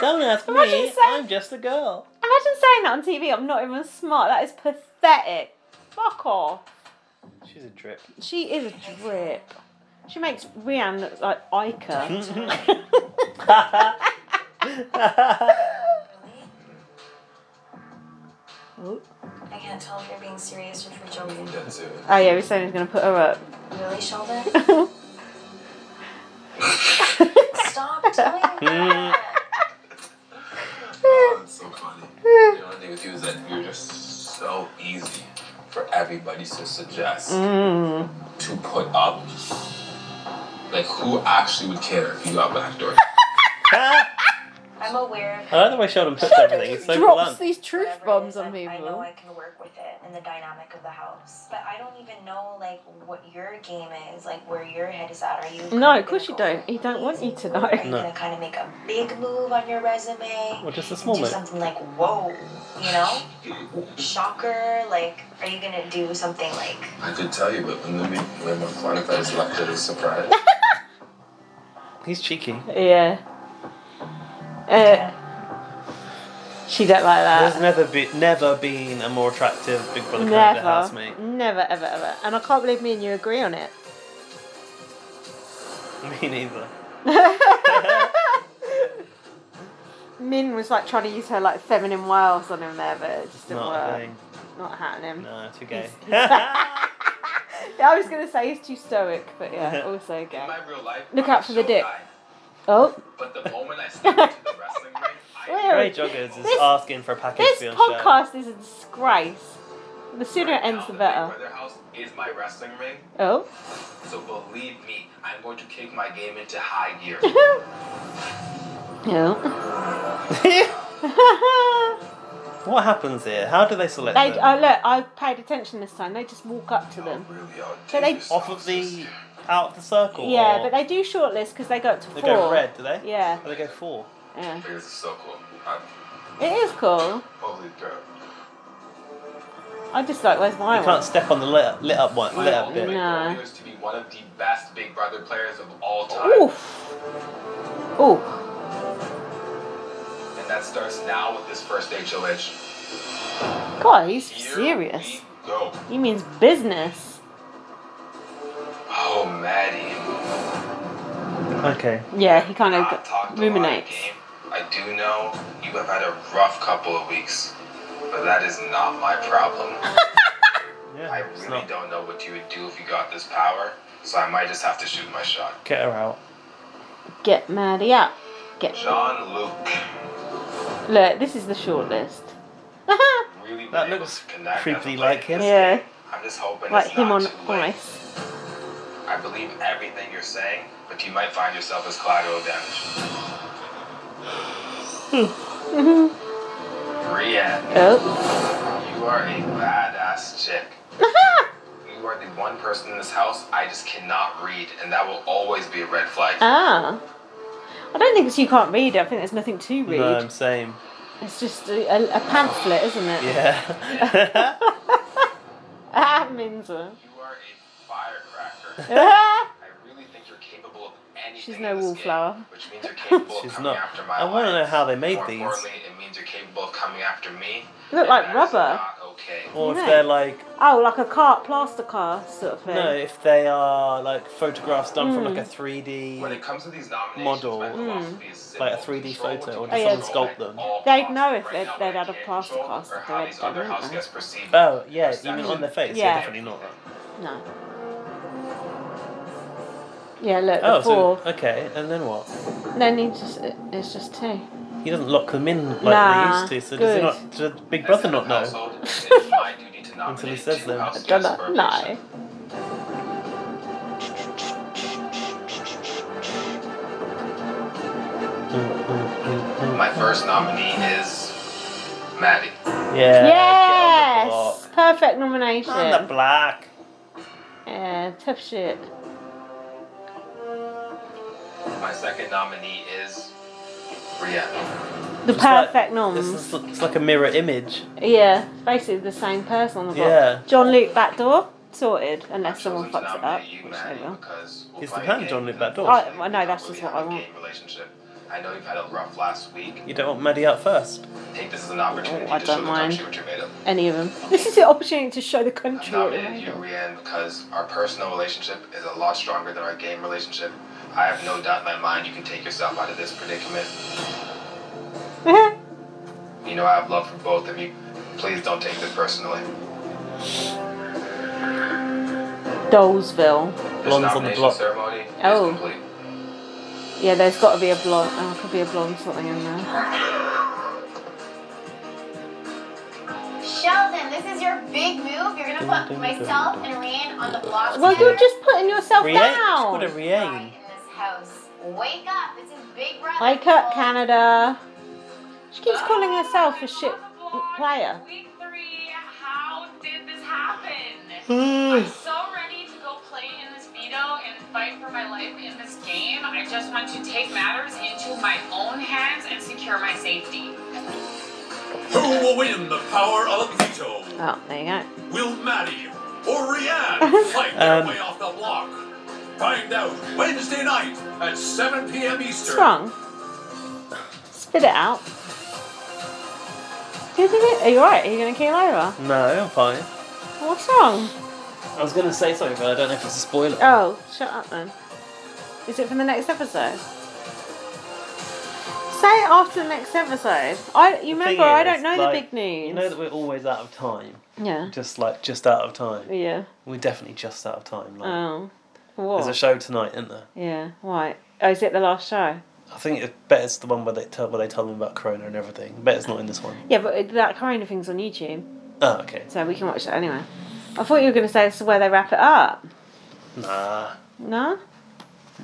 S15: Don't ask me.
S1: Imagine saying-
S15: I'm just a girl.
S1: Imagine saying that on TV. I'm not even smart. That is pathetic. Fuck off.
S15: She's a drip.
S1: She is a drip. She makes Rianne look like Ica. oh
S10: I can't tell if you're being serious or if you're joking.
S1: Oh, yeah, we're saying he's gonna put her up.
S10: Really, Sheldon?
S3: Stop
S10: telling
S3: Oh, it's so funny. The only thing with you is that you're just so easy for everybody to suggest
S1: Mm.
S3: to put up. Like, who actually would care if you got back door?
S10: I'm aware of
S15: I like the way Sheldon puts everything. It's so
S1: drops
S15: blunt.
S1: these truth bombs on people.
S10: I know I can work with it and the dynamic of the house, but I don't even know like what your game is, like where your head is at. Are you
S1: No, of course you don't. He don't want you to know.
S10: are you gonna kind of make a big move on your resume?
S1: Well, just a
S10: and
S1: small
S10: do
S1: move.
S10: something like whoa, you know, shocker. Like, are you gonna do something like?
S3: I could tell you, but when the when my quantifiers left it as a surprise.
S15: He's cheeky.
S1: Yeah. Uh, she don't like that.
S15: There's never be, never been a more attractive Big Brother candidate housemate.
S1: Never, never, ever, ever. And I can't believe me and you agree on it.
S15: Me neither.
S1: Min was like trying to use her like feminine wiles on him there, but it just didn't
S15: Not
S1: work.
S15: a thing.
S1: Not happening.
S15: No, too gay.
S1: Yeah, I was gonna say he's too stoic, but yeah, also gay. Look out for the dick. Oh.
S3: But the moment I stepped into the wrestling ring,
S1: Where-
S15: Grey Joggers is
S1: this-
S15: asking for a package
S1: This
S15: for your
S1: podcast is a disgrace. The sooner it ends, the better.
S3: Brother House is my wrestling ring.
S1: Oh.
S3: So believe me, I'm going to kick my game into high gear.
S1: Oh.
S15: show. What happens here? How do they select
S1: they,
S15: them?
S1: oh, look, I paid attention this time. They just walk up to them. So they,
S15: Off of the out of the circle.
S1: yeah,
S15: or
S1: but they do shortlist because they go up to
S15: they
S1: four.
S15: go red, do they?
S1: Yeah.
S15: Or they go four.
S1: Yeah.
S3: This is so cool. I'm,
S1: It is cool.
S3: holy crap.
S1: I just like, where's my
S15: you
S1: one?
S15: can't step on the lit up, lit up one.
S3: My
S15: Lit up
S3: ultimate
S15: bit.
S1: No.
S3: goal is to be one of the best Big Brother players of all time.
S1: Oof. Oof.
S3: And that starts now with this first HOH.
S1: God, he's serious.
S3: Go.
S1: He means business.
S3: Oh, Maddie.
S15: Okay.
S1: Yeah, he kind of
S3: talked
S1: got-
S3: a lot of
S1: ruminates.
S3: game. I do know you have had a rough couple of weeks, but that is not my problem. I really don't know what you would do if you got this power, so I might just have to shoot my shot.
S15: Get her out.
S1: Get Maddie out. Get.
S3: Jean Luc
S1: Look, this is the shortlist.
S3: really
S15: That looks creepily like him.
S1: yeah.
S3: I'm just hoping
S1: Like
S3: it's
S1: him
S3: not
S1: on
S3: too late.
S1: ice.
S3: I believe everything you're saying, but you might find yourself as collateral damage.
S1: Mhm.
S3: Brienne,
S1: Oh.
S3: you are a badass chick. you are the one person in this house I just cannot read, and that will always be a red flag.
S1: ah. I don't think it's you can't read it. I think there's nothing to read.
S15: No, I'm same.
S1: It's just a, a, a pamphlet, isn't it?
S15: Yeah.
S1: ah, Minza.
S3: You are a firecracker. I really think you're capable of anything.
S1: She's no wallflower.
S3: Which means you're capable of
S2: She's
S3: coming
S2: not.
S3: after my
S2: I want to know
S3: life.
S2: how they made
S3: More
S2: these.
S3: importantly, it means you're capable of coming after me.
S1: They look like
S3: and that is
S1: rubber.
S3: not Okay.
S2: Or if
S1: No.
S2: they're like
S1: Oh, like a car, plaster car sort of thing.
S2: no, if they are like photographs done from like
S1: Mm.
S2: a three D
S3: When it comes to these nominations,
S2: model,
S3: my
S1: Mm.
S3: philosophy is simple.
S2: like a three D photo, or
S1: Oh,
S2: did
S1: yeah.
S2: someone sculpt them?
S1: They'd know if they'd, they'd had a plaster cast if they
S3: How
S1: had
S3: these
S1: done,
S3: other house
S1: wouldn't
S3: guests perceive
S2: Oh yeah, you mean on their face?
S1: Yeah.
S2: definitely not.
S1: they? No. Yeah, look, the
S2: Oh,
S1: four.
S2: so okay, and then what?
S1: Then he just, it's just two.
S2: He doesn't lock them in like
S1: Nah,
S2: they used to. So
S1: good.
S2: does he not? Does Big Brother not know until he says them?
S1: I don't know. No.
S2: Mm,
S3: My first nominee is Maddie.
S2: mm. Yeah.
S1: yes! Perfect nomination.
S2: On the black.
S1: Yeah, tough shit.
S3: My second nominee is Rihanna.
S1: The
S2: It's like-
S1: perfect noms.
S2: It's, it's like a mirror image.
S1: Yeah, basically the same person on the box.
S2: Yeah.
S1: John Luke backdoor, sorted, unless someone fucks it up, which they will.
S2: It's the plan, John Luke Backdoor.
S1: I, I know that's just what I want.
S3: Relationship. I know you've had a rough last week.
S2: You don't want Maddie out first.
S3: Take this as an opportunity
S1: Oh, I
S3: to show
S1: don't
S3: the
S1: mind.
S3: country what you're made of.
S1: Any of them. This is the opportunity to show the
S3: I
S1: country what it
S3: nominated
S1: is.
S3: you, Rianne, because our personal relationship is a lot stronger than our game relationship. I have no doubt in my mind you can take yourself out of this predicament. You know I have love for both of you. Please don't take this personally.
S1: Dolesville.
S3: This
S2: Blondes on the
S3: nomination
S2: block.
S3: ceremony is
S1: Oh.
S3: complete.
S1: Yeah, there's got to be a blonde. Oh, could be a blonde something in there.
S10: Sheldon, this is your big move. You're gonna put myself
S2: Mm-hmm.
S10: and Rian on the block
S1: Well, you're
S10: together
S1: just putting yourself
S2: Rianne. What a
S1: down.
S2: Rianne.
S10: in this house. Wake up. This is Big Brother.
S1: Wake up, Canada. She keeps calling herself a shit player.
S7: Week three, how did this happen? I'm
S1: Mm.
S7: so ready to go play in this veto and fight for my life in this game. I just want to take matters into my own hands and secure my safety.
S16: Who will win the power of veto?
S1: Oh, there you go.
S16: Will Maddie or Rianne fight their way off the block? Find out Wednesday night at 7 p.m.
S1: What's
S16: Eastern.
S1: wrong? Spit it out. Who did it? Are you alright? Are you going to keel over?
S2: Um, No, I'm fine.
S1: What's wrong?
S2: I was gonna say something, but I don't know if it's a spoiler.
S1: Oh, shut up then. Is it from the next episode? Say it after the next episode. I you
S2: Thing
S1: remember I
S2: is,
S1: don't know the
S2: like,
S1: big news.
S2: You know that we're always out of time.
S1: Yeah.
S2: Just like just out of time.
S1: Yeah.
S2: We're definitely just out of time. Like,
S1: Oh.
S2: There's a
S1: What?
S2: show tonight, isn't there?
S1: yeah. Right. Oh, is it the last show?
S2: I think it's bet it's the one where they tell where they tell them about Corona and everything. Bet it's not in this one.
S1: Yeah, but it- that kind of thing's on YouTube,
S2: Oh, okay.
S1: so we can watch that anyway. I thought you were going to say this is where they wrap it up.
S2: Nah.
S1: No?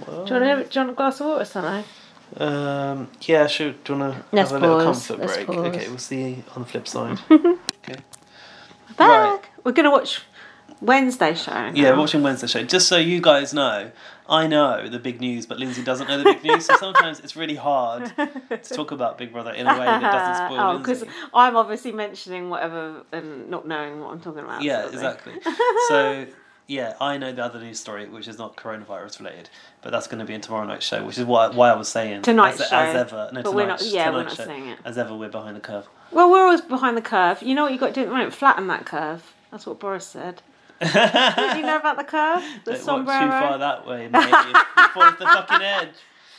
S2: Well,
S1: Do you, want a, do you want a glass of water, Sano?
S2: Um. Yeah. Sure. Do you want to
S1: Let's
S2: have a little
S1: pause,
S2: comfort
S1: let's
S2: break?
S1: pause.
S2: Okay. We'll see on the flip side.
S1: Back. We're going to watch Wednesday show. now.
S2: Yeah, watching Wednesday show. Just so you guys know, I know the big news, but Lindsay doesn't know the big news. So sometimes it's really hard to talk about Big Brother in a way that doesn't spoil
S1: oh, because
S2: Lindsay.
S1: I'm obviously mentioning whatever and not knowing what I'm talking about.
S2: Yeah,
S1: sort of thing.
S2: exactly. so yeah, I know the other news story, which is not coronavirus related, but that's going to be in tomorrow night's show, which is why why I was saying
S1: Tonight's
S2: as,
S1: show.
S2: as ever. No,
S1: But we're
S2: tonight's-
S1: not- yeah, we're
S2: tonight's
S1: not
S2: show.
S1: saying it.
S2: As ever, we're behind the curve.
S1: Well, we're always behind the curve. You know what you got to do at the moment? Flatten that curve. That's what Boris said. Did you know about the curve? The
S2: Don't walk
S1: sombrero.
S2: too far that way, mate. You you fall off the fucking edge.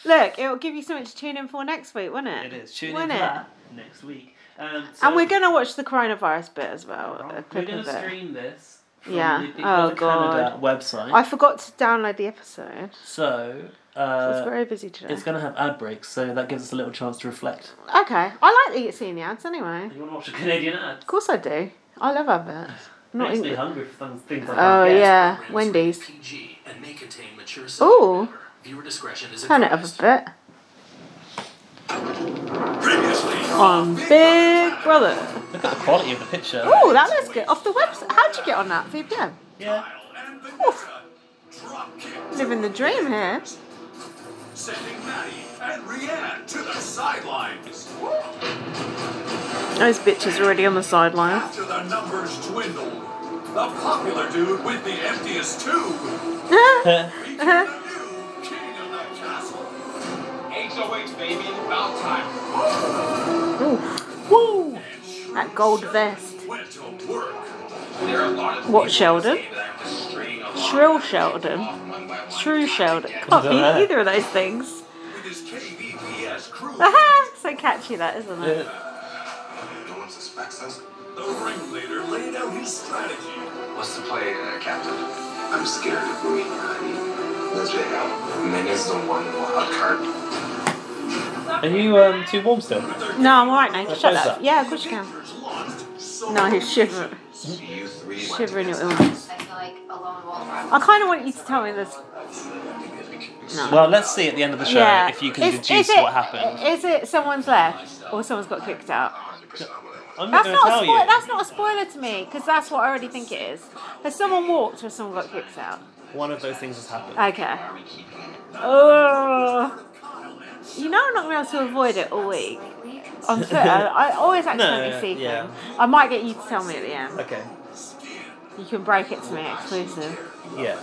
S1: Look, it'll give you something to tune in for next week, won't it?
S2: It is. Tune
S1: Won't
S2: in
S1: it?
S2: for that next week. Um,
S1: and
S2: so-
S1: we're going to watch the coronavirus bit as well. A
S2: We're
S1: clip
S2: going
S1: of
S2: to
S1: it.
S2: stream this from
S1: Yeah.
S2: the Big
S1: Oh,
S2: Brother Canada
S1: God.
S2: website.
S1: I forgot to download the episode.
S2: so,
S1: I
S2: uh,
S1: was very busy today.
S2: it's going to have ad breaks, so that gives us a little chance to reflect.
S1: Okay. I like that you're seeing the ads anyway.
S2: You want to watch a Canadian ad?
S1: Of course I do. I love adverts. Not
S2: Makes me
S1: Engli-
S2: hungry for some things like
S1: Oh,
S2: that.
S1: yeah. Wendy's.
S17: PG and may contain mature subject
S1: Ooh.
S17: matter. Viewer discretion is
S1: Turn it up a
S17: advised.
S1: bit. On Big Brother.
S2: Look at the quality of the picture.
S1: Oh, that looks good. Off the website. How'd you get on that VPN?
S2: Yeah.
S1: Living the dream here.
S16: Sending Maddie and Rianne to the sidelines.
S1: Those bitches are already on the sideline.
S16: After the numbers dwindled, the popular dude with the emptiest tube.
S1: Uh-huh.
S3: HOH, baby, about time.
S1: Woo! That gold vest. What Sheldon? Shrill Sheldon. True Sheldon. Can't be either of those things. Aha! so catchy that, isn't it?
S2: Uh,
S16: No one suspects us. The ringleader laid out his strategy. What's the play, uh, Captain?
S5: I'm scared of me, honey. Let's make out. Min is the one wild card.
S2: Are you um, too warm still?
S1: No, I'm alright now.
S2: Let's
S1: Shut
S2: close
S1: up.
S2: that.
S1: Yeah, of course you can. No, he's shivering. Shivering your illness. I kind of want you to tell me this.
S2: Well, let's see at the end of the show
S1: yeah.
S2: if you can
S1: Is- is
S2: deduce
S1: it-
S2: what happened.
S1: Is it someone's left or someone's got kicked out?
S2: I'm
S1: That's not,
S2: not going to tell
S1: a spoil-
S2: you.
S1: that's not a spoiler to me because that's what I already think it is. Has someone walked or someone got kicked out?
S2: One of those things has happened.
S1: Okay. Oh. You know I'm not going to be able to avoid it all week. On Twitter, I always accidentally
S2: No,
S1: see
S2: yeah.
S1: them. I might get you to tell me at the end.
S2: Okay.
S1: You can break it to me exclusive.
S2: Yeah.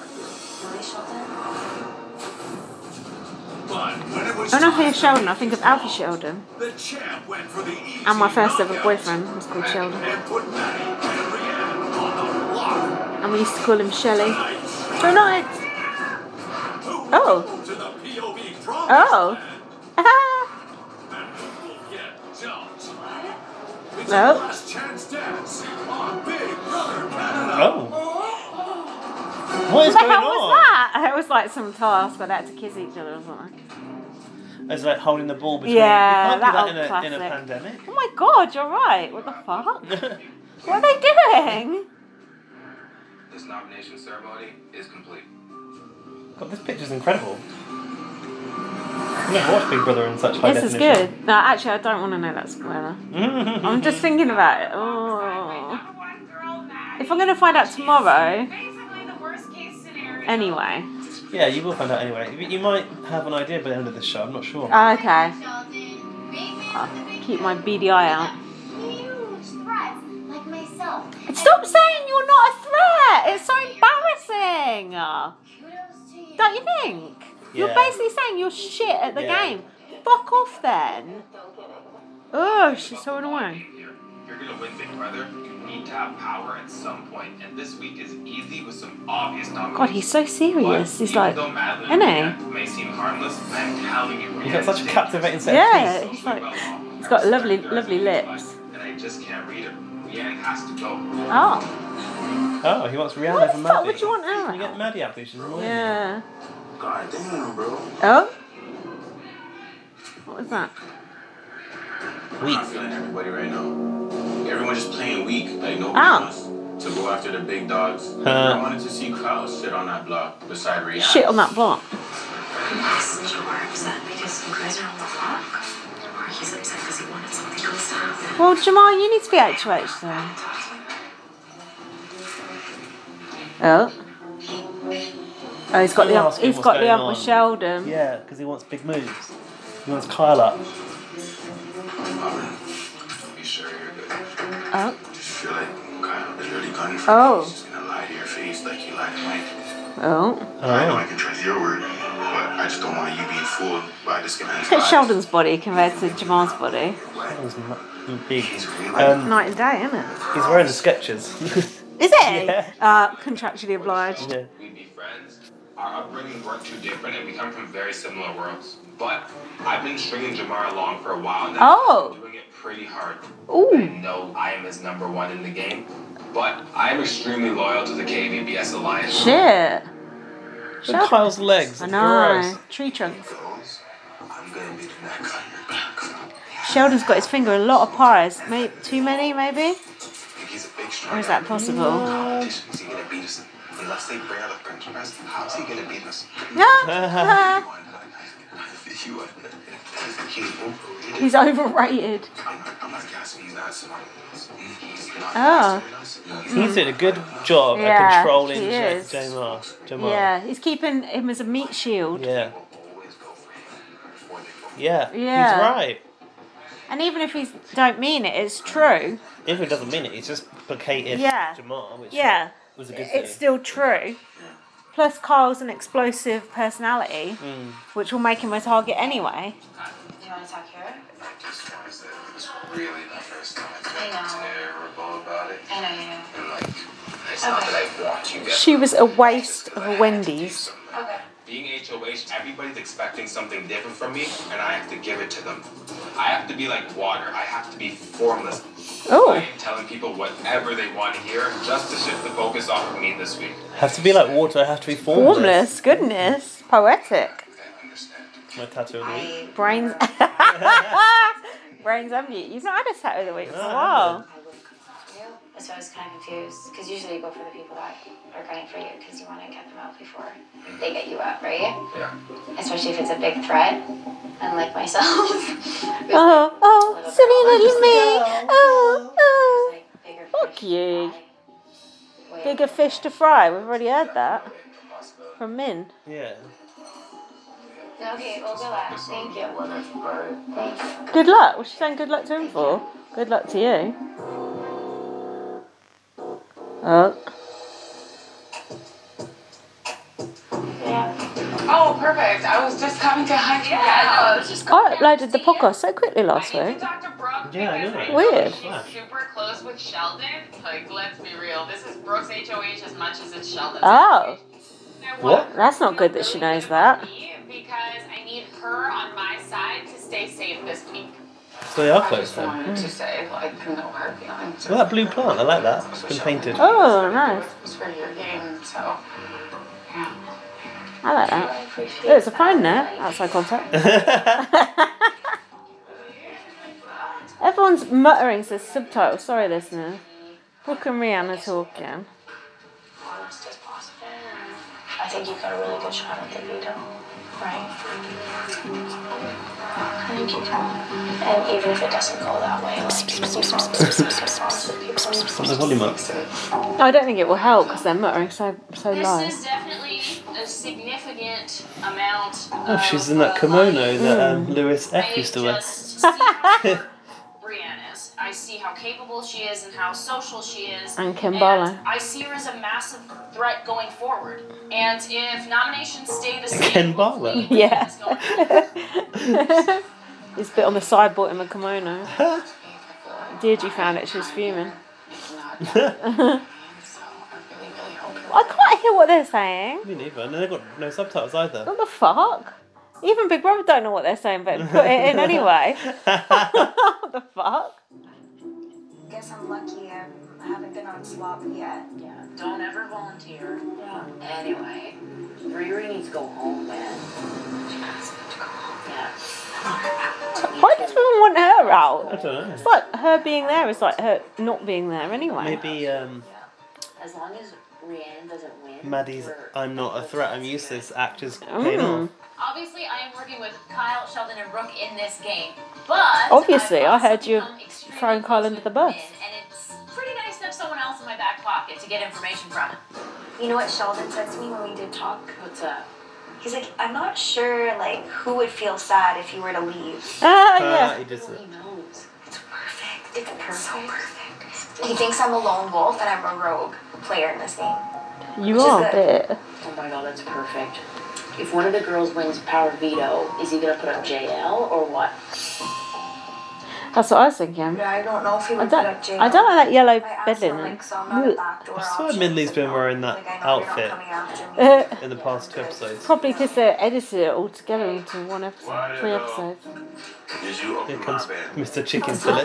S16: But when it was
S1: When I hear Sheldon, I think of Alfie Sheldon.
S16: the champ went for the easy
S1: And my first ever boyfriend was called Sheldon.
S16: and put Maddie and Rhiannon on the block.
S1: And we used to call him Shelley. Tonight! Oh!
S16: To the POV promised
S1: Oh!
S16: It's
S1: No.
S16: a last chance dance on Big Brother Canada.
S2: Oh. What is
S1: the
S2: going
S1: hell was
S2: on?
S1: that? It was like some task where they had to kiss each other or something.
S2: It's like holding the ball between.
S1: Yeah,
S2: you can't
S1: that
S2: do
S1: old
S2: that in a, in a
S1: classic.
S2: pandemic.
S1: Oh my god, you're right. What the fuck? what are they doing?
S3: This nomination ceremony is complete.
S2: God, this picture's incredible. I've never watched Big Brother in such high
S1: This is
S2: definition.
S1: good. No, actually, I don't want to know that spoiler. I'm just thinking about it. Oh. If I'm going to find out tomorrow, anyway.
S2: Yeah, you will find out anyway. You- You might have an idea by the end of this show. I'm not sure.
S1: Ah, okay. I'll keep my beady eye out.
S10: Huge threats, like myself.
S1: Stop saying you're not a threat. It's so embarrassing. Don't you think? You're
S10: Yeah.
S1: basically saying you're shit at the
S10: Yeah.
S1: game. Fuck off then. Oh, she's so annoying.
S3: If you're gonna win Big Brother, you need to have power at some point, and this week is easy with some obvious nominations.
S1: God, he's so serious. He's like, isn't he?
S3: May seem harmless, I'm telling you,
S2: You've got such a captivating set
S1: Yeah,
S2: of
S1: he's like, he's got lovely, lovely lips.
S3: and I just can't read her. Rhiannon has to go.
S1: Oh,
S2: teeth. Oh, he wants Rihanna over
S1: what
S2: Maddie.
S1: would you want her?
S2: Get Maddie out, please. She's annoying.
S1: Yeah.
S2: God damn, bro.
S1: Oh. What was that?
S5: Weak. I'm feeling everybody right now. Everyone just playing weak. Like nobody
S1: Oh.
S5: wants to go after the big dogs.
S2: Huh.
S5: I wanted to see Kraus sit on that block beside Rihanna.
S1: Shit on that block.
S11: Yes, you are upset because you guys are on the clock. Or he's upset because he wanted something else to happen.
S1: Well, Jamal, you need to be HOH then. Oh. Oh, he's got
S2: You're
S1: the ump.
S2: asking
S1: He's
S2: what's
S1: got the
S2: going
S1: ump with
S2: on.
S1: Sheldon.
S2: Yeah, because he wants big moves. He wants Kyle up.
S5: You sure you're good?
S1: Oh.
S5: Just feel like Kyle literally gone for
S1: Oh.
S5: He's just gonna lie to your face like he lied to Mike.
S1: Oh.
S5: I know I can trust your word, but I just don't want you being fooled by this guy's
S1: Look at
S5: lies.
S1: Sheldon's body compared to Jamal's body.
S2: Sheldon's ma- big. Um,
S1: Night and day, isn't it?
S2: he's wearing the Skechers.
S1: Is it? Uh, contractually obliged.
S3: We'd be friends. Our upbringings weren't too different, and we come from very similar worlds. But I've been stringing Jamar along for a while now.
S1: Oh.
S3: Doing it pretty hard. I
S1: Ooh.
S3: know I am his number one in the game, but I am extremely loyal to the KVBS alliance.
S1: Shit.
S3: And Kyle's legs,
S1: I know.
S3: gross.
S1: Tree trunks. Sheldon's got his finger in a lot of pies. Maybe too many, maybe. Or is that possible?
S5: Competition's he gonna beat us? Unless they bring out a bench press, how's he gonna beat us?
S2: Mm.
S1: No. He's overrated. Oh.
S2: He's doing a good job
S1: Yeah,
S2: at controlling
S1: he
S2: Ja-
S1: is.
S2: Jamar. Jamar.
S1: Yeah, he's keeping him as a meat shield.
S2: Yeah. Yeah.
S1: Yeah.
S2: He's right.
S1: And even if he don't mean it, it's true.
S2: Even if he doesn't mean it, he's just placated
S1: Yeah.
S2: Jamar, which
S1: yeah.
S2: was a good thing.
S1: it's still true. Plus, Kyle's an explosive personality,
S2: Mm.
S1: which will make him a target anyway.
S5: Do you want to talk here?
S3: Just wanted to say it was really the first time I've
S5: I
S3: been terrible about it.
S5: I know you know.
S3: And like, it's not that I want you guys.
S1: She was a waste of a Wendy's.
S3: Being HOH, everybody's expecting something different from me, and I have to give it to them. I have to be like water. I have to be formless.
S1: Oh.
S3: I am telling people whatever they want to hear just to shift the focus off of me this week.
S2: have to be like water. I have to be formless.
S1: Formless, goodness, poetic.
S2: My tattoo. of the week.
S1: Brains. Brains on you. You've not had a tattoo of the week for a while.
S5: That's why I was kind of confused. Because usually you go for the people that are gunning for you because you want to get them out before they get you out, right?
S3: Yeah.
S5: Especially if it's a big threat, unlike myself.
S1: Oh, oh, silly little me. Oh, oh. Fuck you. Bigger fish to fry. We've already heard that from Min.
S2: Yeah.
S5: okay, well, good luck. Thank you. Thank
S1: Good luck. What's she saying good luck to him for? Good luck to you. Oh.
S10: Oh, perfect. I was just coming to hug you. Yeah, I was just
S1: I uploaded the podcast so quickly last week.
S2: Yeah, I know. that.
S1: Weird.
S2: Wow.
S10: super close with Sheldon. Like, let's be real. This is Brooks HOH as much as it's Sheldon's.
S1: Oh.
S10: I
S1: What? That's not good that she knows that.
S10: because I need her on my side to stay safe this week.
S2: So they are close then.
S10: wanted to say, like, no hard feelings.
S2: Well, that blue plant, I like that. It's been painted.
S1: Oh, nice.
S10: It's for your game, so.
S1: I like that. Look, it's a phone there. Outside contact. Everyone's muttering says subtitles. Sorry, listeners. Brooke and Rihanna talking.
S5: you. Honest as possible. I think you've got a really good shot at the veto, right? I think you can. And even if it doesn't go that way, like.
S2: What's the volume up?
S1: I don't think it will help because they're muttering so so
S10: This
S1: low.
S10: is definitely a significant amount
S2: Oh, she's in that kimono that um, Lewis F used to wear.
S10: just see how clever Brienne is. I see how capable she is and how social she is.
S1: And Kimbala.
S10: And I see her as a massive threat going forward. And if nominations stay the same,
S2: Ken Barlow.
S1: Yeah. He's bit on the sideboard in the kimono. Deirdre found it, she was fuming. I can't hear what they're saying.
S2: Me neither. And they've got no subtitles either.
S1: What the fuck? Even Big Brother don't know what they're saying, but put it in anyway. what the fuck?
S18: Guess I'm lucky. I'm, I haven't been on swap yet. Yeah.
S10: Don't ever volunteer. Anyway, Riri needs to go home, man.
S1: Why does everyone want her out?
S2: I don't know.
S1: It's like her being there is like her not being there anyway.
S2: Maybe um,
S19: As long as Rihanna doesn't win.
S2: Maddie's I'm not a threat, I'm useless act is paying
S1: Mm.
S2: off.
S19: Obviously, I am working with Kyle, Sheldon, and Brooke in this game, but
S1: Obviously, I
S19: I've
S1: heard you throwing Kyle under the bus.
S19: it's pretty nice to have someone else in my back pocket to get information from.
S18: You know what Sheldon said to me when we did talk? What's up? He's like, I'm not sure, like, who would feel sad if you were to leave.
S1: Oh,
S2: Ah, he does it.
S18: It's perfect. So perfect. He thinks I'm a lone wolf and I'm a rogue player in this game.
S1: You are a bit.
S19: Oh my god, that's perfect. If one of the girls wins Power Veto, is he gonna put up JL or what?
S1: That's what I was thinking.
S18: Yeah, I don't know if he
S1: I
S18: would
S1: don't,
S18: put up jail.
S1: I don't like that yellow
S18: I
S1: bed
S18: asked him,
S1: linen.
S18: like, so I'm not a backdoor
S2: I swear Midley's been wearing that outfit
S1: Uh,
S2: in the past two episodes.
S1: Probably because they edited it all together into one episode, three episodes.
S20: Did you
S2: Here comes Mr. Chicken Fillet.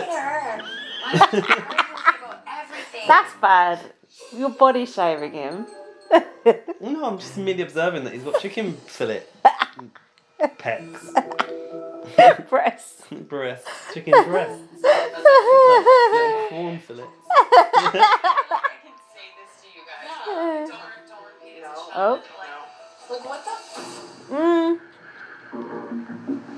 S1: That's bad. You're body shaving him.
S2: No, I'm just merely observing that he's got chicken fillet. Pecs.
S1: Breasts.
S2: breasts. Chicken breasts. Like corn fillet.
S1: Oh.
S10: Like, what the?
S1: Mm.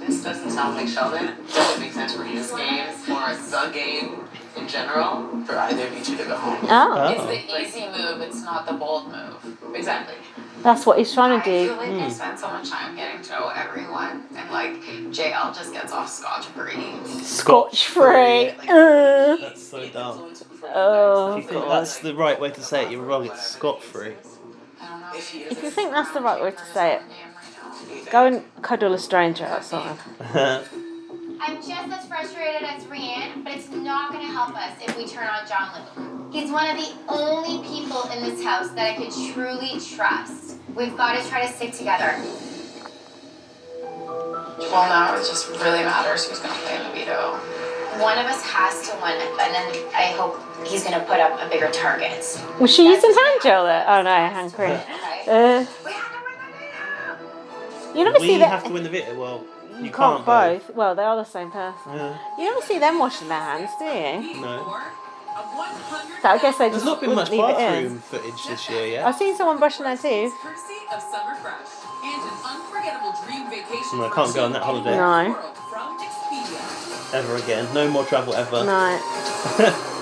S11: This doesn't sound like Sheldon. Doesn't make sense for his game or the game in general for either of you two to go home.
S1: Oh.
S11: It's the easy move. It's not the bold move. Exactly.
S1: That's what he's trying to do.
S21: I feel like I spent so much time getting to know everyone, and like JL just gets off scotch free.
S1: Scotch free.
S2: That's so dumb.
S1: Oh,
S2: If you think
S1: God.
S2: that's the right way to say it, you're wrong. It's scot free.
S1: If you think that's the right way to say it, go and cuddle a stranger outside.
S22: I'm just as frustrated as Rianne, but it's not going to help us if we turn on John Little. He's one of the only people in this house that I can truly trust. We've got to try to stick together.
S21: Well, now it just really matters who's gonna play the veto.
S10: One of us has to win, and then I hope he's gonna put up a bigger target.
S1: Was she using hand gel there? Oh no, hand cream. Uh, you never
S2: we
S1: see that.
S2: have to win the veto. Well, you,
S1: You can't both. Well, they are the same person.
S2: Yeah.
S1: You never see them washing their hands, do you?
S2: No.
S1: So I guess they
S2: There's
S1: just
S2: not been
S1: wouldn't
S2: much
S1: leave it in.
S2: bathroom footage this year
S1: I've
S2: yet.
S1: seen someone brushing their teeth.
S7: Courtesy of Summer Fresh and an unforgettable dream vacation.
S2: No, I can't go on that holiday.
S1: No.
S2: Ever again. No more travel ever.
S1: No.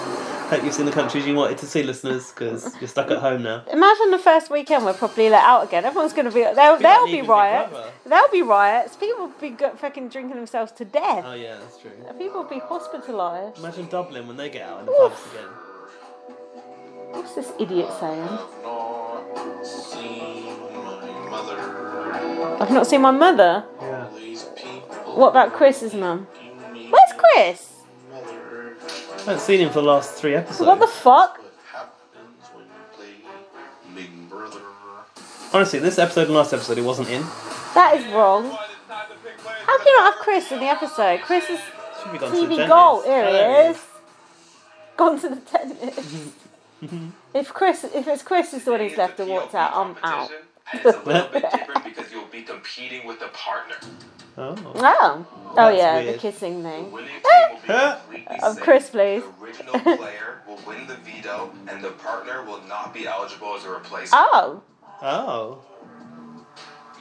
S2: Hope you've seen the countries you wanted to see, listeners, because you're stuck at home now.
S1: Imagine the first weekend we're probably let out again. Everyone's going to be. There'll, there'll be riots. There'll be riots. People will be go- fucking drinking themselves to death.
S2: Oh, yeah, that's true.
S1: People will be hospitalised.
S2: Imagine Dublin when they get out in the pubs again.
S1: What's this idiot saying? I've not seen my mother.
S2: Yeah.
S1: What about Chris's mum? Where's Chris?
S2: I haven't seen him for the last three episodes.
S1: What the fuck?
S2: Honestly, this episode and last episode, he wasn't in.
S1: That is wrong. How can you not have Chris in the episode? Chris is
S2: Should be gone to the
S1: TV
S2: dentist.
S1: goal. Here
S2: There
S1: he is. Gone to the dentist. if Chris, if it's Chris is the one who's left and walked out, I'm out.
S2: Oh.
S3: because you'll be competing with a partner.
S2: Oh.
S1: Oh, oh
S3: That's
S1: yeah, the
S3: weird.
S1: kissing thing.
S2: Huh?
S1: of Chris, please.
S3: Original player will win the veto, and the partner will not be eligible as a replacement.
S1: Oh,
S2: Oh.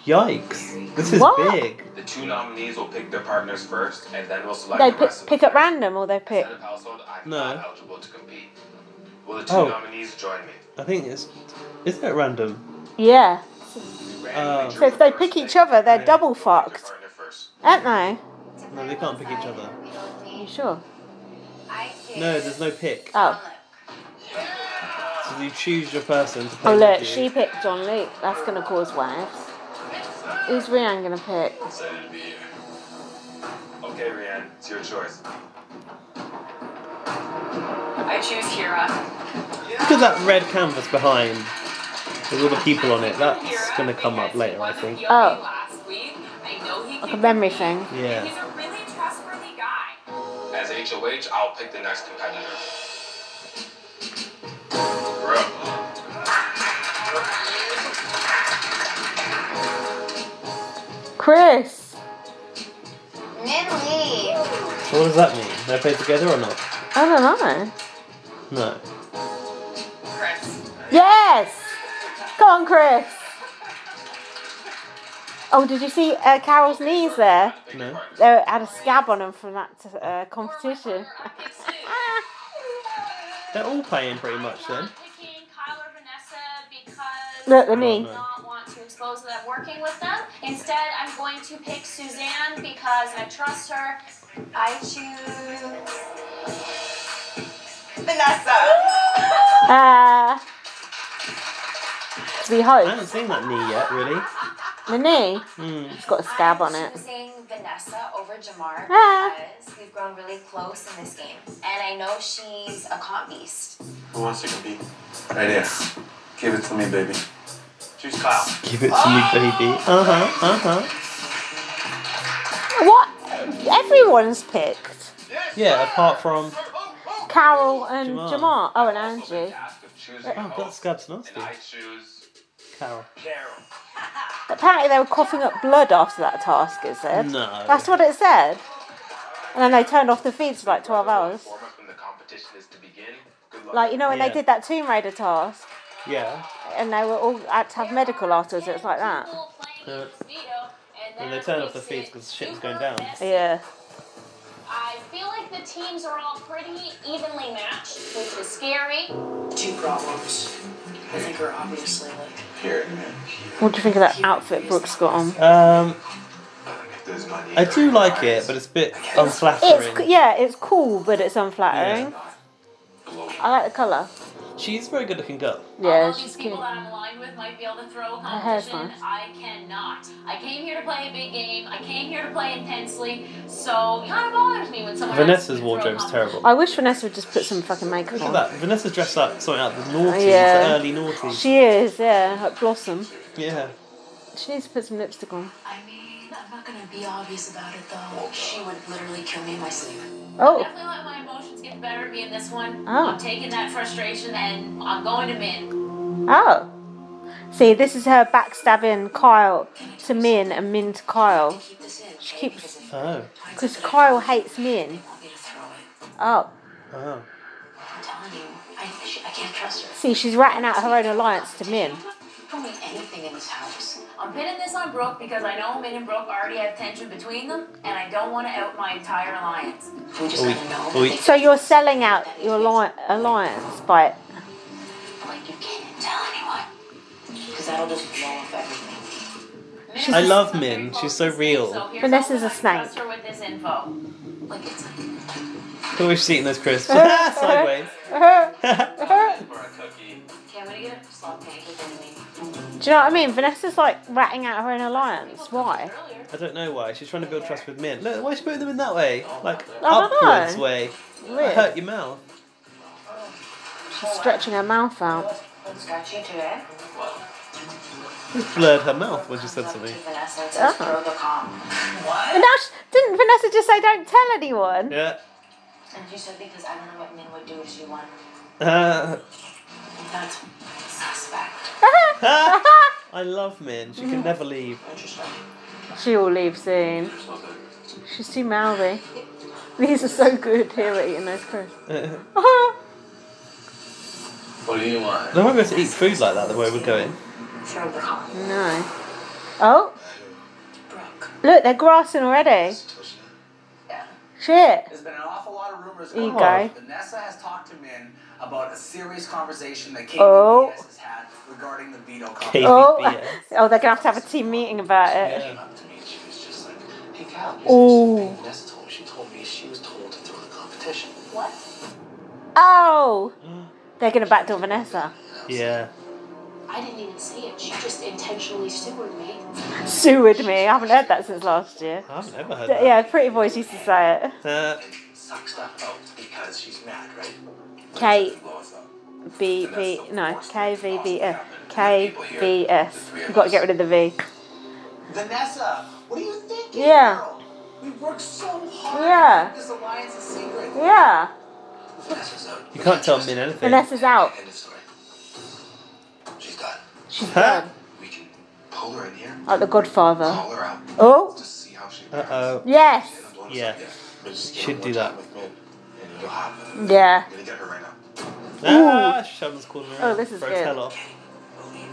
S2: Yikes. This is
S1: What?
S2: big.
S3: The two nominees will pick their partners first, and then we'll select
S1: Ah. they
S3: the
S1: pick
S3: rest of
S1: pick at random or they pick.
S3: the household. I'm
S2: No.
S3: not eligible to compete. Will the two
S2: Oh.
S3: nominees join me?
S2: I think it's. Isn't it random?
S1: Yeah.
S2: Oh.
S1: So if they pick each other, they're double fucked, aren't they?
S2: No, they can't pick each other.
S1: you sure?
S2: No, there's no pick.
S1: Oh.
S2: So you choose your person to play
S1: Oh look,
S2: with
S1: she
S2: you.
S1: picked John Luke. That's gonna cause waves. Who's Rianne gonna pick?
S3: Excited to be here. Okay, Rianne, it's your choice.
S21: I choose Kira.
S2: Look at that red canvas behind. With all the people on it. That's going to come up later, I think.
S1: Oh,
S7: Last week, I know he
S1: like a memory thing.
S2: Yeah.
S7: He's a really trustworthy guy.
S3: As HOH, I'll pick the next competitor. Bro.
S1: Chris.
S10: Min Lee.
S2: So what does that mean? They play together or not?
S1: I don't know.
S2: No.
S1: Yes. Come on, Chris. Oh, did you see uh, Carol's knees there?
S2: No.
S1: They had a scab on them from that uh, competition.
S2: They're all playing pretty much then.
S22: Picking Kyle or Vanessa because
S1: Look, the
S22: I
S1: knee.
S2: Oh,
S22: do not want to expose them working with them. Instead, I'm going to pick Suzanne because I trust her. I choose.
S21: Vanessa!
S1: Uh, we
S2: I
S1: hope
S2: haven't seen that knee yet, really.
S1: the knee.
S2: Mm.
S1: It's got a scab on it.
S10: Choosing Vanessa over Jamar
S1: Ah.
S10: because we've grown really close in this game, and I know she's a con beast.
S5: Who wants to compete? Right here. Give it to me, baby. Choose Kyle.
S2: Give it to me, baby. Uh huh. Uh huh.
S1: What? Everyone's picked.
S2: Yeah. Apart from.
S1: Carol and
S2: Jamar.
S1: Jamar. Oh, and Angie.
S2: Oh, that scab's nasty. Carol.
S1: Apparently, they were coughing up blood after that task, it said.
S2: No.
S1: That's what it said. And then they turned off the feeds for like 12 hours. Like, you know, when
S2: Yeah.
S1: they did that Tomb Raider task
S2: Yeah.
S1: and they were all had to have medical afterwards, it was like that.
S2: Uh, and they turn off the feeds because shit was going down.
S1: Yeah.
S22: I feel like the teams are all pretty evenly matched, which is scary.
S23: Two problems. I think are obviously like
S24: scared, man.
S1: What do you think of that outfit Brooke's got on?
S2: Um, I do like it, but it's a bit
S1: It's
S2: unflattering.
S1: yeah, it's cool, but it's unflattering. I like the colour.
S2: She's a very good looking girl.
S1: Yeah,
S25: All these
S1: she's
S25: people
S1: cute.
S25: that I'm aligned with might be able to throw a
S1: Her hair's
S25: competition. I cannot. I came here to play a big game. I came here to play intensely. So it kind of bothers me when someone.
S2: Vanessa's wardrobe's terrible.
S1: I wish Vanessa would just put some fucking makeup
S2: Look at
S1: on.
S2: that. Vanessa's dressed like something out of the naughty,
S1: Yeah.
S2: the early naughty.
S1: She is, yeah, like Blossom.
S2: yeah.
S1: She needs to put some lipstick on.
S10: I mean, I'm not gonna be obvious about it though. She would literally kill me in my sleep.
S1: Oh.
S25: Definitely let my emotions get the better of me in this one.
S1: Oh.
S25: I'm taking that frustration and I'm going to Min.
S1: Oh. See, this is her backstabbing Kyle to Min and Min to Kyle. She keeps.
S2: Oh.
S1: Because Kyle hates Min. Oh.
S2: Oh.
S10: I'm telling you, I, she, I can't trust her.
S1: See, she's ratting out her own alliance to Min.
S10: Don't mean anything in this house.
S25: I'm pinning this on Brooke because I know Min and Brooke already have tension between them, and I don't want to out my entire alliance.
S10: We just gotta know.
S2: Oi.
S1: So you're selling out your li- alliance by.
S10: Like you can't tell anyone. Because that'll just blow up everything.
S2: I love Min. She's so real.
S25: So here's
S1: Vanessa's a
S25: how I
S1: snake.
S25: trust her with this info. Like it's like
S2: Who is she eating those crisps? Sideways.
S1: Do
S10: Okay, I'm gonna get a slot pancake enemy.
S1: you know what I mean? Vanessa's like ratting out her own alliance. Why?
S2: I don't know why. She's trying to build trust with Min. Look, why is she putting them in that way? Like
S1: don't know.
S2: upwards way.
S1: Weird.
S2: Hurt your mouth.
S1: She's stretching her mouth out.
S10: What's got you eh? today?
S2: Just blurred her mouth when she said something.
S10: Vanessa and says,
S1: Oh.
S10: throw the calm.
S1: And now she- didn't Vanessa just say, don't tell anyone?
S2: Yeah.
S10: And she said, because I don't know what men would do if she won.
S2: Uh,
S10: That's suspect.
S2: ah, I love Min. She can never leave.
S10: Interesting.
S1: She will leave soon. She's too mouthy. These are so good here at eating those crisps.
S2: they
S24: What do you want?
S2: won't be able to eat food like that the way we're going.
S10: Throw the calm.
S1: no. Oh. Look, they're grassing already. Shit.
S3: There's been an awful lot of rumors
S1: There you
S3: going on.
S1: go.
S3: Vanessa has talked to Min about a serious conversation that Katie
S1: Oh.
S3: Diaz has had regarding the veto complex.
S1: Oh. Oh, they're gonna have to have a team meeting about it.
S26: Hey, Cal, here's
S1: Ooh.
S26: the thing Vanessa told me. She told me she was told to throw the competition. What?
S1: Oh. They're gonna backdoor Vanessa.
S2: Yeah.
S10: I didn't even say it. She just intentionally sewered me.
S1: Sewered me. I haven't heard that since last year.
S2: I haven't ever heard that.
S1: Yeah, Pretty Voice used to say it.
S2: Uh,
S26: Sucks that out because she's mad, right?
S1: K B V no K V B S K V S. You got to get rid of the V.
S3: Vanessa, what are you thinking?
S1: Yeah,
S3: We worked so hard
S1: Yeah.
S3: to keep this alliance a secret.
S1: yeah.
S2: you can't tell Min anything.
S1: Vanessa's out.
S26: She's done.
S1: She's done.
S26: Pull her in here.
S1: Like the Godfather.
S26: Call her out.
S1: Oh
S2: Uh oh.
S1: yes,
S2: Yeah. Should do that.
S1: yeah.
S2: Ah, Sheldon's calling her.
S1: Oh,
S2: out.
S1: this is
S2: Broke
S1: good.
S2: Hell off.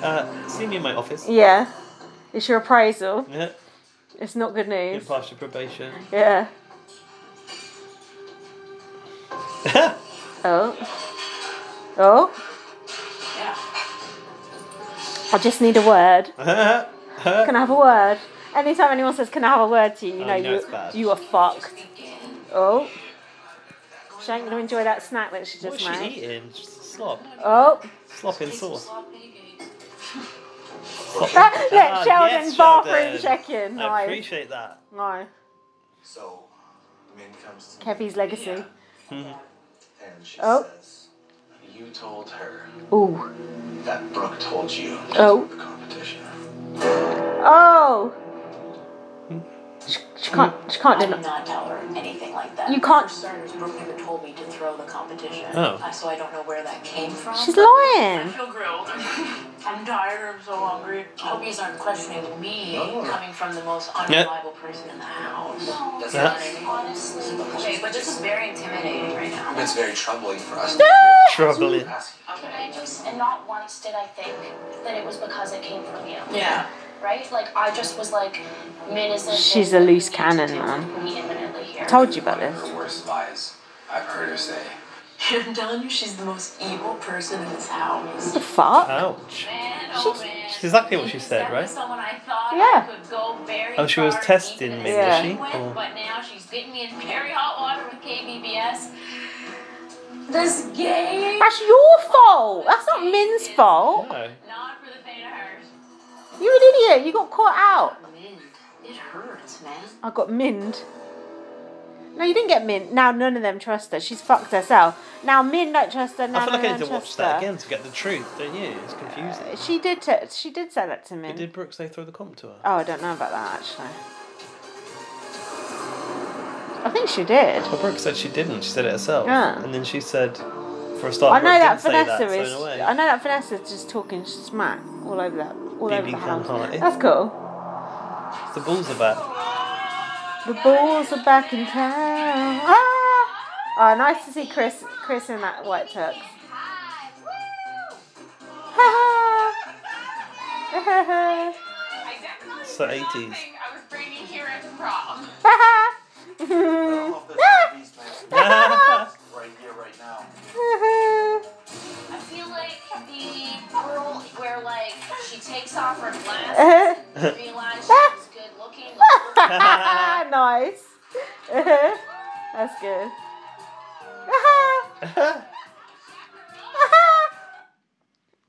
S2: Uh, see me in my office.
S1: Yeah, it's your appraisal.
S2: Yeah.
S1: It's not good
S2: You
S1: news.
S2: passed your probation.
S1: Yeah. oh. Oh. I just need a word.
S2: Uh-huh.
S1: Can I have a word? Anytime anyone says, "Can I have a word?" to you, you
S2: Oh,
S1: know
S2: you know
S1: you
S2: it's bad.
S1: you are fucked. Oh. She ain't gonna enjoy that snack that she just
S2: What's she
S1: made.
S2: eating? Just slop.
S1: Oh.
S2: Slop in sauce.
S1: Look,
S2: Ah,
S1: Sheldon,
S2: yes,
S1: bathroom
S2: Sheldon.
S1: check-in. No.
S2: I appreciate that.
S1: no.
S26: So, Min comes to
S1: Kevi's legacy.
S26: and she
S1: Oh.
S26: says, You told her
S1: Ooh.
S26: that Brooke told you
S1: Oh. Oh.
S2: Hmm?
S1: She, she can't. She can't do
S10: I did
S1: that.
S10: not tell her anything like that.
S1: You can't-
S10: For starters, Brooke never told me to throw the competition.
S1: Oh.
S10: Uh, so I don't know where that came from.
S1: She's lying.
S10: feel grilled. I'm tired. I'm so hungry. I hope you aren't questioning me coming from the most unreliable person in the house. Does
S26: Yeah.
S10: that mean- Honestly, okay, but this is very intimidating right now.
S26: It's very troubling for us.
S2: Troubling.
S27: Can I just, and not once did I think that it was because it came from you.
S10: Yeah.
S27: Right? Like, I just was like, Min is this.
S1: She's a loose cannon, man.
S27: We imminently
S1: I
S27: here.
S1: told you about this.
S26: Her worst lies, I've heard her say.
S10: I'm telling you, she's the most evil person in this house.
S1: The fuck?
S27: oh,
S2: Ouch.
S1: She's,
S2: That's exactly what she said, right?
S10: Someone I thought
S1: Yeah.
S10: I could go very
S2: Oh, she was
S10: far
S2: testing
S10: deep
S2: me,
S10: in
S2: was
S10: the
S2: she? Oh.
S10: with,
S2: Or-
S10: But now she's getting me in very hot water with KBBS. This game.
S1: That's your fault. That's not Min's fault. You're an idiot. You got caught out.
S10: It hurts, man.
S1: I got minned. No, you didn't get minned. Now none of them trust her. She's fucked herself. Now Min don't trust her. Now
S2: I feel like
S1: none
S2: I
S1: of
S2: need
S1: them
S2: to watch
S1: trust
S2: that
S1: her.
S2: again to get the truth, don't you? It's confusing.
S1: She did. T- she did say that to Min.
S2: But did Brooks say throw the comp to her?
S1: Oh, I don't know about that actually. I think she did.
S2: Well, Brooke said she didn't. She said it herself.
S1: Yeah.
S2: And then she said, for a start,
S1: I know that
S2: Brooke didn't say
S1: Vanessa
S2: that,
S1: is.
S2: So in a way,
S1: I know that Vanessa's just talking smack all over that, all over the
S2: BB
S1: house.
S2: Canhart.
S1: That's cool.
S2: the balls are back.
S1: The balls are back in town. Ah! Oh, nice to see Chris, Chris in that white tux. Ha ha.
S2: So 80s.
S7: I was bringing here at prom.
S1: Ha
S7: Ah.
S5: right here, right now.
S1: ha.
S10: I feel like the girl where like she takes off her
S1: Uh-huh.
S10: glasses and realizes
S1: Eh.
S10: she's good looking.
S1: nice. That's good.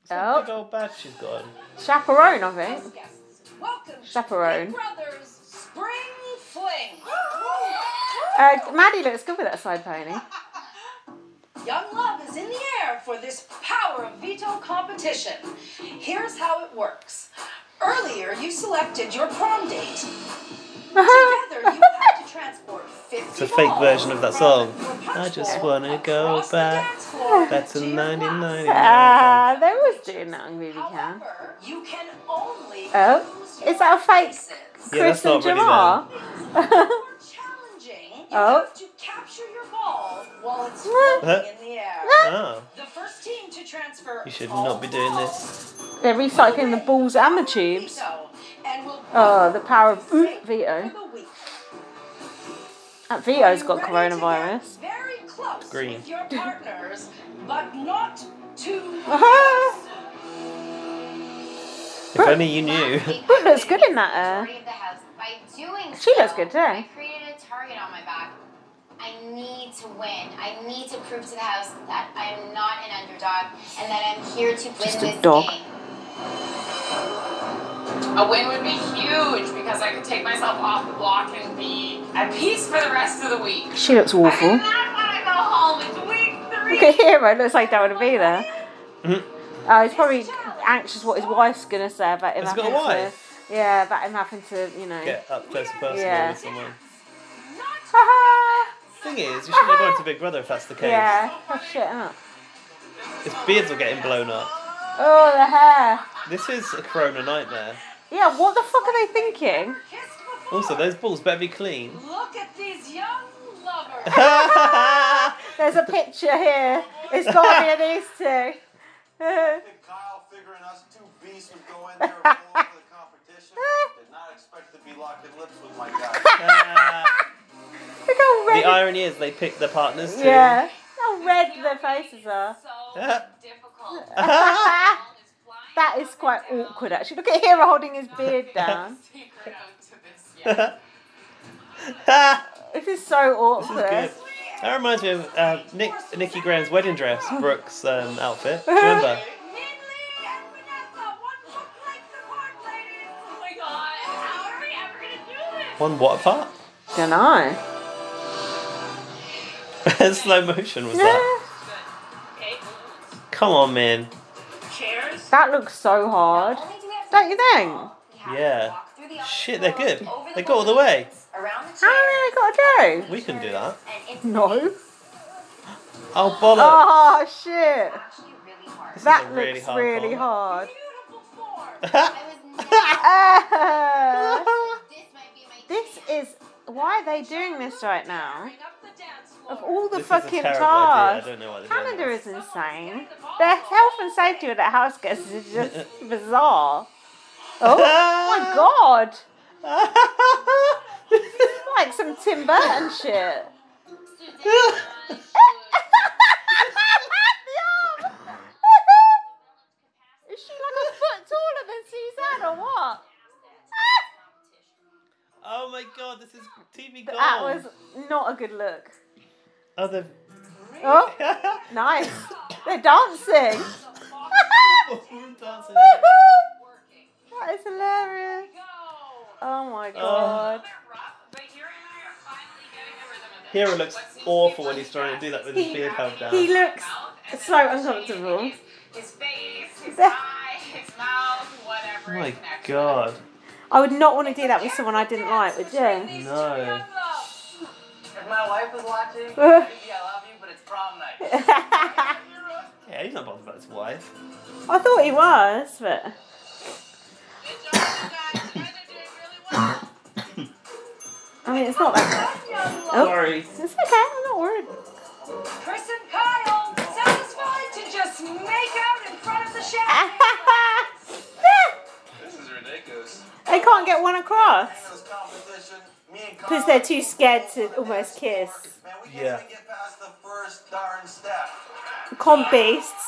S2: Big
S1: oh,
S2: old badge she's got.
S1: chaperone, I think.
S10: Welcome
S1: Chaperone.
S10: Brothers Spring Fling.
S1: Uh, Maddie looks good with that side pony.
S10: Young love is in the air for this power of veto competition. Here's how it works. Earlier, you selected your prom date. Together, you have to transport 50
S2: It's a fake version of that song.
S10: from
S2: I just wanna go back. That's a 1999.
S1: Ah, they was doing that on BB Can.
S10: You can only
S1: Oh, is that a fake
S2: Yeah, that's
S1: Chris and
S2: not really
S1: Jamar?
S10: challenging. You
S1: Oh.
S10: have to capture your ball while it's
S1: What?
S10: floating in the air.
S2: Oh.
S10: The first team to transfer
S2: You should not be doing this.
S1: They're recycling the balls and the tubes. Oh, the power of mm, Vito. That Vito's got coronavirus.
S10: very close
S1: Green.
S10: with your partners, but not too
S2: If only you knew.
S1: Brooke looks good in
S11: Of
S1: that.
S11: the house. By doing
S1: Uh, she
S11: so,
S1: looks good too.
S11: I created a target on my back. I need to win. I need to prove to the house that I am not an underdog and that I'm here to win
S1: Just
S11: this
S1: a dog.
S11: game.
S7: A win would be huge because I could take myself off the block and be at peace for the rest of the week.
S1: She looks awful.
S7: I go home. It's week three.
S1: Look at Hero, looks like that would be there.
S2: Mhm.
S1: Oh, he's probably anxious what his wife's gonna say about him
S2: Has he got
S1: having
S2: a
S1: to.
S2: wife?
S1: Yeah, about him having to, you know.
S2: Get up close and personal
S1: Yeah.
S2: with someone.
S1: Ha
S2: Thing is, you should have gone to Big Brother if that's the
S1: ha.
S2: case.
S1: yeah, oh, shit up.
S2: His beards are getting blown up.
S1: Oh, the hair.
S2: This is a corona nightmare.
S1: Yeah, what the fuck are they thinking?
S2: Also, those balls better be clean.
S10: Look at these young lovers.
S1: There's a picture here. It's gotta be these two.
S5: Kyle figuring us two beasts would go in there and pull over the competition. Did not expect to be locking lips with my guy.
S1: Look how
S2: The
S1: red.
S2: irony is they picked their partners too.
S1: Yeah. How red their faces are. that is quite awkward actually. Look at Hero holding his beard down.
S7: Secret out to this.
S1: this is so awkward.
S2: Good. That reminds me of uh, Nick, Nikki Graham's wedding dress, Brooks' um, outfit. Do you remember?
S7: Oh my god. How are we ever gonna do this?
S2: One what part?
S1: Don't know.
S2: Slow motion was that? Come on, man.
S1: Cheers. That looks so hard. Don't you think?
S2: Yeah. Shit, they're good. They go all the way.
S1: How many have they got to
S2: We can do that.
S1: do? No.
S2: Oh, bollocks.
S1: Oh shit.
S2: This is
S1: That
S2: a really
S1: looks
S2: hard
S1: really
S2: part.
S1: hard. Uh, this is why are they doing this right now? Of all the
S2: This is a
S1: fucking
S2: terrible idea. I
S1: tasks,
S2: don't know why they're doing
S1: Canada is insane. The health and safety of the house guests is just bizarre. Oh my god! This is like some Tim Burton shit. The arm. Is she like a foot taller than
S2: Oh, my god, this is TV gold.
S28: Oh.
S1: That was not a good look.
S2: Oh, the
S1: Oh, nice. They're dancing.
S2: dancing.
S1: that is hilarious. Oh my god.
S2: Hero looks awful when he's trying to do that with his beard held down.
S1: He looks so uncomfortable.
S7: His face, his
S1: That-
S7: eye, his mouth, whatever.
S2: oh my god.
S1: I would not want to do that with someone I didn't like, would you?
S2: No.
S28: If my wife was watching, maybe I love you, but it's prom night.
S1: I
S2: Yeah, he's not bothered about his wife.
S1: thought he was, but. I mean, it's not that. Oh.
S2: Sorry.
S1: It's okay, I'm not worried.
S11: Chris and Kyle, satisfied to just make out in front of the champagne.
S3: This is ridiculous.
S1: They can't get one across. Because they're too scared to almost kiss.
S2: Yeah.
S1: Con beasts.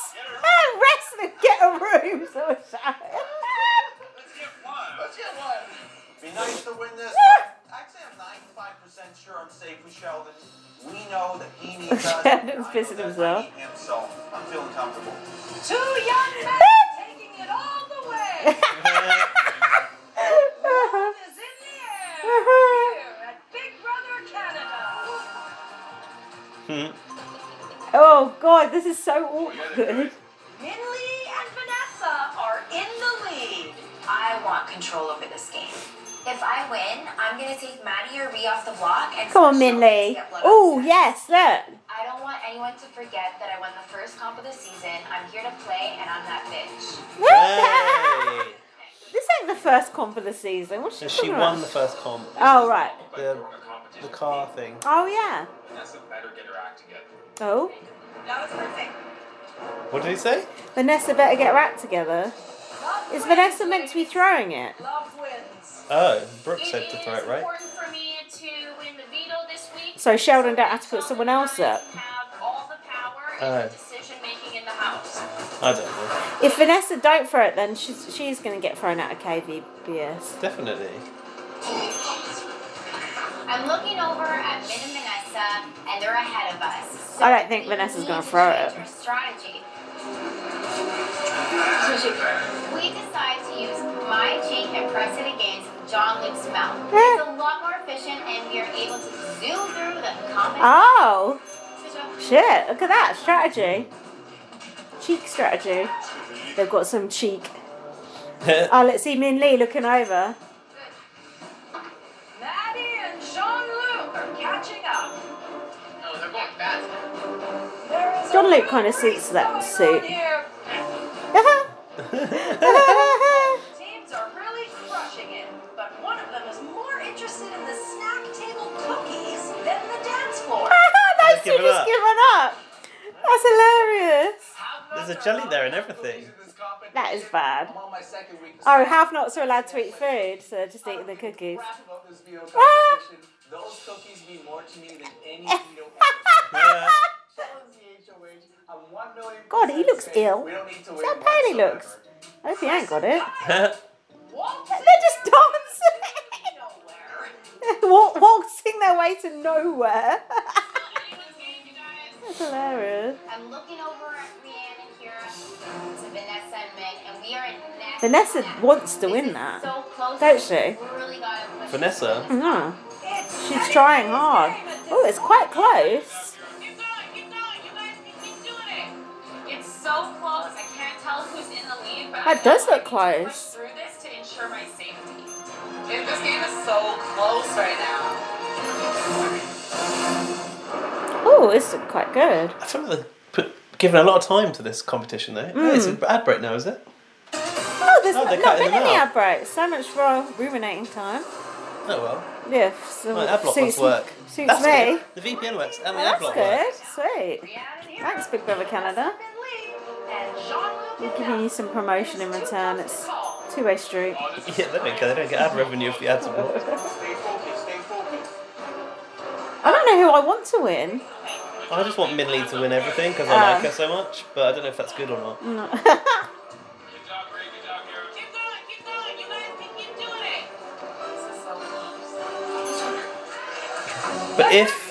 S1: Ah, wrestling, get a room. So it's-
S5: Let's get one. Be nice to win this. Actually, I'm 95% sure I'm safe with Sheldon. We know that he needs us.
S1: Sheldon's pissing himself.
S5: him, so I'm feeling comfortable.
S11: Two young men taking it all the way. Love is in the air here at Big Brother Canada.
S1: Oh god, this is so awkward.
S11: Minley and Vanessa are in the lead.
S29: I want control over this game. If I win, I'm gonna take Maddie or Ree off the block and
S1: Come on, Minley. Oh yes, look.
S29: I don't want anyone to forget that I won the first comp of the season. I'm here to play and I'm that bitch.
S1: This ain't the first con for the season. What's she
S2: So she
S1: talking
S2: won
S1: about?
S2: the first comp.
S1: Oh right.
S2: The, the car thing.
S1: Oh yeah.
S3: Vanessa better get her act together.
S1: Oh.
S11: That was perfect.
S2: What did he say?
S1: Vanessa better get her act together. Is Vanessa meant to be throwing it?
S11: Love wins.
S2: Oh, Brooke said to throw it, right?
S7: important for me to win the veto this week.
S1: So Sheldon don't have to put someone else up.
S7: Have all the power
S2: Oh,
S7: and decision making in the house.
S2: I don't know.
S1: If Vanessa don't throw it, then she's, she's going to get thrown out of KVBS.
S2: Definitely.
S30: I'm looking over at Min and Vanessa, and they're ahead of us. So
S1: I don't think Vanessa's going to throw it.
S30: our strategy. We decide to use my cheek and press it against John Luke's mouth. It's a
S1: Eh.
S30: lot more efficient, and we are able to zoom through the comments.
S1: Oh! Shit, look at that strategy. Cheek strategy. They've got some cheek. oh, let's see Min Lee looking over.
S11: Maddie and Jean Luc are catching up. No, they're going fast. There is
S1: John Luke kind of suits that suit.
S11: here.
S1: oh,
S11: Teams are really crushing it, but one of them is more interested in the snack table cookies than the dance floor.
S1: those two
S2: Give it
S1: just
S2: up.
S1: given up. That's hilarious.
S2: There's a jelly there and everything.
S1: That is bad. Oh, half nots are allowed to eat food, so they're just eating the cookies. Ah!
S5: Those cookies mean more to me than any
S1: God, he looks ill. See how pale he looks. I hope he ain't got it. They're just dancing. Walk, waltzing their way to nowhere. That's hilarious.
S30: I'm looking over at Leanne and Kira to Vanessa and Meg, and we are in neck.
S1: Vanessa wants to win that, don't she?
S2: Vanessa?
S1: No. She's trying hard. Oh, it's quite close.
S7: It's so close. I can't tell who's in the lead, but
S1: That
S7: I
S1: does
S7: know I
S1: look
S7: need to
S1: close.
S7: Push through this to ensure my safety.
S28: Dude, this game is so close right now.
S1: Oh, it's quite good.
S2: I feel like they've put, given a lot of time to this competition, though.
S1: Hmm.
S2: Yeah, it's an ad break now, is it?
S1: Oh, there's
S2: Oh,
S1: not,
S2: they're
S1: not
S2: cutting
S1: been any
S2: them
S1: ad breaks. So much for our ruminating time.
S2: Oh, well.
S1: Yeah, f- so
S2: My ad block
S1: suits,
S2: must work.
S1: suits
S2: That's
S1: me.
S2: good. The VPN works and
S1: Oh,
S2: the ad
S1: that's
S2: block
S1: good.
S2: works.
S1: Sweet. Thanks, Big Brother Canada. We're giving you some promotion in return. It's two-way street.
S2: Yeah, they don't care. They don't get ad revenue if the ads are blocked.
S1: I don't know who I want to win.
S2: I just want Minley to win everything because
S1: Ah.
S2: I like her so much, but I don't know if that's good or not.
S1: No.
S2: But if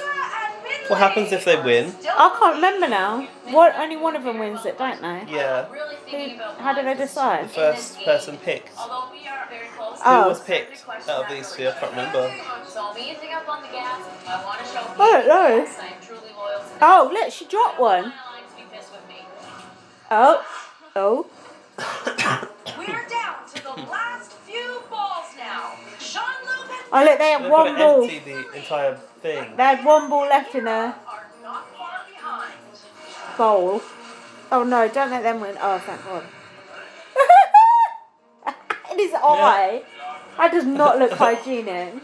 S2: what happens if they win?
S1: I can't remember now. What? Only one of them wins it, don't they?
S2: Yeah,
S1: Who, how do they
S2: the
S1: decide?
S2: first person picked.
S1: Oh.
S2: Who was picked out of uh, these two? I can't remember.
S7: So I'm easing up on the gas. I want to show people
S1: I don't know.
S7: that I'm truly loyal to them.
S1: Oh, look, she dropped one.
S7: Lines be pissed with me.
S1: Oh, oh.
S23: We're down to the last few balls now. Sean Lopez
S1: Oh, look, they had
S2: They're
S1: one
S2: gonna
S1: ball.
S2: empty the entire thing.
S1: They had one ball left in their
S23: are not far behind.
S1: bowl. Oh no, don't let them win. Oh, thank God. in his eye. That does not look hygienic.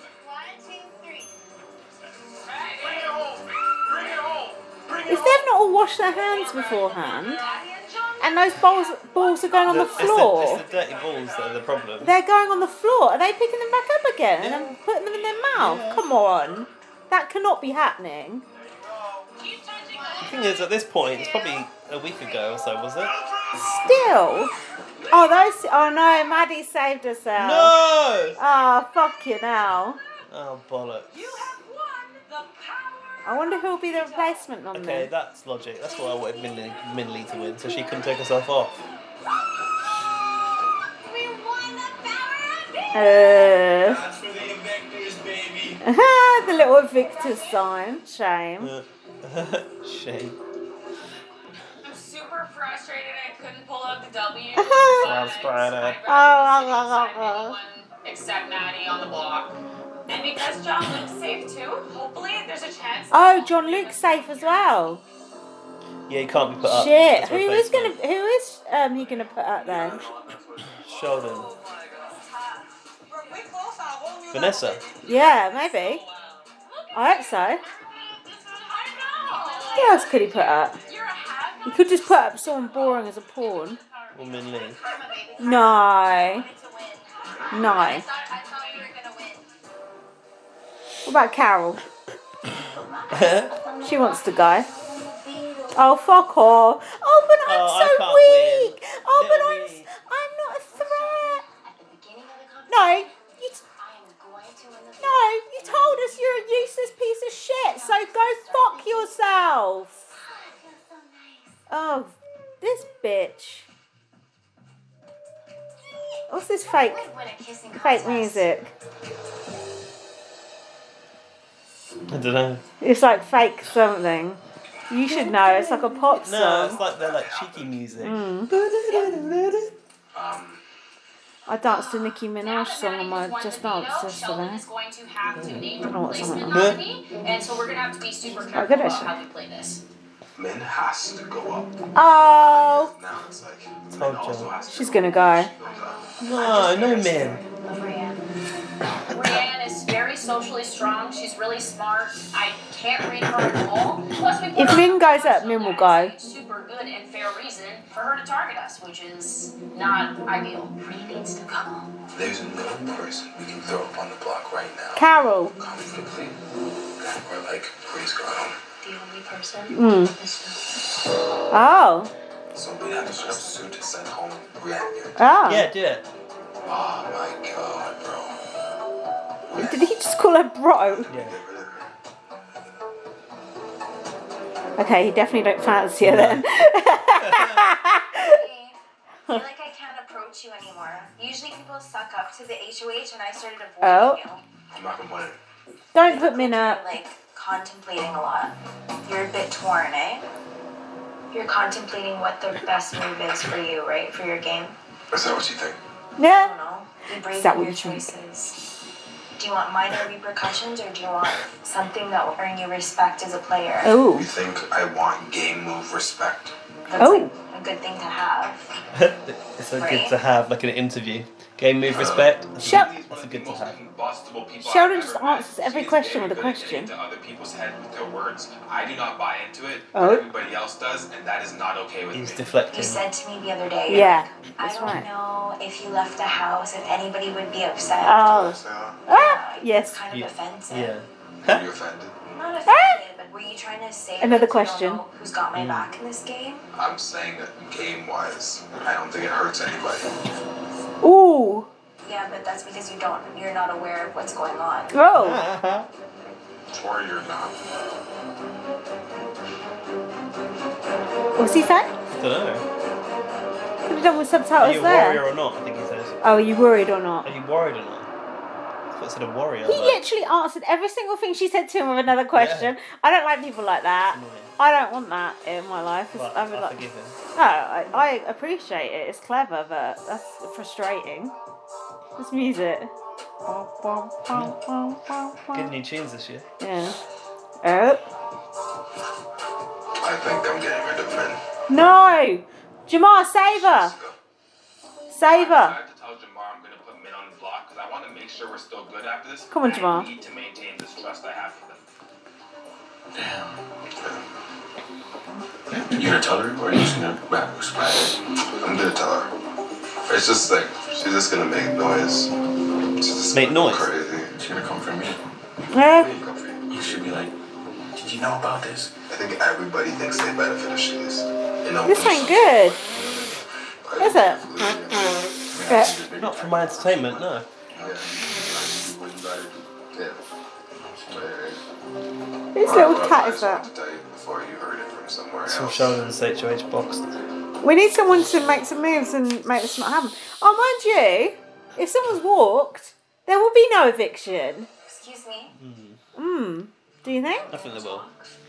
S1: If they've not all washed their hands beforehand, and those balls balls are going on the
S2: it's
S1: floor,
S2: It's the, dirty balls that are the problem.
S1: they're going on the floor. Are they picking them back up again and then putting them in their mouth? Come on, that cannot be happening.
S2: The thing is, at this point, it's probably a week ago or so, was it?
S1: Still, oh those. Oh no, Maddie saved herself.
S2: No!
S1: Oh fuck you now.
S2: Oh bollocks.
S1: I wonder who'll be the replacement on
S2: Okay,
S1: this.
S2: that's logic. That's why I wanted Min Lee, Min Lee to win, so she couldn't take herself off.
S1: Uh, the little Victor sign. Shame.
S2: Shame.
S7: I'm super frustrated I couldn't pull out the W.
S2: Last Friday.
S1: Oh, oh, oh,
S7: Except Maddie on the block. And because John looks safe too, hopefully there's a chance.
S1: Oh, John Luke's safe as well.
S2: Yeah, you can't be put up.
S1: Shit,
S2: as
S1: who is
S2: replacement.
S1: gonna who is um he gonna put up there?
S2: Sheldon. Vanessa.
S1: Yeah, maybe. I hope so. Who else could he put up? He could just put up someone boring as a pawn.
S2: Or Min Lee.
S1: No. No. What about Carol? She wants to go. Oh fuck off! Oh, but I'm
S11: Oh, I
S1: so
S11: can't
S1: weak. Oh, but I'm s- I'm not a threat. No, you. T- no, you told us you're a useless piece of shit. So go fuck yourself. Oh, this bitch. What's this fake fake music?
S2: I don't know.
S1: It's like fake something. You should know. It's like a pop song.
S2: No, it's like they're like cheeky music.
S1: Hmm. Mm. I danced a Nicki Minaj song on my Just Dance yesterday.
S7: Sheldon is going to have to name
S1: I
S7: a
S1: don't know what's on
S7: replacement
S1: it.
S7: nominee, and so we're gonna have to be super
S1: Oh,
S7: careful
S1: good
S7: about
S1: actually.
S7: how we play this.
S5: Men has to go up.
S1: Oh,
S5: Now it's like men also has to
S1: she's gonna go.
S2: No, no men.
S7: Brienne is very socially strong. She's really smart. I can't read her at all. Plus, we put
S1: If
S7: her
S1: Min goes up, Min will go.
S7: super good and fair reason for her to target us, which is not ideal. He needs to come.
S5: There's no person we can throw up on the block right now.
S1: Carol.
S5: Comfortably. That we're like, please go home.
S10: The only person.
S1: Mm. Oh.
S5: So we have to put up suit to send home Brianna.
S1: Oh.
S2: Yeah, do it.
S5: Oh my god, bro.
S1: Did he just call her bro? Okay, he definitely don't fancy her then.
S10: I feel like I can't approach you anymore. Usually people suck up to the HOH and I started avoiding
S1: Oh.
S10: you.
S5: I'm not gonna win it.
S1: Don't put Min up.
S10: Like contemplating a lot. You're a bit torn, eh? You're contemplating what the best move is for you, right? For your game.
S5: Is that what you think?
S1: Yeah.
S10: You
S1: Is
S10: brave
S1: that
S10: in
S1: what
S10: your
S1: you think?
S10: choices. Do you want minor repercussions or do you want something that will earn you respect as a player?
S1: Oh.
S5: You think I want game move respect?
S10: That's
S1: Oh.
S10: like a good thing to have.
S2: it's so good to have like an interview. Game move respect.
S1: Shel-
S2: That's a good to have.
S3: Bustable people I've
S1: Sheldon
S3: ever
S1: just
S3: met.
S1: answers every
S3: She is
S1: question
S3: very
S1: with a
S3: good at getting
S1: question.
S3: Into other people's head with their words. I do not buy into it. but
S1: Oh.
S3: Everybody else does, and that is not okay with
S2: He's
S3: me.
S10: You
S2: deflecting.
S10: said to me the other day.
S1: Yeah,
S10: I
S1: that's
S10: don't
S1: right.
S10: know if you left the house, if anybody would be upset.
S1: Oh. Ah, yes.
S10: Kind of offensive.
S2: Yeah.
S5: Are you offended?
S10: I'm not offended, but were you trying to say
S1: Another
S10: that you
S1: question.
S10: don't know who's got my back in this game?
S5: I'm saying that game wise, I don't think it hurts anybody.
S1: Ooh.
S10: Yeah, but that's because you don't. You're not aware of what's going on.
S1: Oh.
S16: Tori, you're not.
S1: What's he say?
S2: Don't know.
S1: Could have done with
S2: Are
S1: subtitles
S2: you a
S1: there.
S2: warrior or not? I think he says.
S1: Oh, are you worried or not?
S2: Are you worried or not? I thought it said a warrior.
S1: He
S2: but-
S1: literally answered every single thing she said to him with another question. I don't like people like that. I don't want that in my life. It's-
S2: But
S1: I would
S2: I
S1: like-
S2: forgive him.
S1: No, I, I appreciate it. It's clever, but that's frustrating. This music. Bum, bum, bum, bum, bum, bum.
S2: Good new tunes this year.
S1: Yeah. Oh.
S16: I think I'm getting her to vent.
S1: No! Jamar, save her! Save her!
S3: Tell Jamar I'm gonna put Min on the block because I want to make sure we're still good after this.
S1: Come on,
S3: and
S1: Jamar.
S3: I need to maintain this trust I have for them.
S16: You gonna tell her, or are you just gonna rap I'm gonna tell her. It's just like she's just gonna make noise. She's just make noise. Crazy. She's gonna come for me.
S1: Yeah.
S16: You should be like, did you know about this? I think everybody thinks they benefit if she is. You know.
S1: This ain't good. Is it? Yeah.
S2: Not for my entertainment, no.
S16: Yeah.
S1: Whose little cat is that?
S2: Some Sheldon's HOH box.
S1: We need someone to make some moves and make this not happen. Oh, mind you, if someone's walked, there will be no eviction.
S10: Excuse me.
S1: Hmm. Do you think?
S2: I think they will.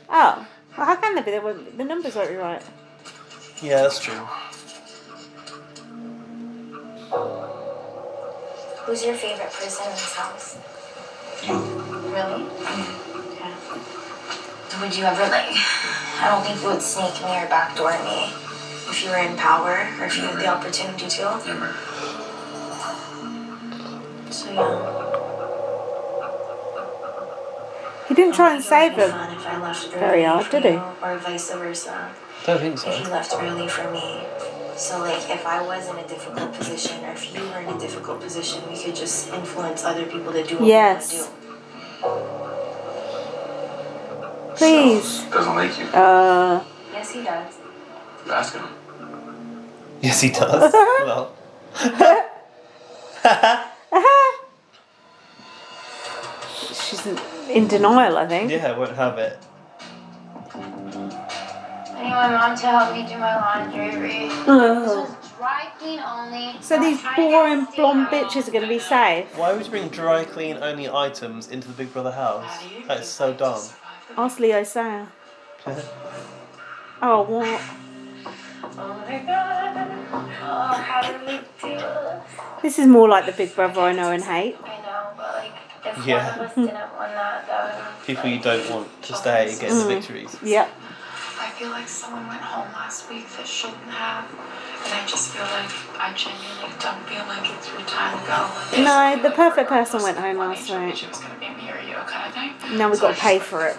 S1: Oh. Well, how can there be? There won't, the numbers won't be right.
S2: Yeah, that's true.
S10: Who's your favorite person in this house? Really? Yeah. Would you ever like? I don't think you would sneak me or backdoor me if you were in power or if you had the opportunity to. Never. So yeah.
S1: He didn't try and save them
S10: If I left early
S1: very hard,
S10: for
S1: did he?
S10: you, Or vice versa.
S2: Don't think so.
S10: If you left early for me. So like if I was in a difficult position or if you were in a difficult position, we could just influence other people to do what we
S1: Yes.
S10: want to do.
S1: Please.
S16: Doesn't like you.
S1: Uh.
S10: Yes he does.
S16: Ask him.
S2: Yes, he does. well,
S1: uh-huh. She's in, in denial, I think.
S2: yeah, I won't have it.
S22: I need my mom to help me do my laundry. Reed.
S1: Ugh.
S22: This is dry clean only.
S1: So these boring blonde bitches are going to be safe.
S2: Why would you bring dry clean only items into the Big Brother house? That's so dumb.
S1: Ask Leo Sayer. Oh, what?
S10: Oh my god. Oh, how do we do this?
S1: This is more like the Big Brother I know and hate.
S10: I know, but like if
S2: Yeah.
S10: one of us didn't win that, that
S2: People you don't want to stay getting the
S1: Mm.
S2: victories.
S1: Yep.
S21: I feel like someone went home last week that shouldn't have, and I just feel like I genuinely don't feel like it's your time to go.
S1: No, the perfect person went home last night. Now we've got to pay for it.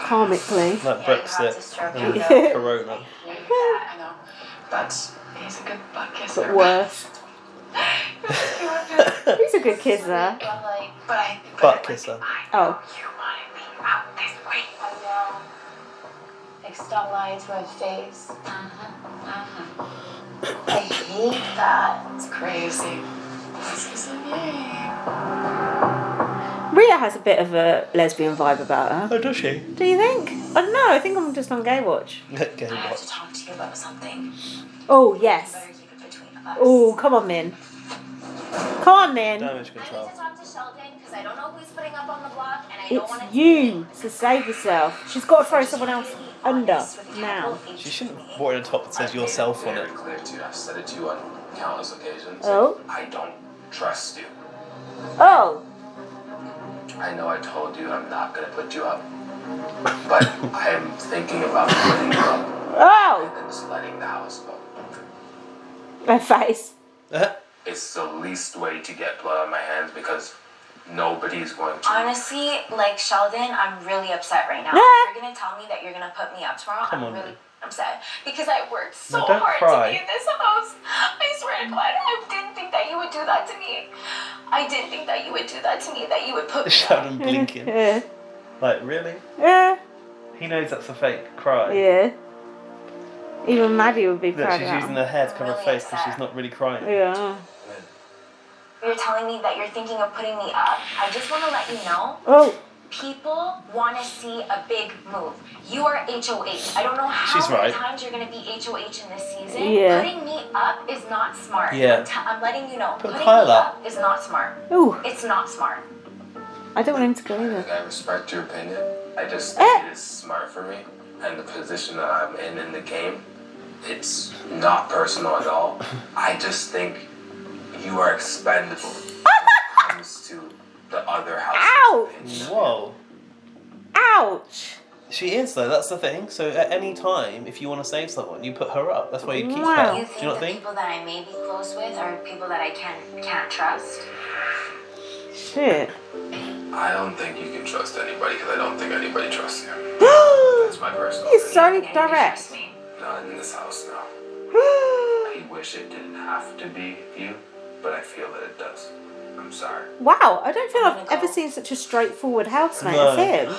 S1: Karmically.
S2: Like Brexit and
S1: Yeah.
S2: Corona.
S21: I know. That's he's a good butt
S1: But
S21: kisser.
S1: worse. He's a good kisser.
S21: But like, but I
S2: Butt kisser.
S1: Oh.
S10: I know. Like stop lying to my face.
S22: Uh-huh,
S10: I hate that.
S21: it's crazy. This is a game.
S1: Rhea has a bit of a lesbian vibe about her.
S2: Oh, does she?
S1: Do you think? I don't know. I think I'm just on Gay Watch.
S2: Game
S10: I have
S2: watch.
S10: to talk to you about something.
S1: Oh, yes.
S10: Better keep it between us.
S1: Oh, come on, Min. Come on, Min.
S2: Damage control.
S22: Talk to Sheldon because I don't know who's putting up on the block and I don't
S1: It's
S22: want to.
S1: you, so save yourself. She's got to throw someone else under now.
S2: She shouldn't have bought a top that says yourself on it.
S8: Very clear to you. I've said it to you on countless occasions.
S1: Oh.
S8: I don't trust you.
S1: Oh,
S8: I know I told you I'm not gonna put you up, but I'm thinking about putting you up
S1: oh!
S8: and just letting the house go.
S1: My face.
S8: It's the least way to get blood on my hands because nobody's going to.
S10: Honestly, like Sheldon, I'm really upset right now.
S1: Ah.
S10: If you're gonna tell me that you're gonna put me up tomorrow,
S2: Come
S10: I'm
S2: on,
S10: really
S2: Ruth.
S10: upset because I worked so
S2: No, don't
S10: hard
S2: cry.
S10: to be in this house. I swear to God, I didn't think that you would do that to me. I didn't think that you would do that to me. That you would put me up.
S2: Sheldon blinking.
S1: Yeah.
S2: Like, really?
S1: Yeah.
S2: He knows that's a fake cry.
S1: Eh, Yeah. Even Maddie would be
S2: That
S1: proud
S2: she's
S1: of
S2: using
S1: that.
S2: her hair to cover her face because she's not really crying.
S1: Yeah.
S10: You're telling me that you're thinking of putting me up. I just want to let you know
S1: Oh,
S10: People want to see a big move. You are HOH. I don't know how
S2: She's
S10: many
S2: right.
S10: times you're going to be HOH in this season.
S2: Yeah.
S10: Putting me up is not smart.
S2: Yeah.
S10: I'm, t- I'm letting you know.
S2: Put
S10: Putting
S2: Kyle
S10: me
S2: up.
S10: up is not smart.
S1: Ooh.
S10: It's not smart.
S1: I don't want him to go either.
S3: I respect your opinion. I just think it is smart for me and the position that I'm in in the game. It's not personal at all. I just think you are expendable when it comes to the other house.
S2: Whoa.
S1: Ouch.
S2: She is though. That's the thing. So at any time, if you want to save someone, you put her up. That's why you keep
S10: Wow.
S2: her.
S10: You
S2: Do
S10: think
S2: you not
S10: the
S2: think?
S10: people that I may be close with are people that I can can't trust?
S1: Shit.
S3: I don't think you can trust anybody because I don't think anybody trusts you. That's my personal.
S1: He's so direct.
S3: Not in this house now. I wish it didn't have to be you, but I feel that it does. I'm sorry.
S1: Wow, I don't feel I've ever seen such a straightforward housemate as
S3: No.
S1: him.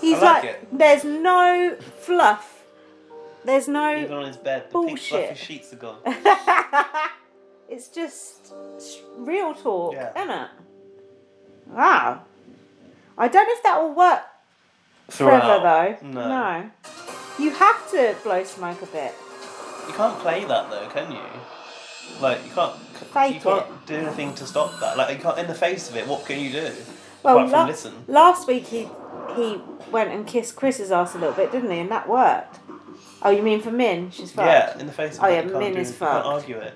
S1: He's
S2: I like
S1: like,
S2: it.
S1: there's no fluff. There's
S2: Even
S1: no.
S2: on his bed, the pink
S1: Bullshit.
S2: fluffy sheets are gone.
S1: It's just s- real talk,
S2: Yeah.
S1: isn't it? Wow. I don't know if that will work forever
S2: Throughout.
S1: though.
S2: No.
S1: You have to blow smoke a bit.
S2: You can't play that though, can you? Like you can't. c- you
S1: Fake
S2: can't do anything to stop that. Like you can't. In the face of it, what can you do? Apart from
S1: la-
S2: listen.
S1: last week he he went and kissed Chris's ass a little bit, didn't he? And that worked. Oh, you mean for Min? She's fucked.
S2: Yeah, in the face of
S1: Oh
S2: it,
S1: yeah,
S2: you can't
S1: Min
S2: do-
S1: is
S2: you Can't
S1: fucked.
S2: argue it.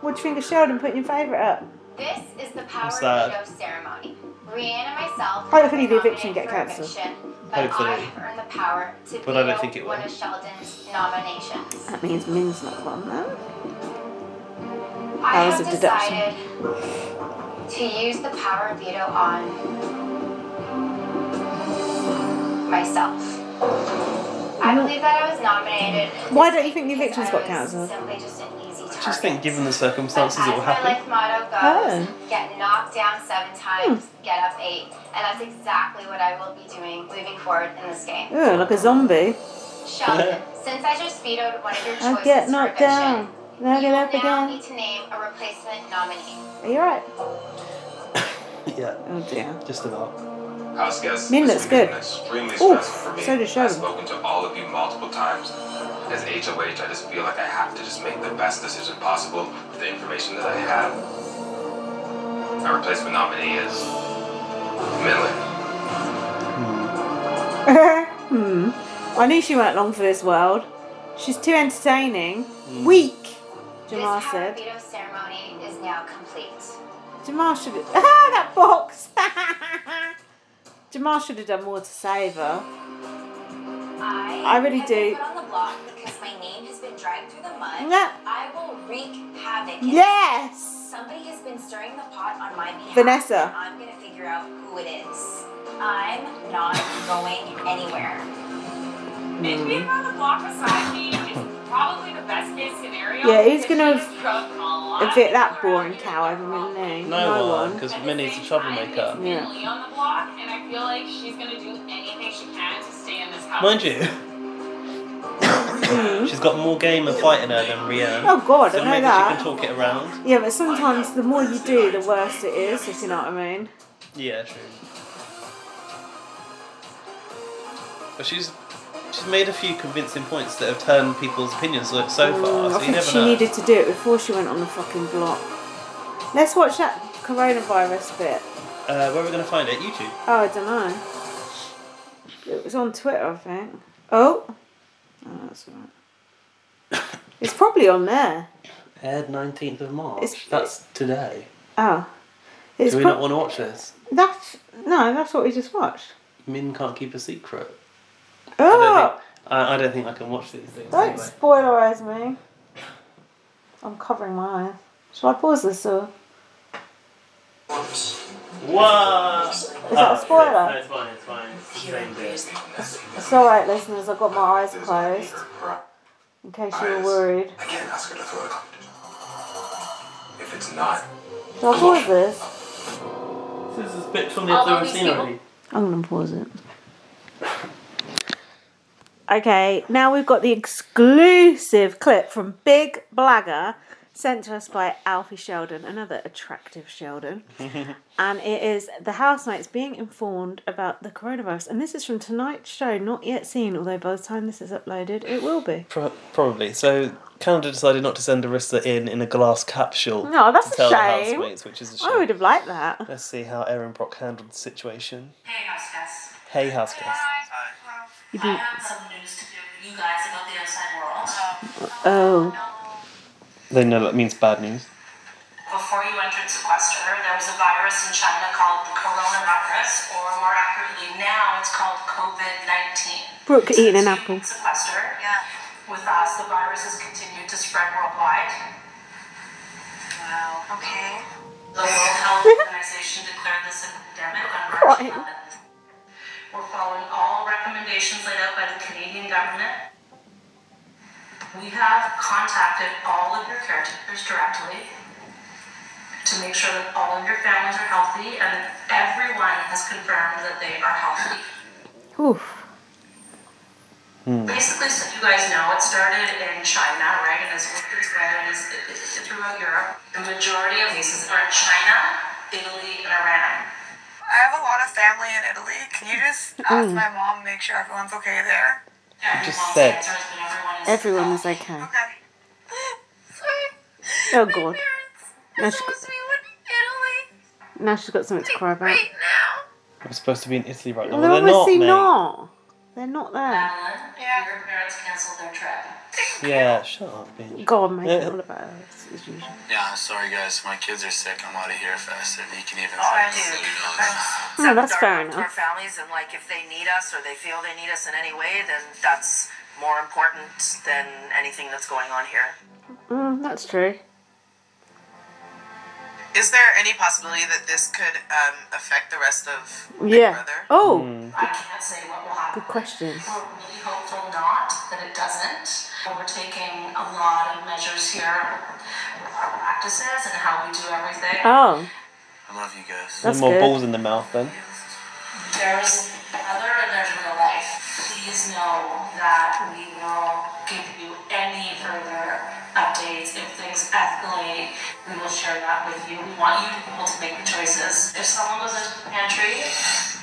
S1: What do you think of Sheldon putting your favourite up?
S22: This is the
S2: uh,
S22: power
S1: sad.
S22: veto ceremony. Rihanna and myself
S1: Hopefully the eviction get
S22: nominated for
S1: cancelled.
S22: eviction, but I
S1: Hopefully.
S22: have earned the power to
S1: But I don't
S22: veto
S1: think it
S22: one
S1: will.
S22: of Sheldon's nominations.
S1: That means Min's not one then.
S22: I
S1: Powers
S22: have
S1: of deduction.
S22: decided to use the power veto on myself. I believe that I was nominated
S1: Why don't you think the eviction's got cancelled?
S22: simply just an easy
S2: I
S22: target.
S2: just think, given the circumstances, it will
S22: My
S2: happen.
S22: life motto goes
S1: Oh.
S22: get knocked down seven
S1: Hmm.
S22: times, get up eight. And that's exactly what I will be doing moving forward in this game.
S1: Oh, like a zombie.
S22: Sheldon, since I just vetoed one of your choices
S1: I get
S22: for
S1: knocked
S22: eviction,
S1: down. Then I get up
S22: now
S1: again.
S22: need to name a replacement nominee.
S1: Are you alright?
S2: yeah.
S1: Oh dear.
S2: Just about.
S3: House guests,
S1: Min
S3: this
S1: looks good.
S3: week has been extremely
S1: Ooh,
S3: stressful for me.
S1: so does
S3: I've
S1: Sheldon.
S3: spoken to all of you multiple times. As HOH, I just feel like I have to just make the best decision possible with the information that I have. My replacement nominee is Minley.
S1: hmm. I knew she weren't long for this world. She's too entertaining.
S2: Hmm.
S1: Weak. Jamar
S22: this
S1: said.
S22: Veto ceremony is now complete.
S1: Jamal should have. Ah, that box! Jamal should have done more to save her.
S10: I,
S1: I really
S10: have been
S1: do.
S10: Put on the block because my name has been dragged through the mud.
S1: Yeah.
S10: I will wreak havoc. if
S1: Yes.
S10: Somebody has been stirring the pot on my behalf.
S1: Vanessa.
S10: and I'm gonna figure out who it is. I'm not going anywhere.
S7: Being on the block beside me is probably the best case scenario.
S1: Yeah, who's gonna
S7: because she's drunk a lot.
S1: evict that boring cow over Minnie?
S2: No, one, because Minnie's a troublemaker.
S7: Emily on the block, and I feel like she's gonna do anything she can to stay in this house.
S2: Mind you, she's got more game and fight in her than Rianne.
S1: Oh, God,
S2: so
S1: I know
S2: maybe
S1: that.
S2: she can talk it around.
S1: Yeah, but sometimes the more you do, the worse it is, if you know what I mean.
S2: Yeah, true. But she's she's made a few convincing points that have turned people's opinions so, so far.
S1: Mm,
S2: So
S1: I
S2: you
S1: think
S2: never
S1: she
S2: know.
S1: needed to do it before she went on the fucking block. Let's watch that coronavirus bit.
S2: Uh, where are we going to find it? YouTube.
S1: Oh, I don't know. It was on Twitter, I think. Oh. Oh, that's all right. It's probably on there.
S2: Aired nineteenth of March.
S1: It's-
S2: That's today.
S1: Oh.
S2: Do
S1: It's
S2: we
S1: prob-
S2: not want to watch this?
S1: That's no, that's what we just watched.
S2: Min can't keep a secret.
S1: Oh,
S2: I, I don't think I can watch these things.
S1: don't,
S2: anyway.
S1: spoilerize me. I'm covering my eyes. Shall I pause this or
S2: What? Is
S1: that a spoiler?
S2: No, it's fine. It's fine. It's the same bit.
S1: it's alright, listeners? I've got my eyes closed in case you were worried.
S3: I can't ask her to throw it up. If it's not,
S1: Shall I pause this?
S2: This is bits from the other we've seen already.
S1: I'm gonna pause it. Okay, now we've got the exclusive clip from Big Blagger sent to us by Alfie Sheldon, another attractive Sheldon. and it is the housemates being informed about the coronavirus. And this is from tonight's show, not yet seen, although by the time this is uploaded, it will be.
S2: Pro- probably. So Canada decided not to send Arista in in a glass capsule.
S1: No, that's
S2: to
S1: a
S2: tell
S1: shame.
S2: The housemates, which is a shame.
S1: I would have liked that.
S2: Let's see how Aaron Brock handled the situation.
S10: Hey, house guests.
S2: Hey, house guest.
S1: You
S10: I
S1: do-
S10: have some news to give you guys about the outside world.
S1: Oh.
S2: They know that means bad news.
S10: Before you entered sequester, there was a virus in China called the coronavirus, or more accurately, now it's called COVID 19.
S1: Brooke eating an apple.
S10: Sequester. Yeah. With us, the virus has continued to spread worldwide. Wow. Okay. The World Health Organization declared this an epidemic on March
S1: Crying.
S10: 11th. We're following all recommendations laid out by the Canadian government. We have contacted all of your caretakers directly to make sure that all of your families are healthy and that everyone has confirmed that they are healthy.
S1: Oof.
S10: Basically, so you guys know, it started in China, right? And has worked its way and is, it, it, throughout Europe. The majority of cases are in China, Italy, and Iran.
S11: I have a lot of family in Italy. Can you just ask
S1: Mm.
S11: my mom make sure everyone's okay there?
S1: I just said everyone is okay. Oh god. Now, she, now she's got something to cry about.
S2: We're supposed to be in Italy right now.
S1: Well, they're
S2: Well, they're not,
S1: obviously
S2: mate.
S1: not. They're not there.
S10: Alan, yeah. your parents canceled their trip.
S2: Yeah, shut up, bitch.
S1: Go on, make
S2: Yeah.
S1: it all about us as usual.
S3: Yeah, I'm sorry, guys. My kids are sick. I'm out of here faster than you can even.
S10: I
S3: think.
S10: do.
S1: No, that's
S10: Our-
S1: fair
S10: Our
S1: enough.
S10: families, and like if they need us or they feel they need us in any way, then that's more important than anything that's going on here.
S1: Mm, that's true.
S7: Is there any possibility that this could um, affect the rest of
S1: Yeah. Oh,
S2: Hmm.
S10: I can't say what will happen.
S1: good question.
S10: We're really hopeful not that it doesn't. We're taking a lot of measures here, our practices and how we do everything.
S1: Oh,
S3: I love you guys.
S1: That's
S2: more
S1: good.
S2: balls in the mouth then.
S10: There's other and there's real life. Please know that we will give you any further updates if things escalate. We will share that with you. We want you to be able to make choices. If someone goes into the pantry,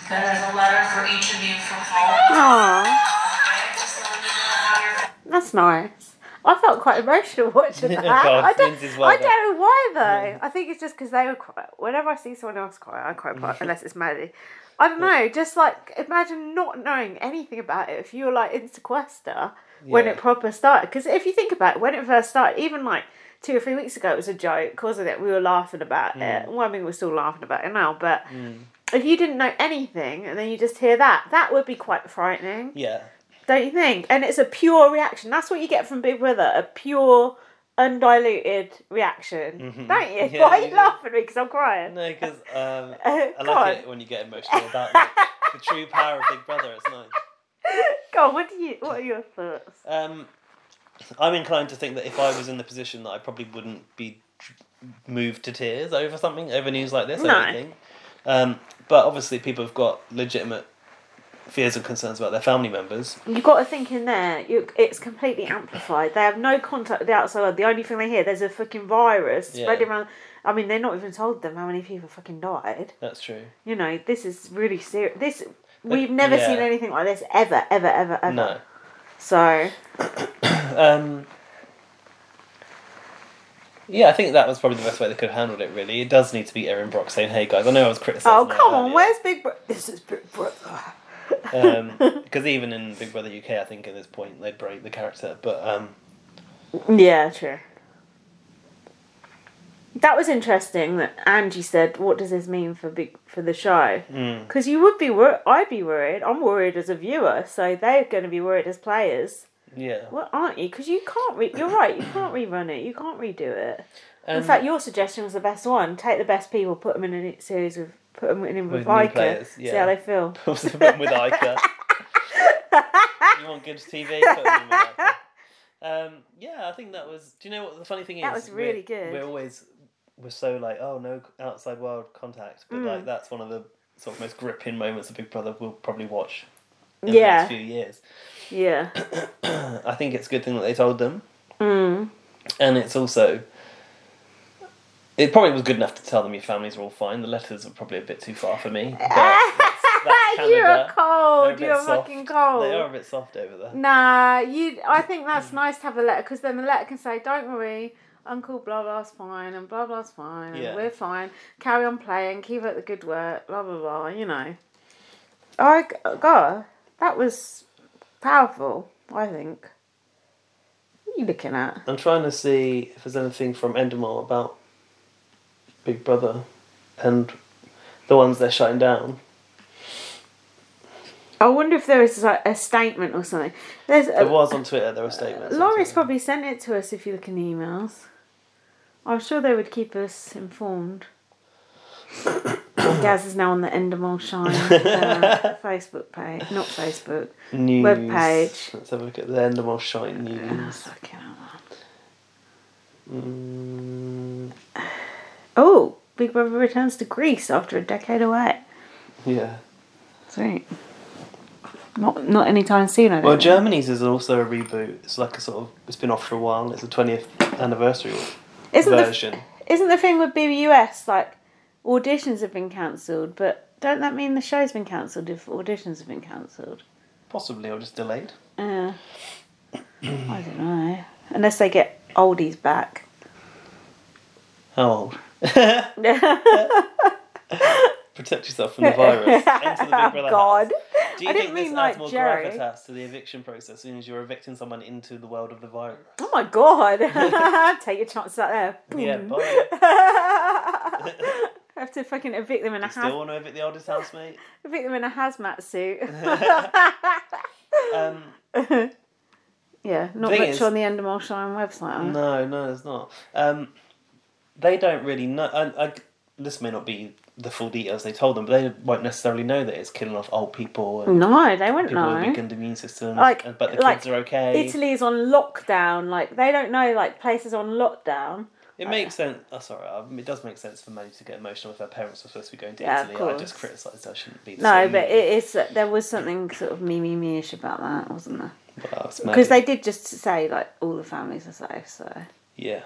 S10: then there's a letter for each of you from home.
S1: Aww,
S10: Okay, just letting you know how you're
S1: that's nice. I felt quite emotional watching
S2: Yeah,
S1: that.
S2: God,
S1: I, don't,
S2: Lindsay's well
S1: I
S2: done.
S1: don't know why though. I think it's just because they were quiet. Whenever I see someone else quiet, I quite quiet, unless it's Maddie. I don't know, just like imagine not knowing anything about it if you were like in sequester when
S2: Yeah.
S1: it proper started. Because if you think about it, when it first started, even like two or three weeks ago, it was a joke, wasn't it? We were laughing about it.
S2: Mm.
S1: Well, I mean, we're still laughing about it now, but
S2: Mm.
S1: if you didn't know anything and then you just hear that, that would be quite frightening.
S2: Yeah.
S1: Don't you think? And it's a pure reaction. That's what you get from Big Brother a pure, undiluted reaction.
S2: Mhm.
S1: Don't you?
S2: Yeah,
S1: Why are
S2: you
S1: you
S2: do.
S1: laughing at me? Because I'm crying.
S2: No, because um,
S1: Uh,
S2: I
S1: go on.
S2: like it when you get emotional about like, the true power of Big Brother. It's nice.
S1: Go on, what, do you, what are your thoughts?
S2: Um, I'm inclined to think that if I was in the position, that I probably wouldn't be tr- moved to tears over something, over news like this. I
S1: No.
S2: don't think. Um, but obviously, people have got legitimate fears and concerns about their family members.
S1: You've got to think in there, you, it's completely amplified. They have no contact with the outside world. The only thing they hear, there's a fucking virus
S2: Yeah.
S1: spreading around. I mean, they're not even told them how many people fucking died.
S2: That's true.
S1: you know, this is really serious. This we've never
S2: yeah.
S1: seen anything like this ever, ever, ever, ever.
S2: No.
S1: So
S2: Um, yeah, I think that was probably the best way they could have handled it. Really, it does need to be Erin Brock saying, "Hey guys, I know I was criticised."
S1: oh come on, where's Big Brother? This is Big Brother.
S2: because Um, even in Big Brother UK, I think at this point they break the character. But um,
S1: Yeah, true. That was interesting that Angie said, "What does this mean for big for the show?"
S2: mm,
S1: Because you would be wor- I'd be worried. I'm worried as a viewer, so they're going to be worried as players.
S2: yeah,
S1: Well, aren't you? Because you can't. Re- you're right. You can't rerun it. You can't redo it. in
S2: Um,
S1: fact, your suggestion was the best one. Take the best people, put them in a series with, put them in with, with
S2: With new
S1: Ica,
S2: players,
S1: see
S2: yeah.
S1: how they feel.
S2: put them in with Ica. you want good TV? Put them in with Ica. Um, yeah, I think that was. Do you know what the funny thing is?
S1: That was
S2: We're-
S1: really good.
S2: We're always we're so like, oh no, outside world contact, but
S1: Mm.
S2: like that's one of the sort of most gripping moments of Big Brother we'll probably watch. In
S1: Yeah.
S2: the next few years.
S1: Yeah.
S2: I think it's a good thing that they told them,
S1: Mm.
S2: and it's also It probably was good enough to tell them your families are all fine. The letters are probably a bit too far for me. But that's, that's
S1: You're
S2: Canada. They're
S1: cold.
S2: a bit
S1: You're
S2: soft.
S1: fucking cold.
S2: They are Hmm. a bit soft over there.
S1: Nah, you. I think that's nice to have a letter because then the letter can say, "Don't worry, Uncle blah blah's fine, and blah blah's fine, and
S2: Yeah.
S1: we're fine. Carry on playing, keep up the good work, blah blah blah." You know, I g- God, that was powerful. I think. What are you looking at?
S2: I'm trying to see if there's anything from Endemol about Big Brother and the ones they're shutting down.
S1: I wonder if there is like a statement or something. There's a,
S2: There was on Twitter, there were statements.
S1: Uh, Laurie's probably sent it to us if you look in the emails. I'm sure they would keep us informed. Gaz is now on the Endemol Shine uh, Facebook page, not Facebook,
S2: News.
S1: web page.
S2: Let's have a look at the Endemol Shine news. Mm,
S1: Oh, Big Brother returns to Greece after a decade away.
S2: yeah.
S1: Sweet. Not not anytime soon, I don't
S2: Well,
S1: think.
S2: Germany's is also a reboot. It's like a sort of. It's been off for a while. It's the 20th anniversary
S1: Isn't the-
S2: version.
S1: Isn't the thing with BBUS like auditions have been cancelled, but don't that mean the show's been cancelled if auditions have been cancelled?
S2: Possibly, or just delayed.
S1: Uh, I don't know. Unless they get oldies back.
S2: How old? Protect yourself from the virus. Enter the Big Brother
S1: God.
S2: house. Do you
S1: I didn't
S2: think
S1: mean
S2: this
S1: like
S2: adds more
S1: Jerry.
S2: gravitas to the eviction process, seeing as you're evicting someone into the world of the virus?
S1: Oh my god. Take your chances out there.
S2: Yeah,
S1: Boom.
S2: bye.
S1: have to fucking evict them in a
S2: Still
S1: ha-
S2: want to evict the oldest housemate?
S1: evict them in a hazmat suit.
S2: Um,
S1: yeah, not
S2: Thing
S1: much
S2: is-
S1: on the Endemol Shine website. are there?
S2: No, no, it's not. Um, they don't really know. I, I, this may not be the full details they told them, but they won't necessarily know that it's killing off old people. And
S1: No, they wouldn't
S2: people with
S1: know.
S2: weakened immune systems.
S1: Like-
S2: and- but the
S1: like
S2: kids are okay.
S1: Italy is on lockdown. Like they don't know. Like places on lockdown.
S2: It makes sense. Oh, sorry, um, it does make sense for Maddie to get emotional if her parents were supposed to be going to
S1: Yeah, of
S2: Italy. I
S1: course.
S2: just criticised. I shouldn't be.
S1: No,
S2: so-
S1: but it is. uh, There was something sort of me me me ish about that, wasn't there?
S2: Well, it's
S1: Because they
S2: Maddie.
S1: did just say like all the families are safe. So,
S2: Yeah.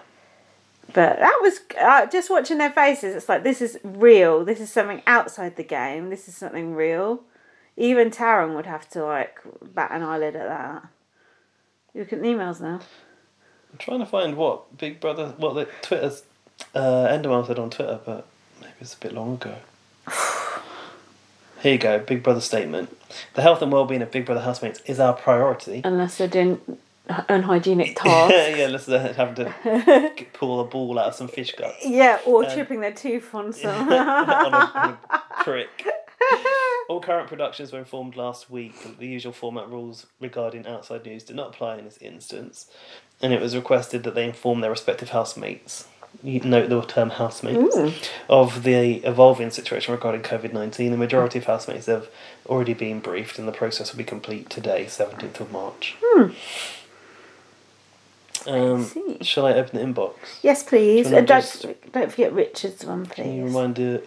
S1: but that was uh, just watching their faces. It's like this is real. This is something outside the game. This is something real. Even Taron would have to like bat an eyelid at that. You look at the emails now.
S2: I'm trying to find what Big Brother, what the Twitter's uh, Enderman said on Twitter, but maybe it's a bit long ago. Here you go, Big Brother statement. The health and well-being of Big Brother housemates is our priority.
S1: Unless they're doing unhygienic tasks.
S2: yeah, unless they're having to g- pull a ball out of some fish guts.
S1: yeah, or
S2: Um,
S1: chipping their tooth on some.
S2: on, a, on a prick. All current productions were informed last week that the usual format rules regarding outside news did not apply in this instance, and it was requested that they inform their respective housemates. You note the term housemates
S15: Mm.
S2: of the evolving situation regarding COVID nineteen. The majority of housemates have already been briefed, and the process will be complete today, seventeenth of March. Um, shall I open the inbox?
S1: Yes, please.
S2: Shall I
S1: And don't,
S2: just-
S1: don't forget Richard's one,
S2: Can you
S1: please.
S2: remind the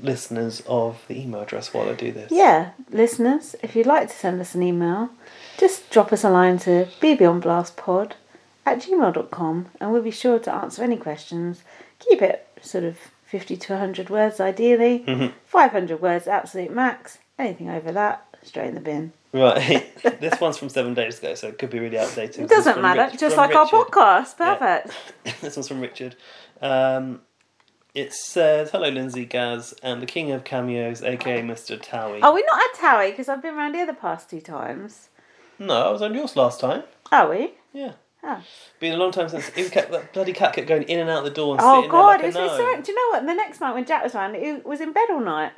S2: listeners of the email address while I do this?
S1: Yeah, listeners, if you'd like to send us an email, just drop us a line to bbonblastpod at gmail.com and we'll be sure to answer any questions. Keep it sort of 50 to 100 words ideally,
S2: Mhm.
S1: 500 words absolute max. Anything over that, straight in the bin.
S2: Right. this one's from seven days ago, so it could be really outdated.
S1: It
S2: This one's
S1: doesn't
S2: from
S1: matter,
S2: Rich-
S1: just
S2: from
S1: like our podcast. Perfect.
S2: Richard. this one's from Richard. Um, it says, Hello, Lindsay Gaz, and the king of cameos, aka Mr. Towie.
S1: Are we not at Towie? Because I've been round here the past two times.
S2: No, I was on yours last time.
S1: Are we?
S2: Yeah.
S1: Oh.
S2: Been a long time since. Even kept, that bloody cat kept going in and out the door and
S1: Oh
S2: sitting
S1: God!
S2: there
S1: It's,
S2: like
S1: it's
S2: a
S1: so,
S2: no.
S1: do you know what? The next night when Jack was around, he was in bed all night.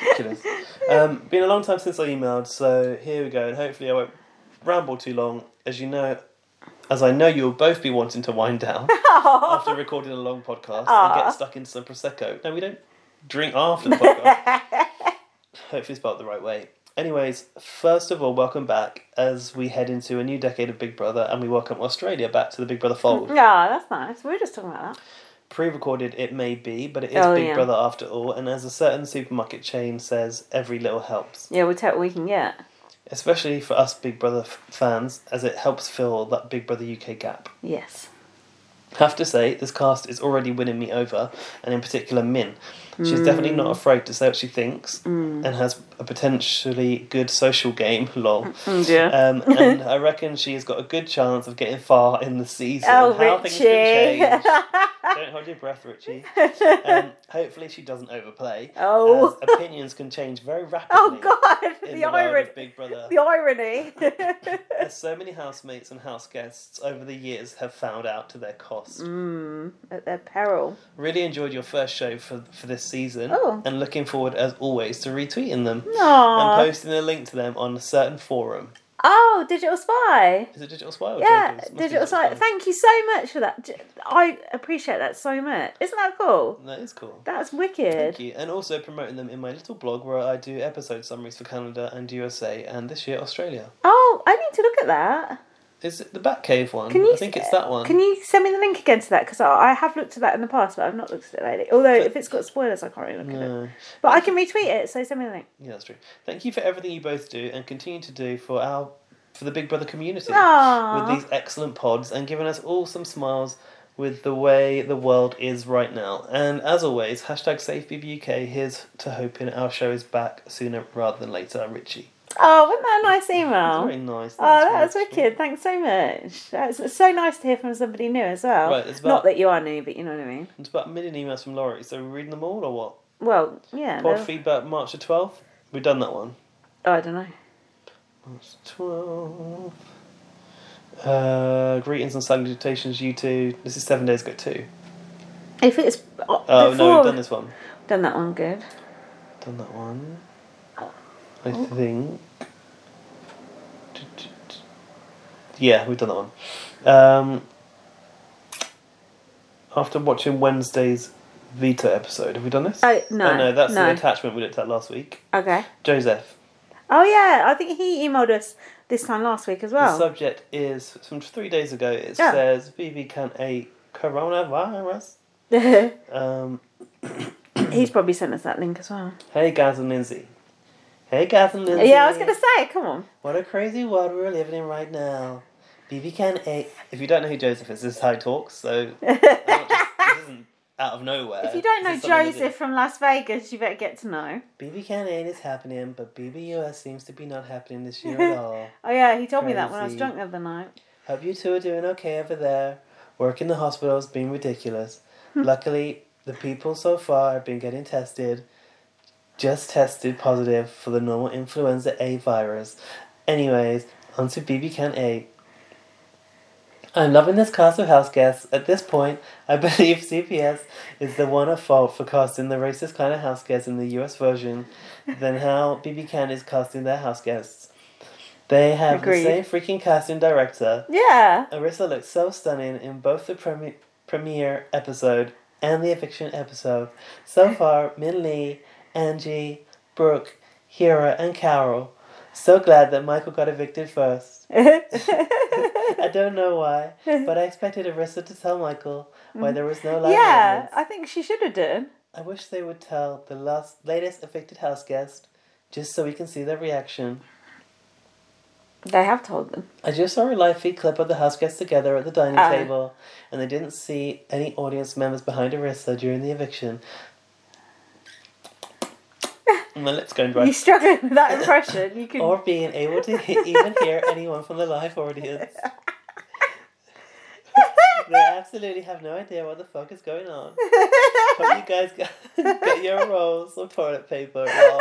S2: Ridiculous. um, been a long time since I emailed, so here we go, and hopefully I won't ramble too long. As you know, as I know you'll both be wanting to wind down after recording a long podcast and
S15: Aw.
S2: get stuck in some prosecco. No, we don't drink after the podcast. hopefully it's spelled the right way. Anyways, first of all, welcome back as we head into a new decade of Big Brother, and we welcome Australia back to the Big Brother fold.
S1: Yeah, that's nice. We were just talking about that.
S2: Pre-recorded, it may be, but it is
S1: Oh,
S2: Big
S1: yeah.
S2: Brother after all. And as a certain supermarket chain says, every little helps.
S1: Yeah, we'll take what we can get.
S2: especially for us Big Brother f- fans, as it helps fill that Big Brother UK gap.
S1: Yes.
S2: Have to say, this cast is already winning me over, and in particular Min. She's
S15: Mm.
S2: definitely not afraid to say what she thinks
S15: Mm.
S2: and has a potentially good social game, lol.
S15: Mm, yeah.
S2: Um, and I reckon she's got a good chance of getting far in the season.
S1: Oh,
S2: How things can
S1: Richie.
S2: change. Don't hold your breath, Richie. Um, hopefully, she doesn't overplay.
S1: Oh.
S2: as opinions can change very rapidly.
S1: Oh God, the,
S2: in the, world
S1: irony.
S2: of Big Brother.
S1: The irony.
S2: As so many housemates and house guests over the years have found out to their cost.
S1: mm, at their peril.
S2: Really enjoyed your first show for, for this season
S1: Oh. Mm.
S2: and looking forward as always to retweeting them
S1: Aw.
S2: and posting a link to them on a certain forum.
S1: Oh, digital spy.
S2: Is it Digital Spy? Or
S1: yeah,
S2: Jokers? Must be
S1: digital spy. Thank you so much for that. J- I appreciate that so much. Isn't that cool?
S2: That is cool.
S1: That's wicked.
S2: Thank you. And also promoting them in my little blog where I do episode summaries for Canada and USA and this year Australia.
S1: Oh, I need to look at that.
S2: Is it the Batcave one?
S1: Can you
S2: I think it's that one.
S1: Can you send me the link again to that? Because I I have looked at that in the past, but I've not looked at it lately. Although, if it's got spoilers, I can't really look at it.
S2: No.
S1: But I can retweet it, so send me the link.
S2: Yeah, that's true. Thank you for everything you both do and continue to do for our for the Big Brother community
S1: Aw.
S2: with these excellent pods and giving us all some smiles with the way the world is right now. And as always, hashtag SafeBBUK. Here's to hoping our show is back sooner rather than later. Richie,
S1: Oh, wasn't that a nice email?
S2: very nice.
S1: Oh, that was wicked. Thanks so much. That's it's so nice to hear from somebody new as well.
S2: Right, it's about-
S1: Not that you are new, but you know what I mean.
S2: It's about a million emails from Laurie. So are we reading them all or what?
S1: Well, yeah.
S2: Pod
S1: no-
S2: feedback March the twelfth. We've done that one.
S1: oh, I don't know.
S2: March the 12th. Uh, greetings and salutations, you two. This is seven days ago too.
S1: If it's oh,
S2: Oh no,
S1: before,
S2: we've done this one.
S1: done that one good.
S2: Done that one. I
S1: Oh.
S2: think. Yeah, we've done that one. Um, after watching Wednesday's Vita episode, have we done this?
S1: Oh, no,
S2: Oh, no, that's
S1: no.
S2: the attachment we looked at last week.
S1: Okay.
S2: Joseph.
S1: Oh yeah, I think he emailed us this time last week as
S2: The
S1: well.
S2: subject is from three days ago. It
S1: Yeah.
S2: says BB can a coronavirus. Um,
S1: He's probably sent us that link as well.
S2: hey, guys and Lindsay. Hey, guys and Lindsay.
S1: Yeah, I was gonna say, come on.
S2: What a crazy world we're living in right now. BB Can 8. If you don't know who Joseph is, this is how he talks, so. I'm not just- this isn't out of nowhere.
S1: If you don't know
S2: This is something that
S1: Joseph from Las Vegas, you better get to know.
S2: BB Can 8 is happening, but BBUS seems to be not happening this year at all.
S1: Oh yeah, he told me that when I was
S2: Crazy.
S1: drunk the other night.
S2: Hope you two are doing okay over there. Work in the hospital's been ridiculous. Luckily, the people so far have been getting tested. Just tested positive for the normal influenza A virus. Anyways, onto BB Can 8. I'm loving this cast of house guests. At this point, I believe CPS is the one at fault for casting the racist kind of house guests in the US version than how BB Can is casting their house guests. They have
S1: Agreed.
S2: the same freaking casting director.
S1: Yeah.
S2: Arissa looks so stunning in both the premi- premiere episode and the eviction episode. So far, Min Lee, Angie, Brooke, Hira, and Carol. So glad that Michael got evicted first. I don't know why, but I expected Arissa to tell Michael why there was no live
S1: Mm-hmm. yeah,
S2: audience.
S1: I think she should have done.
S2: I wish they would tell the last latest evicted house guest, just so we can see their reaction.
S1: They have told them.
S2: I just saw a live feed clip of the house guests together at the dining
S1: Oh.
S2: table, and they didn't see any audience members behind Arissa during the eviction. My lips going dry.
S1: You struggling with that impression? You can.
S2: or being able to he- even hear anyone from the live audience. they absolutely have no idea what the fuck is going on. Hope you guys get, get your rolls of toilet paper. Lol.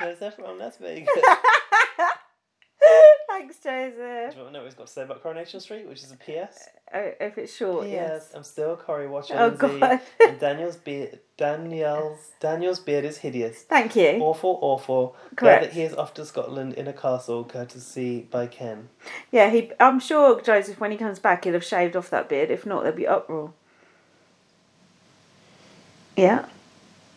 S2: Joseph from Las Vegas. Do
S1: Thanks, Joseph.
S2: you want to know what he's got to say about Coronation Street, which is a PS?
S1: Oh, if it's short,
S2: Yes,
S1: yes.
S2: I'm still Corey Watcher.
S1: Oh,
S2: Lindsay,
S1: God.
S2: and Daniel's beard, Daniel's Daniel's beard is hideous.
S1: Thank you.
S2: Awful, awful.
S1: Eh? Correct.
S2: Glad that he is off to Scotland in a castle, courtesy by Ken.
S1: Yeah, he. I'm sure Joseph, when he comes back, he'll have shaved off that beard. If not, there'll be uproar. Yeah.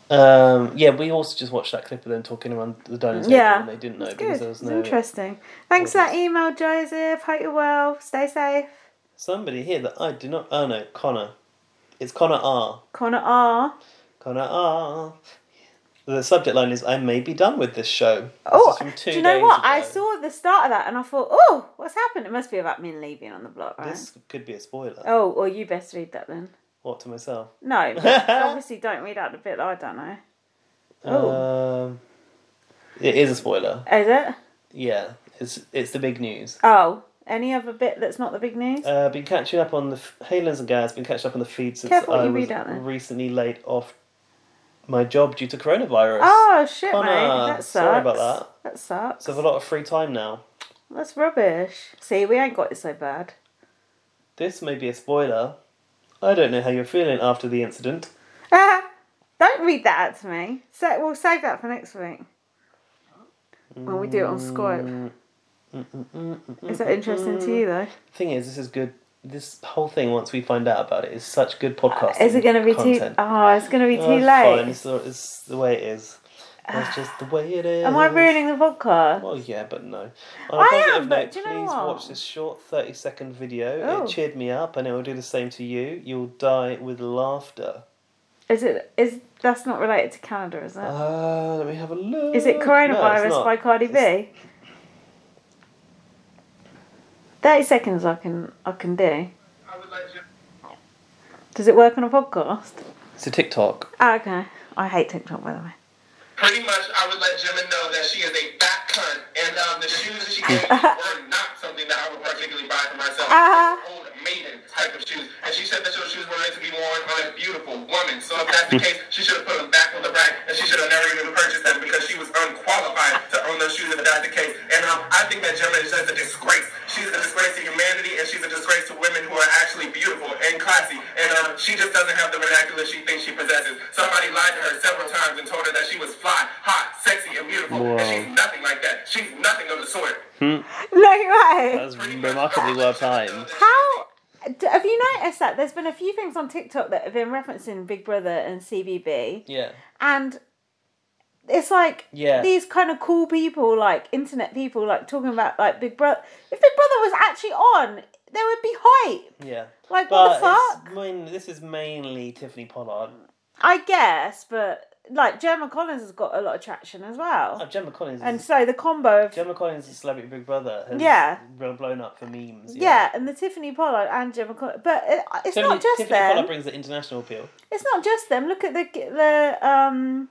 S2: Um, yeah, we also just watched that clip of them talking around the dining table,
S1: Yeah.
S2: and they didn't know
S1: It's
S2: because
S1: good.
S2: there was
S1: It's
S2: no.
S1: interesting. Thanks for that email, Joseph. Hope you're well. Stay safe.
S2: Somebody here that I do not. Oh no, Connor. It's Connor R.
S1: Connor R.
S2: Connor R. The subject line is "I may be done with this show." This
S1: Oh,
S2: is from two
S1: do you know
S2: days
S1: what?
S2: ago.
S1: I saw the start of that and I thought, oh, what's happened? It must be about me leaving on the block, right?
S2: This could be a spoiler.
S1: Oh, well, you best read that then.
S2: What to myself?
S1: No, but obviously don't read out the bit that I don't know. Oh.
S2: Um, it is a spoiler.
S1: Is it?
S2: Yeah, it's it's the big news.
S1: Oh, any other bit that's not the big news?
S2: Uh, been catching up on the f- Halens and Gaz. Been catching up on the feed since
S1: Careful what
S2: I
S1: you
S2: was
S1: read out there.
S2: recently laid off my job due to coronavirus.
S1: oh, shit,
S2: Connor,
S1: mate. That sucks.
S2: Sorry about that.
S1: That sucks.
S2: So I have a lot of free time now.
S1: That's rubbish. See, we ain't got it so bad.
S2: This may be a spoiler. I don't know how you're feeling after the incident.
S1: Ah, don't read that out to me. So we'll save that for next week when we do it on Skype. Is that interesting to you though?
S2: Thing is, this is good. This whole thing, once we find out about it, is such good podcast.
S1: Uh, Is it going to be too?
S2: content.
S1: Oh, it's going to be
S2: Oh,
S1: too
S2: it's
S1: late.
S2: Fine. It's, the, it's the way it is. That's just the way it is.
S1: Am I ruining the podcast?
S2: Well, yeah, but no.
S1: I
S2: On a positive
S1: am, but
S2: note,
S1: do you know
S2: please
S1: what?
S2: watch this short 30 second video.
S1: Oh.
S2: It cheered me up and it will do the same to you. You'll die with laughter.
S1: Is it? Is that's not related to Canada, is it?
S2: Uh, let me have a look.
S1: Is it Coronavirus
S2: No,
S1: by
S2: it's not.
S1: Cardi B? Thirty seconds, I can I can do. Does it work on a podcast?
S2: It's a TikTok.
S1: Ah, okay. I hate TikTok, by the way.
S3: Pretty much, I would let Gemma know that she is a fat cunt, and um, the shoes that she gave me were not something that I would particularly buy for myself. They were Old maiden type of shoes, and she said that those shoes were meant to be worn on a beautiful woman. So if that's the case, she should have put them back on the rack, and she should have never even purchased them because she was unqualified to own those shoes if that's the case. And um, I think that Gemma is just a disgrace. She's a disgrace to humanity, and she's a disgrace to women who are actually beautiful and classy. And um, she just doesn't have the vernacular she thinks she possesses. Somebody lied to her several times and told her that she was fly, hot, sexy, and beautiful, and
S2: Whoa.
S3: she's nothing like that. She's nothing of the sort.
S2: Hmm.
S1: No way.
S2: That was remarkably well timed.
S1: How d- have you noticed that there's been a few things on TikTok that have been referencing Big Brother and CBB,
S2: Yeah.
S1: and it's like
S2: Yeah.
S1: these kind of cool people, like internet people, like talking about like Big Brother. If Big Brother was actually on, there would be hype.
S2: Yeah.
S1: Like, what the
S2: it's main- this is mainly Tiffany Pollard.
S1: I guess, but like Gemma Collins has got a lot of traction as well,
S2: Oh, Gemma Collins.
S1: and
S2: is,
S1: so the combo of
S2: Gemma Collins is Celebrity Big Brother. Has
S1: Yeah.
S2: bl- Blown up for memes.
S1: yeah, and the Tiffany Pollard and Gemma Collins, but it, it's
S2: Tiffany,
S1: not just
S2: Tiffany
S1: them.
S2: Pollard brings the international appeal.
S1: It's not just them. Look at the the um,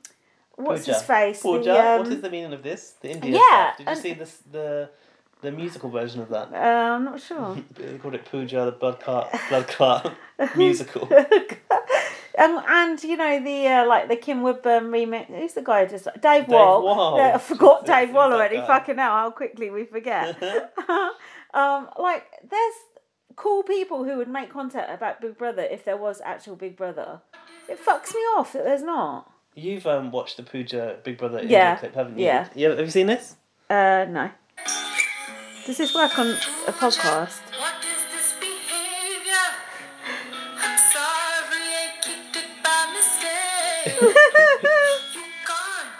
S1: what's
S2: Pooja.
S1: his face?
S2: Pooja.
S1: The, um,
S2: what is the meaning of this? The Indian
S1: yeah,
S2: stuff. Did you
S1: and-
S2: see this, the the musical version of that?
S1: Uh, I'm not sure.
S2: they called it Pooja, the blood clot, blood clot musical.
S1: Um, and you know the uh, like the Kim Woodburn remix. Who's the guy? who Just Dave, Dave
S2: Wall.
S1: I forgot Dave Wall
S2: that
S1: already.
S2: guy.
S1: Fucking hell! How quickly we forget. um, like there's cool people who would make content about Big Brother if there was actual Big Brother. It fucks me off that there's not.
S2: You've um, watched the Pooja Big Brother India
S1: Yeah,
S2: clip, haven't you?
S1: yeah.
S2: yeah. Have you seen this?
S1: Uh, no. Does this work on a podcast?
S11: What is this behavior? I'm sorry, I kicked it by mistake. you can't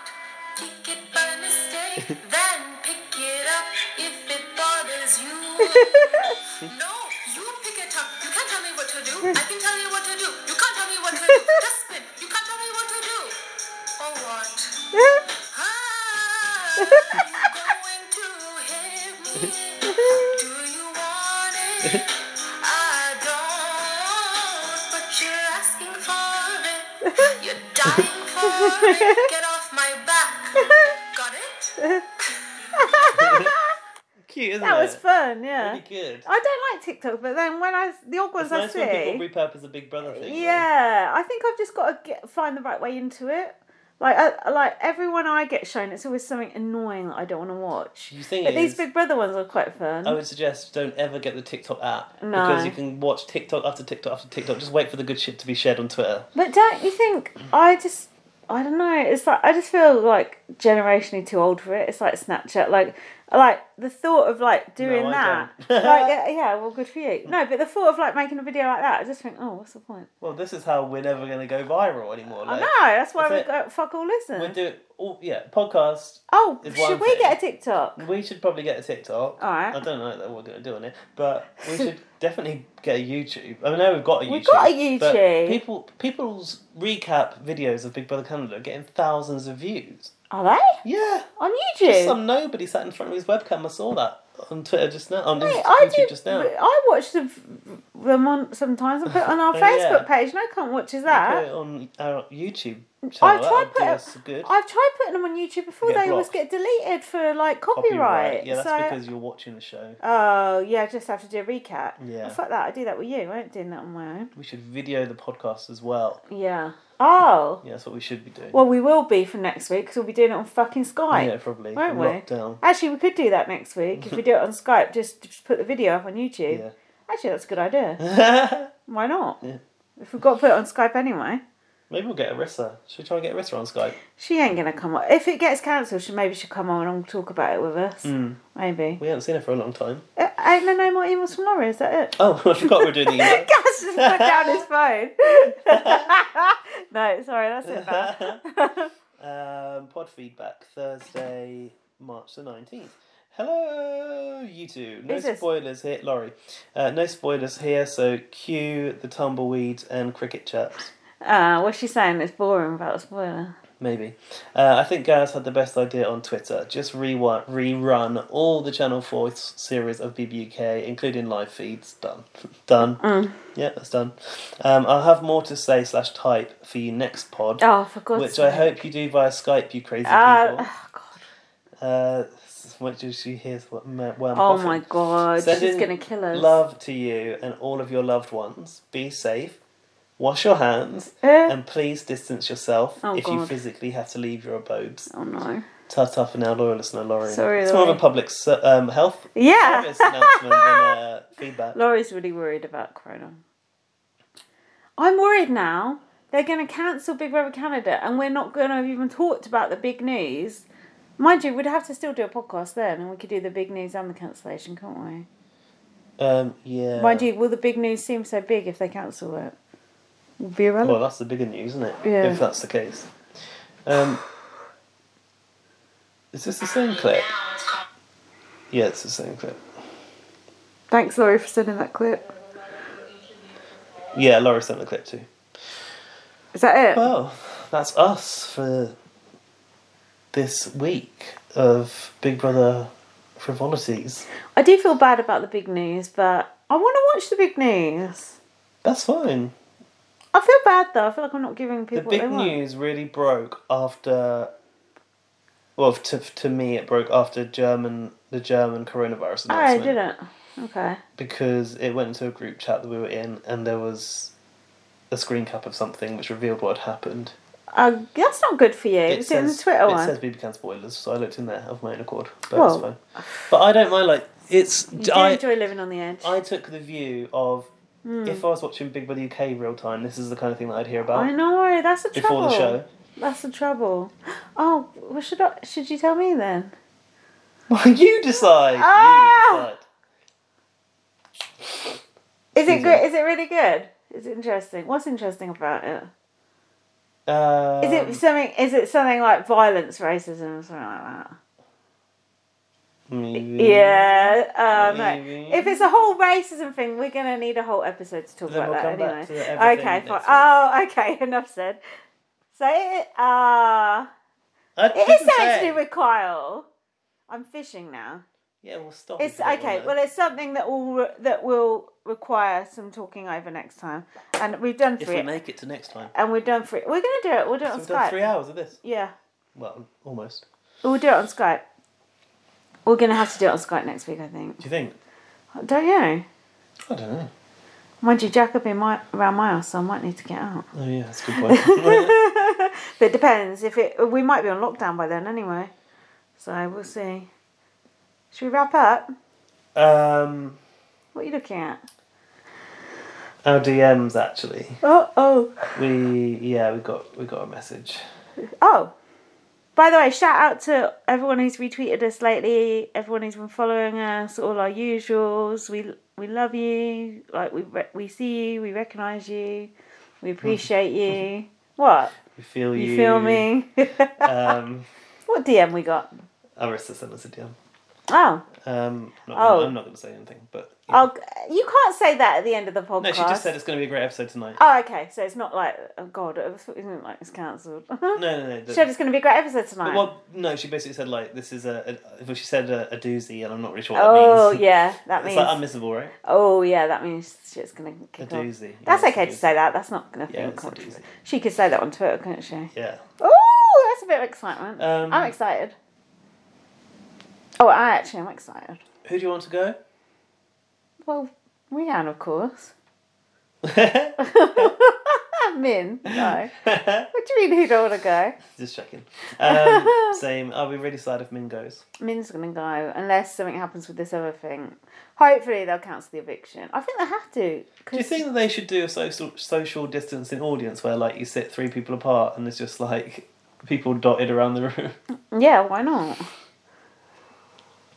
S11: kick it by mistake, then pick it up if it bothers you. no, you pick it up. You can't tell me what to do. I can tell you what to do. You can't tell me what to do. Just spin. You can't tell me what to do. Or what? Ah, you going to hit me? Do you want it? I don't, but you're asking for it. You're dying for it. Get off my back. Got it?
S2: Cute, isn't
S1: That
S2: it?
S1: was fun, yeah.
S2: Really good.
S1: I don't like TikTok, but then when I the odd ones
S2: It's nice
S1: I see,
S2: when people repurpose the Big Brother thing.
S1: yeah, I think I've just got to get, find the right way into it. Like, I, like everyone I get shown, it's always something annoying that I don't want to watch.
S2: You Oh. think
S1: but these
S2: is-
S1: Big Brother ones are quite fun.
S2: I would suggest don't ever get the TikTok app
S1: No.
S2: because you can watch TikTok after TikTok after TikTok. Just wait for the good shit to be shared on Twitter.
S1: But don't you think I just I don't know? It's like I just feel like generationally too old for it. It's like Snapchat. Like, like the thought of like doing
S15: I
S1: that.
S15: don't.
S1: like, yeah, yeah, well, good for you. No, but the thought of like making a video like that, I just think, oh, what's the point?
S2: Well, this is how we're never going to go viral anymore.
S1: I
S2: Like,
S1: know. That's why we
S2: that's
S1: go, fuck all listen.
S2: it. We're doing, all, yeah, podcast.
S1: Oh,
S2: is one
S1: should we
S2: thing.
S1: get a TikTok?
S2: We should probably get a TikTok.
S1: Alright.
S2: I don't know that we're going to do on it, but we should definitely get a YouTube. I mean, I know we've got a YouTube.
S1: We've got a
S2: but
S1: YouTube.
S2: people, people's recap videos of Big Brother Canada are getting thousands of views.
S1: Are they?
S2: Yeah.
S1: On
S2: Just
S1: YouTube.
S2: some nobody sat in front of his webcam. I saw that on Twitter just now. On
S1: Mate,
S2: his
S1: I
S2: YouTube
S1: do.
S2: just now.
S1: I watch the, them on sometimes. I put it on our
S2: Oh,
S1: Facebook
S2: yeah.
S1: page, and I can't watch as
S2: Put it
S1: that.
S2: on our YouTube channel.
S1: I've
S2: That'll
S1: tried
S2: do
S1: put
S2: us good.
S1: I've tried putting them on YouTube before.
S2: You get
S1: they always get
S2: blocked.
S1: deleted for like copyright.
S2: Yeah, that's
S1: so,
S2: because you're watching the show.
S1: Oh yeah, I just have to do a recap.
S2: Yeah.
S1: Oh, fuck that. I do that with you. I ain't doing that on my own.
S2: We should video the podcast as well.
S1: Yeah. Oh.
S2: Yeah, that's what we should be doing.
S1: Well, we will be for next week because we'll be doing it on fucking Skype.
S2: Yeah, probably.
S1: Won't we?
S2: Lockdown.
S1: Actually, we could do that next week if we do it on Skype. Just, just put the video up on YouTube.
S2: Yeah.
S1: Actually, that's a good idea. Why not?
S2: Yeah.
S1: If we've got to put it on Skype anyway,
S2: Maybe we'll get Arissa. Should we try and get Arissa on Skype?
S1: she ain't gonna come on. If it gets cancelled, she maybe she'll come on and talk about it with us.
S2: Mm.
S1: Maybe.
S2: We haven't seen her for a long time.
S1: Uh, ain't there no more emails from Laura? Is that it?
S2: Oh, I forgot we're doing the email.
S1: Gus just put down his phone. no, sorry, that's it. Bad.
S2: Um, pod feedback Thursday, March the nineteenth. Hello, you two. No
S1: Is this-
S2: spoilers here, Laurie. Uh, no spoilers here. So cue the tumbleweeds and cricket chirps.
S1: Uh, what's she saying? It's boring without a spoiler.
S2: Maybe. Uh, I think Gaz had the best idea on Twitter. Just rewi- rerun all the Channel 4 s- series of BBUK, including live feeds. Done. done.
S1: Mm.
S2: Yeah, that's done. Um, I'll have more to say slash type for you next pod.
S1: Oh, for God's
S2: Which I
S1: sake.
S2: hope you do via Skype, you crazy
S1: Ah,
S2: people. Uh, s- which is she hears what ma- where I'm
S1: Oh
S2: coughing.
S1: my God,
S2: Send
S1: she's
S2: in
S1: gonna kill us.
S2: Love to you and all of your loved ones. Be safe. Wash your hands
S1: Eh.
S2: and please distance yourself
S1: Oh
S2: if you
S1: God.
S2: physically have to leave your abodes.
S1: Oh no.
S2: Ta ta for now, Laura listener Laurie.
S1: Sorry,
S2: it's more of
S1: Laurie.
S2: a public ser- um, health
S1: Yeah.
S2: service announcement than uh, feedback.
S1: Laurie's really worried about Corona. I'm worried now. They're going to cancel Big Brother Canada, and we're not going to have even talked about the big news. Mind you, we'd have to still do a podcast then, and we could do the big news and the cancellation, can't we?
S2: Um, yeah.
S1: Mind you, will the big news seem so big if they cancel it? Will be irrelevant.
S2: Well, that's the bigger news, isn't it?
S1: Yeah.
S2: If that's the case. Um, is this the same clip? Yeah, it's the same clip.
S1: Thanks, Laurie, for sending that clip.
S2: Yeah, Laura sent the clip too.
S1: Is that it?
S2: Well, that's us for this week of Big Brother frivolities.
S1: I do feel bad about the big news, but I want to watch the big news.
S2: That's fine.
S1: I feel bad though. I feel like I'm not giving
S2: The
S1: people what
S2: big
S1: they want.
S2: news really broke after. Well, to, to me, it broke after German the German coronavirus announcement.
S1: Oh, I didn't. Okay.
S2: because it went into a group chat that we were in and there was a screen cap of something which revealed what had happened.
S1: Uh, that's not good for you. It was in the Twitter
S2: it
S1: one.
S2: says BB Can spoilers, so I looked in there of my own accord. But
S1: Well-
S2: it's fine. But I don't mind like it's
S1: you do
S2: I,
S1: enjoy living on the edge.
S2: I took the view of
S1: Hmm.
S2: if I was watching Big Brother UK real time, this is the kind of thing that I'd hear about.
S1: I know that's the
S2: Before
S1: trouble.
S2: the show.
S1: That's the trouble. Oh, well, should I? Should you tell me then?
S2: you decide.
S1: Ah!
S2: You decide.
S1: Is it
S2: Season.
S1: good? Is it really good? Is it interesting? What's interesting about it?
S2: Um,
S1: Is it something? Is it something like violence, racism, or something like that?
S2: maybe.
S1: Yeah. Um,
S2: Maybe.
S1: If it's a whole racism thing, we're gonna need a whole episode to talk
S2: Then
S1: about
S2: we'll
S1: that
S2: come back
S1: anyway.
S2: to the everything
S1: okay.
S2: next
S1: Fine.
S2: week.
S1: Oh, okay. Enough said. So it. Uh,
S2: I
S1: It is
S2: didn't
S1: something to
S2: say.
S1: do with Kyle. I'm fishing now.
S2: Yeah, well stop.
S1: It's
S2: if you don't
S1: okay.
S2: wanna.
S1: Well, it's something that will re- that will require some talking over next time, and we've done
S2: if
S1: three,
S2: we make it to next time.
S1: and we've done three. We're gonna do it. We'll do it
S2: So
S1: on
S2: we've
S1: Skype.
S2: done three hours of this.
S1: Yeah,
S2: Well, almost.
S1: we'll do it on Skype. We're gonna have to do it on Skype next week, I think.
S2: Do you think?
S1: Don't you?
S2: I don't know.
S1: Mind you, Jack will be in my, around my house, so I might need to get out.
S2: Oh yeah, that's a good point.
S1: But it depends. If it, we might be on lockdown by then anyway, so we'll see. Should we wrap up?
S2: um,
S1: What are you looking at?
S2: our DMs actually.
S1: Oh, oh,
S2: We yeah, we got we got a message.
S1: oh. By the way, shout out to everyone who's retweeted us lately, everyone who's been following us, all our usuals. We we love you. Like we re- we see you, we recognize you, we appreciate you. What?
S2: We feel you.
S1: You feel me?
S2: Um,
S1: what DM we got?
S2: Arista sent us a DM.
S1: Oh,
S2: Um, not,
S1: Oh.
S2: I'm not going to say anything, but
S1: I'll, you can't say that at the end of the podcast.
S2: no, she just said it's going to be a great episode tonight.
S1: Oh, okay. So it's not like oh god, it was- isn't it like it's cancelled. no,
S2: no, no, the-
S1: Said it's going to be a great episode
S2: But,
S1: tonight.
S2: well, no, she basically said like this is a, a well, she said a, a doozy, and I'm not really sure what
S1: oh
S2: that means.
S1: yeah, that
S2: it's
S1: means.
S2: like unmissable, right?
S1: oh yeah, that means shit's going to kick
S2: A
S1: off.
S2: doozy.
S1: That's
S2: Yeah, it's a
S1: okay to
S2: doozy.
S1: say that. That's not going to
S2: Yeah,
S1: feel
S2: it's a
S1: controversial. She could say that on Twitter, couldn't she?
S2: Yeah.
S1: Oh, that's a bit of excitement.
S2: Um,
S1: I'm excited. Oh, I actually am excited.
S2: Who do you want to go?
S1: Well, Rianne, of course. Min, no. what do you mean? Who don't want to go?
S2: Just checking. Um, same. I'll be really sad if Min goes.
S1: Min's gonna go unless something happens with this other thing. Hopefully they'll cancel the eviction. I think they have to.
S2: Do you think that they should do a social social distancing audience where like you sit three people apart and there's just like people dotted around the room?
S1: Yeah, why not?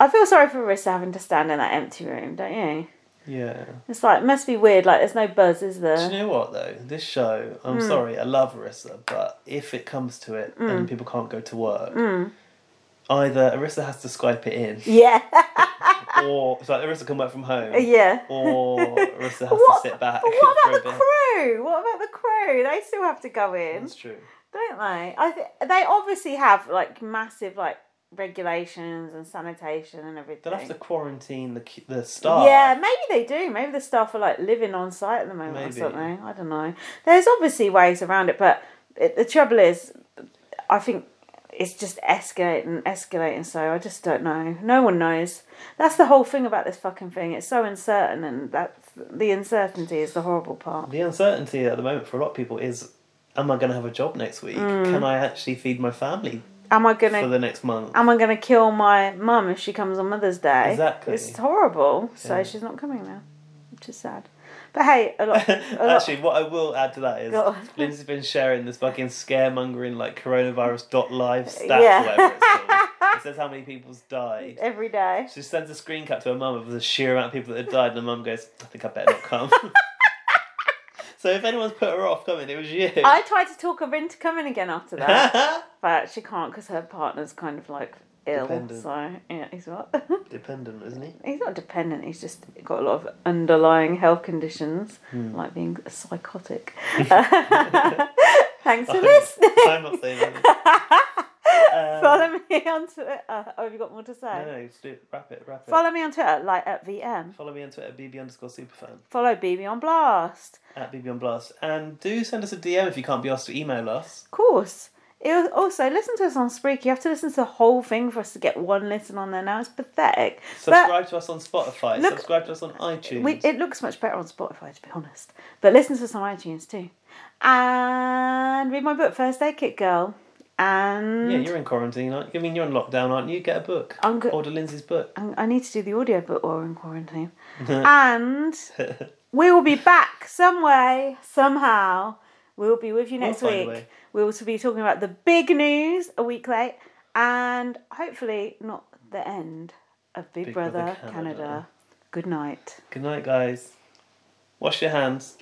S1: I feel sorry for Rissa having to stand in that empty room, don't you?
S2: Yeah.
S1: It's like must be weird. Like there's no buzz, is
S2: Do
S1: there?
S2: you know what though? This show, I'm
S1: Mm.
S2: sorry, I love Arissa, but if it comes to it
S1: Mm.
S2: and people can't go to work,
S1: Mm.
S2: either Arissa has to Skype it in,
S1: Yeah.
S2: or it's like Arissa can work from home,
S1: Yeah.
S2: or Arissa has
S1: What-
S2: to sit back.
S1: But what
S2: for a
S1: about the
S2: bit.
S1: crew? What about the crew? They still have to go in.
S2: That's true.
S1: don't they? I th- they obviously have like massive like regulations and sanitation and everything.
S2: They'll have to quarantine the cu- the staff.
S1: Yeah, maybe they do. Maybe the staff are like living on site at the moment or
S2: Maybe.
S1: something. I don't know. There's obviously ways around it, but it, the trouble is, I think it's just escalating, escalating. So I just don't know. No one knows. That's the whole thing about this fucking thing. It's so uncertain, and that's the uncertainty is the horrible part.
S2: The uncertainty at the moment for a lot of people is, am I going to have a job next week?
S1: Mm.
S2: Can I actually feed my family
S1: Am I gonna?
S2: for the next month?
S1: am I going to kill my mum if she comes on Mother's Day?
S2: Exactly.
S1: It's horrible. So
S2: Yeah.
S1: she's not coming now, which is sad. But hey, a lot. A lot
S2: Actually, what I will add to that is
S1: Uh, Go on.
S2: Lindsay's been sharing this fucking scaremongering like coronavirus.live stats
S1: Yeah.
S2: or whatever it's called. It says how many people's died.
S1: every day.
S2: She sends a screen cap to her mum of the sheer amount of people that had died, and her mum goes, I think I better not come. so if anyone's put her off coming, it was you.
S1: I tried to talk her into coming again after that, but she can't because her partner's kind of like ill.
S2: Dependent.
S1: So yeah, he's what?
S2: Dependent, isn't he?
S1: he's not dependent. He's just got a lot of underlying health conditions,
S2: Hmm.
S1: like being psychotic. Thanks for
S2: I'm-
S1: listening.
S2: I'm not saying anything.
S1: Follow me on Twitter. Oh, have you got more to say?
S2: No, no, just do it. Wrap it, wrap it.
S1: Follow me on Twitter, like at VM.
S2: Follow me on Twitter, bb underscore superfan,
S1: Follow BB on Blast.
S2: at bb on blast. And do send us a DM if you can't be asked to email us.
S1: Of course. It was also, listen to us on Spreak. You have to listen to the whole thing for us to get one listen on there now. It's pathetic. But
S2: Subscribe to us on Spotify.
S1: Look-
S2: subscribe to us on iTunes.
S1: we, it looks much better on Spotify, to be honest. But listen to us on iTunes too. And read my book, First Aid Kit Girl. And
S2: Yeah, you're in quarantine, aren't you? I mean, you're in lockdown, aren't you? Get a book.
S1: I'm go-
S2: Order Lindsay's book.
S1: I I need to do the audio book while we're in quarantine. and we will be back some way, somehow. We will be with you
S2: We'll
S1: next
S2: find a
S1: week.
S2: way.
S1: We will be talking about the big news a week late and hopefully not the end of Big,
S2: Big
S1: Brother,
S2: Brother
S1: Canada. Good night.
S2: Good night, guys. Wash your hands.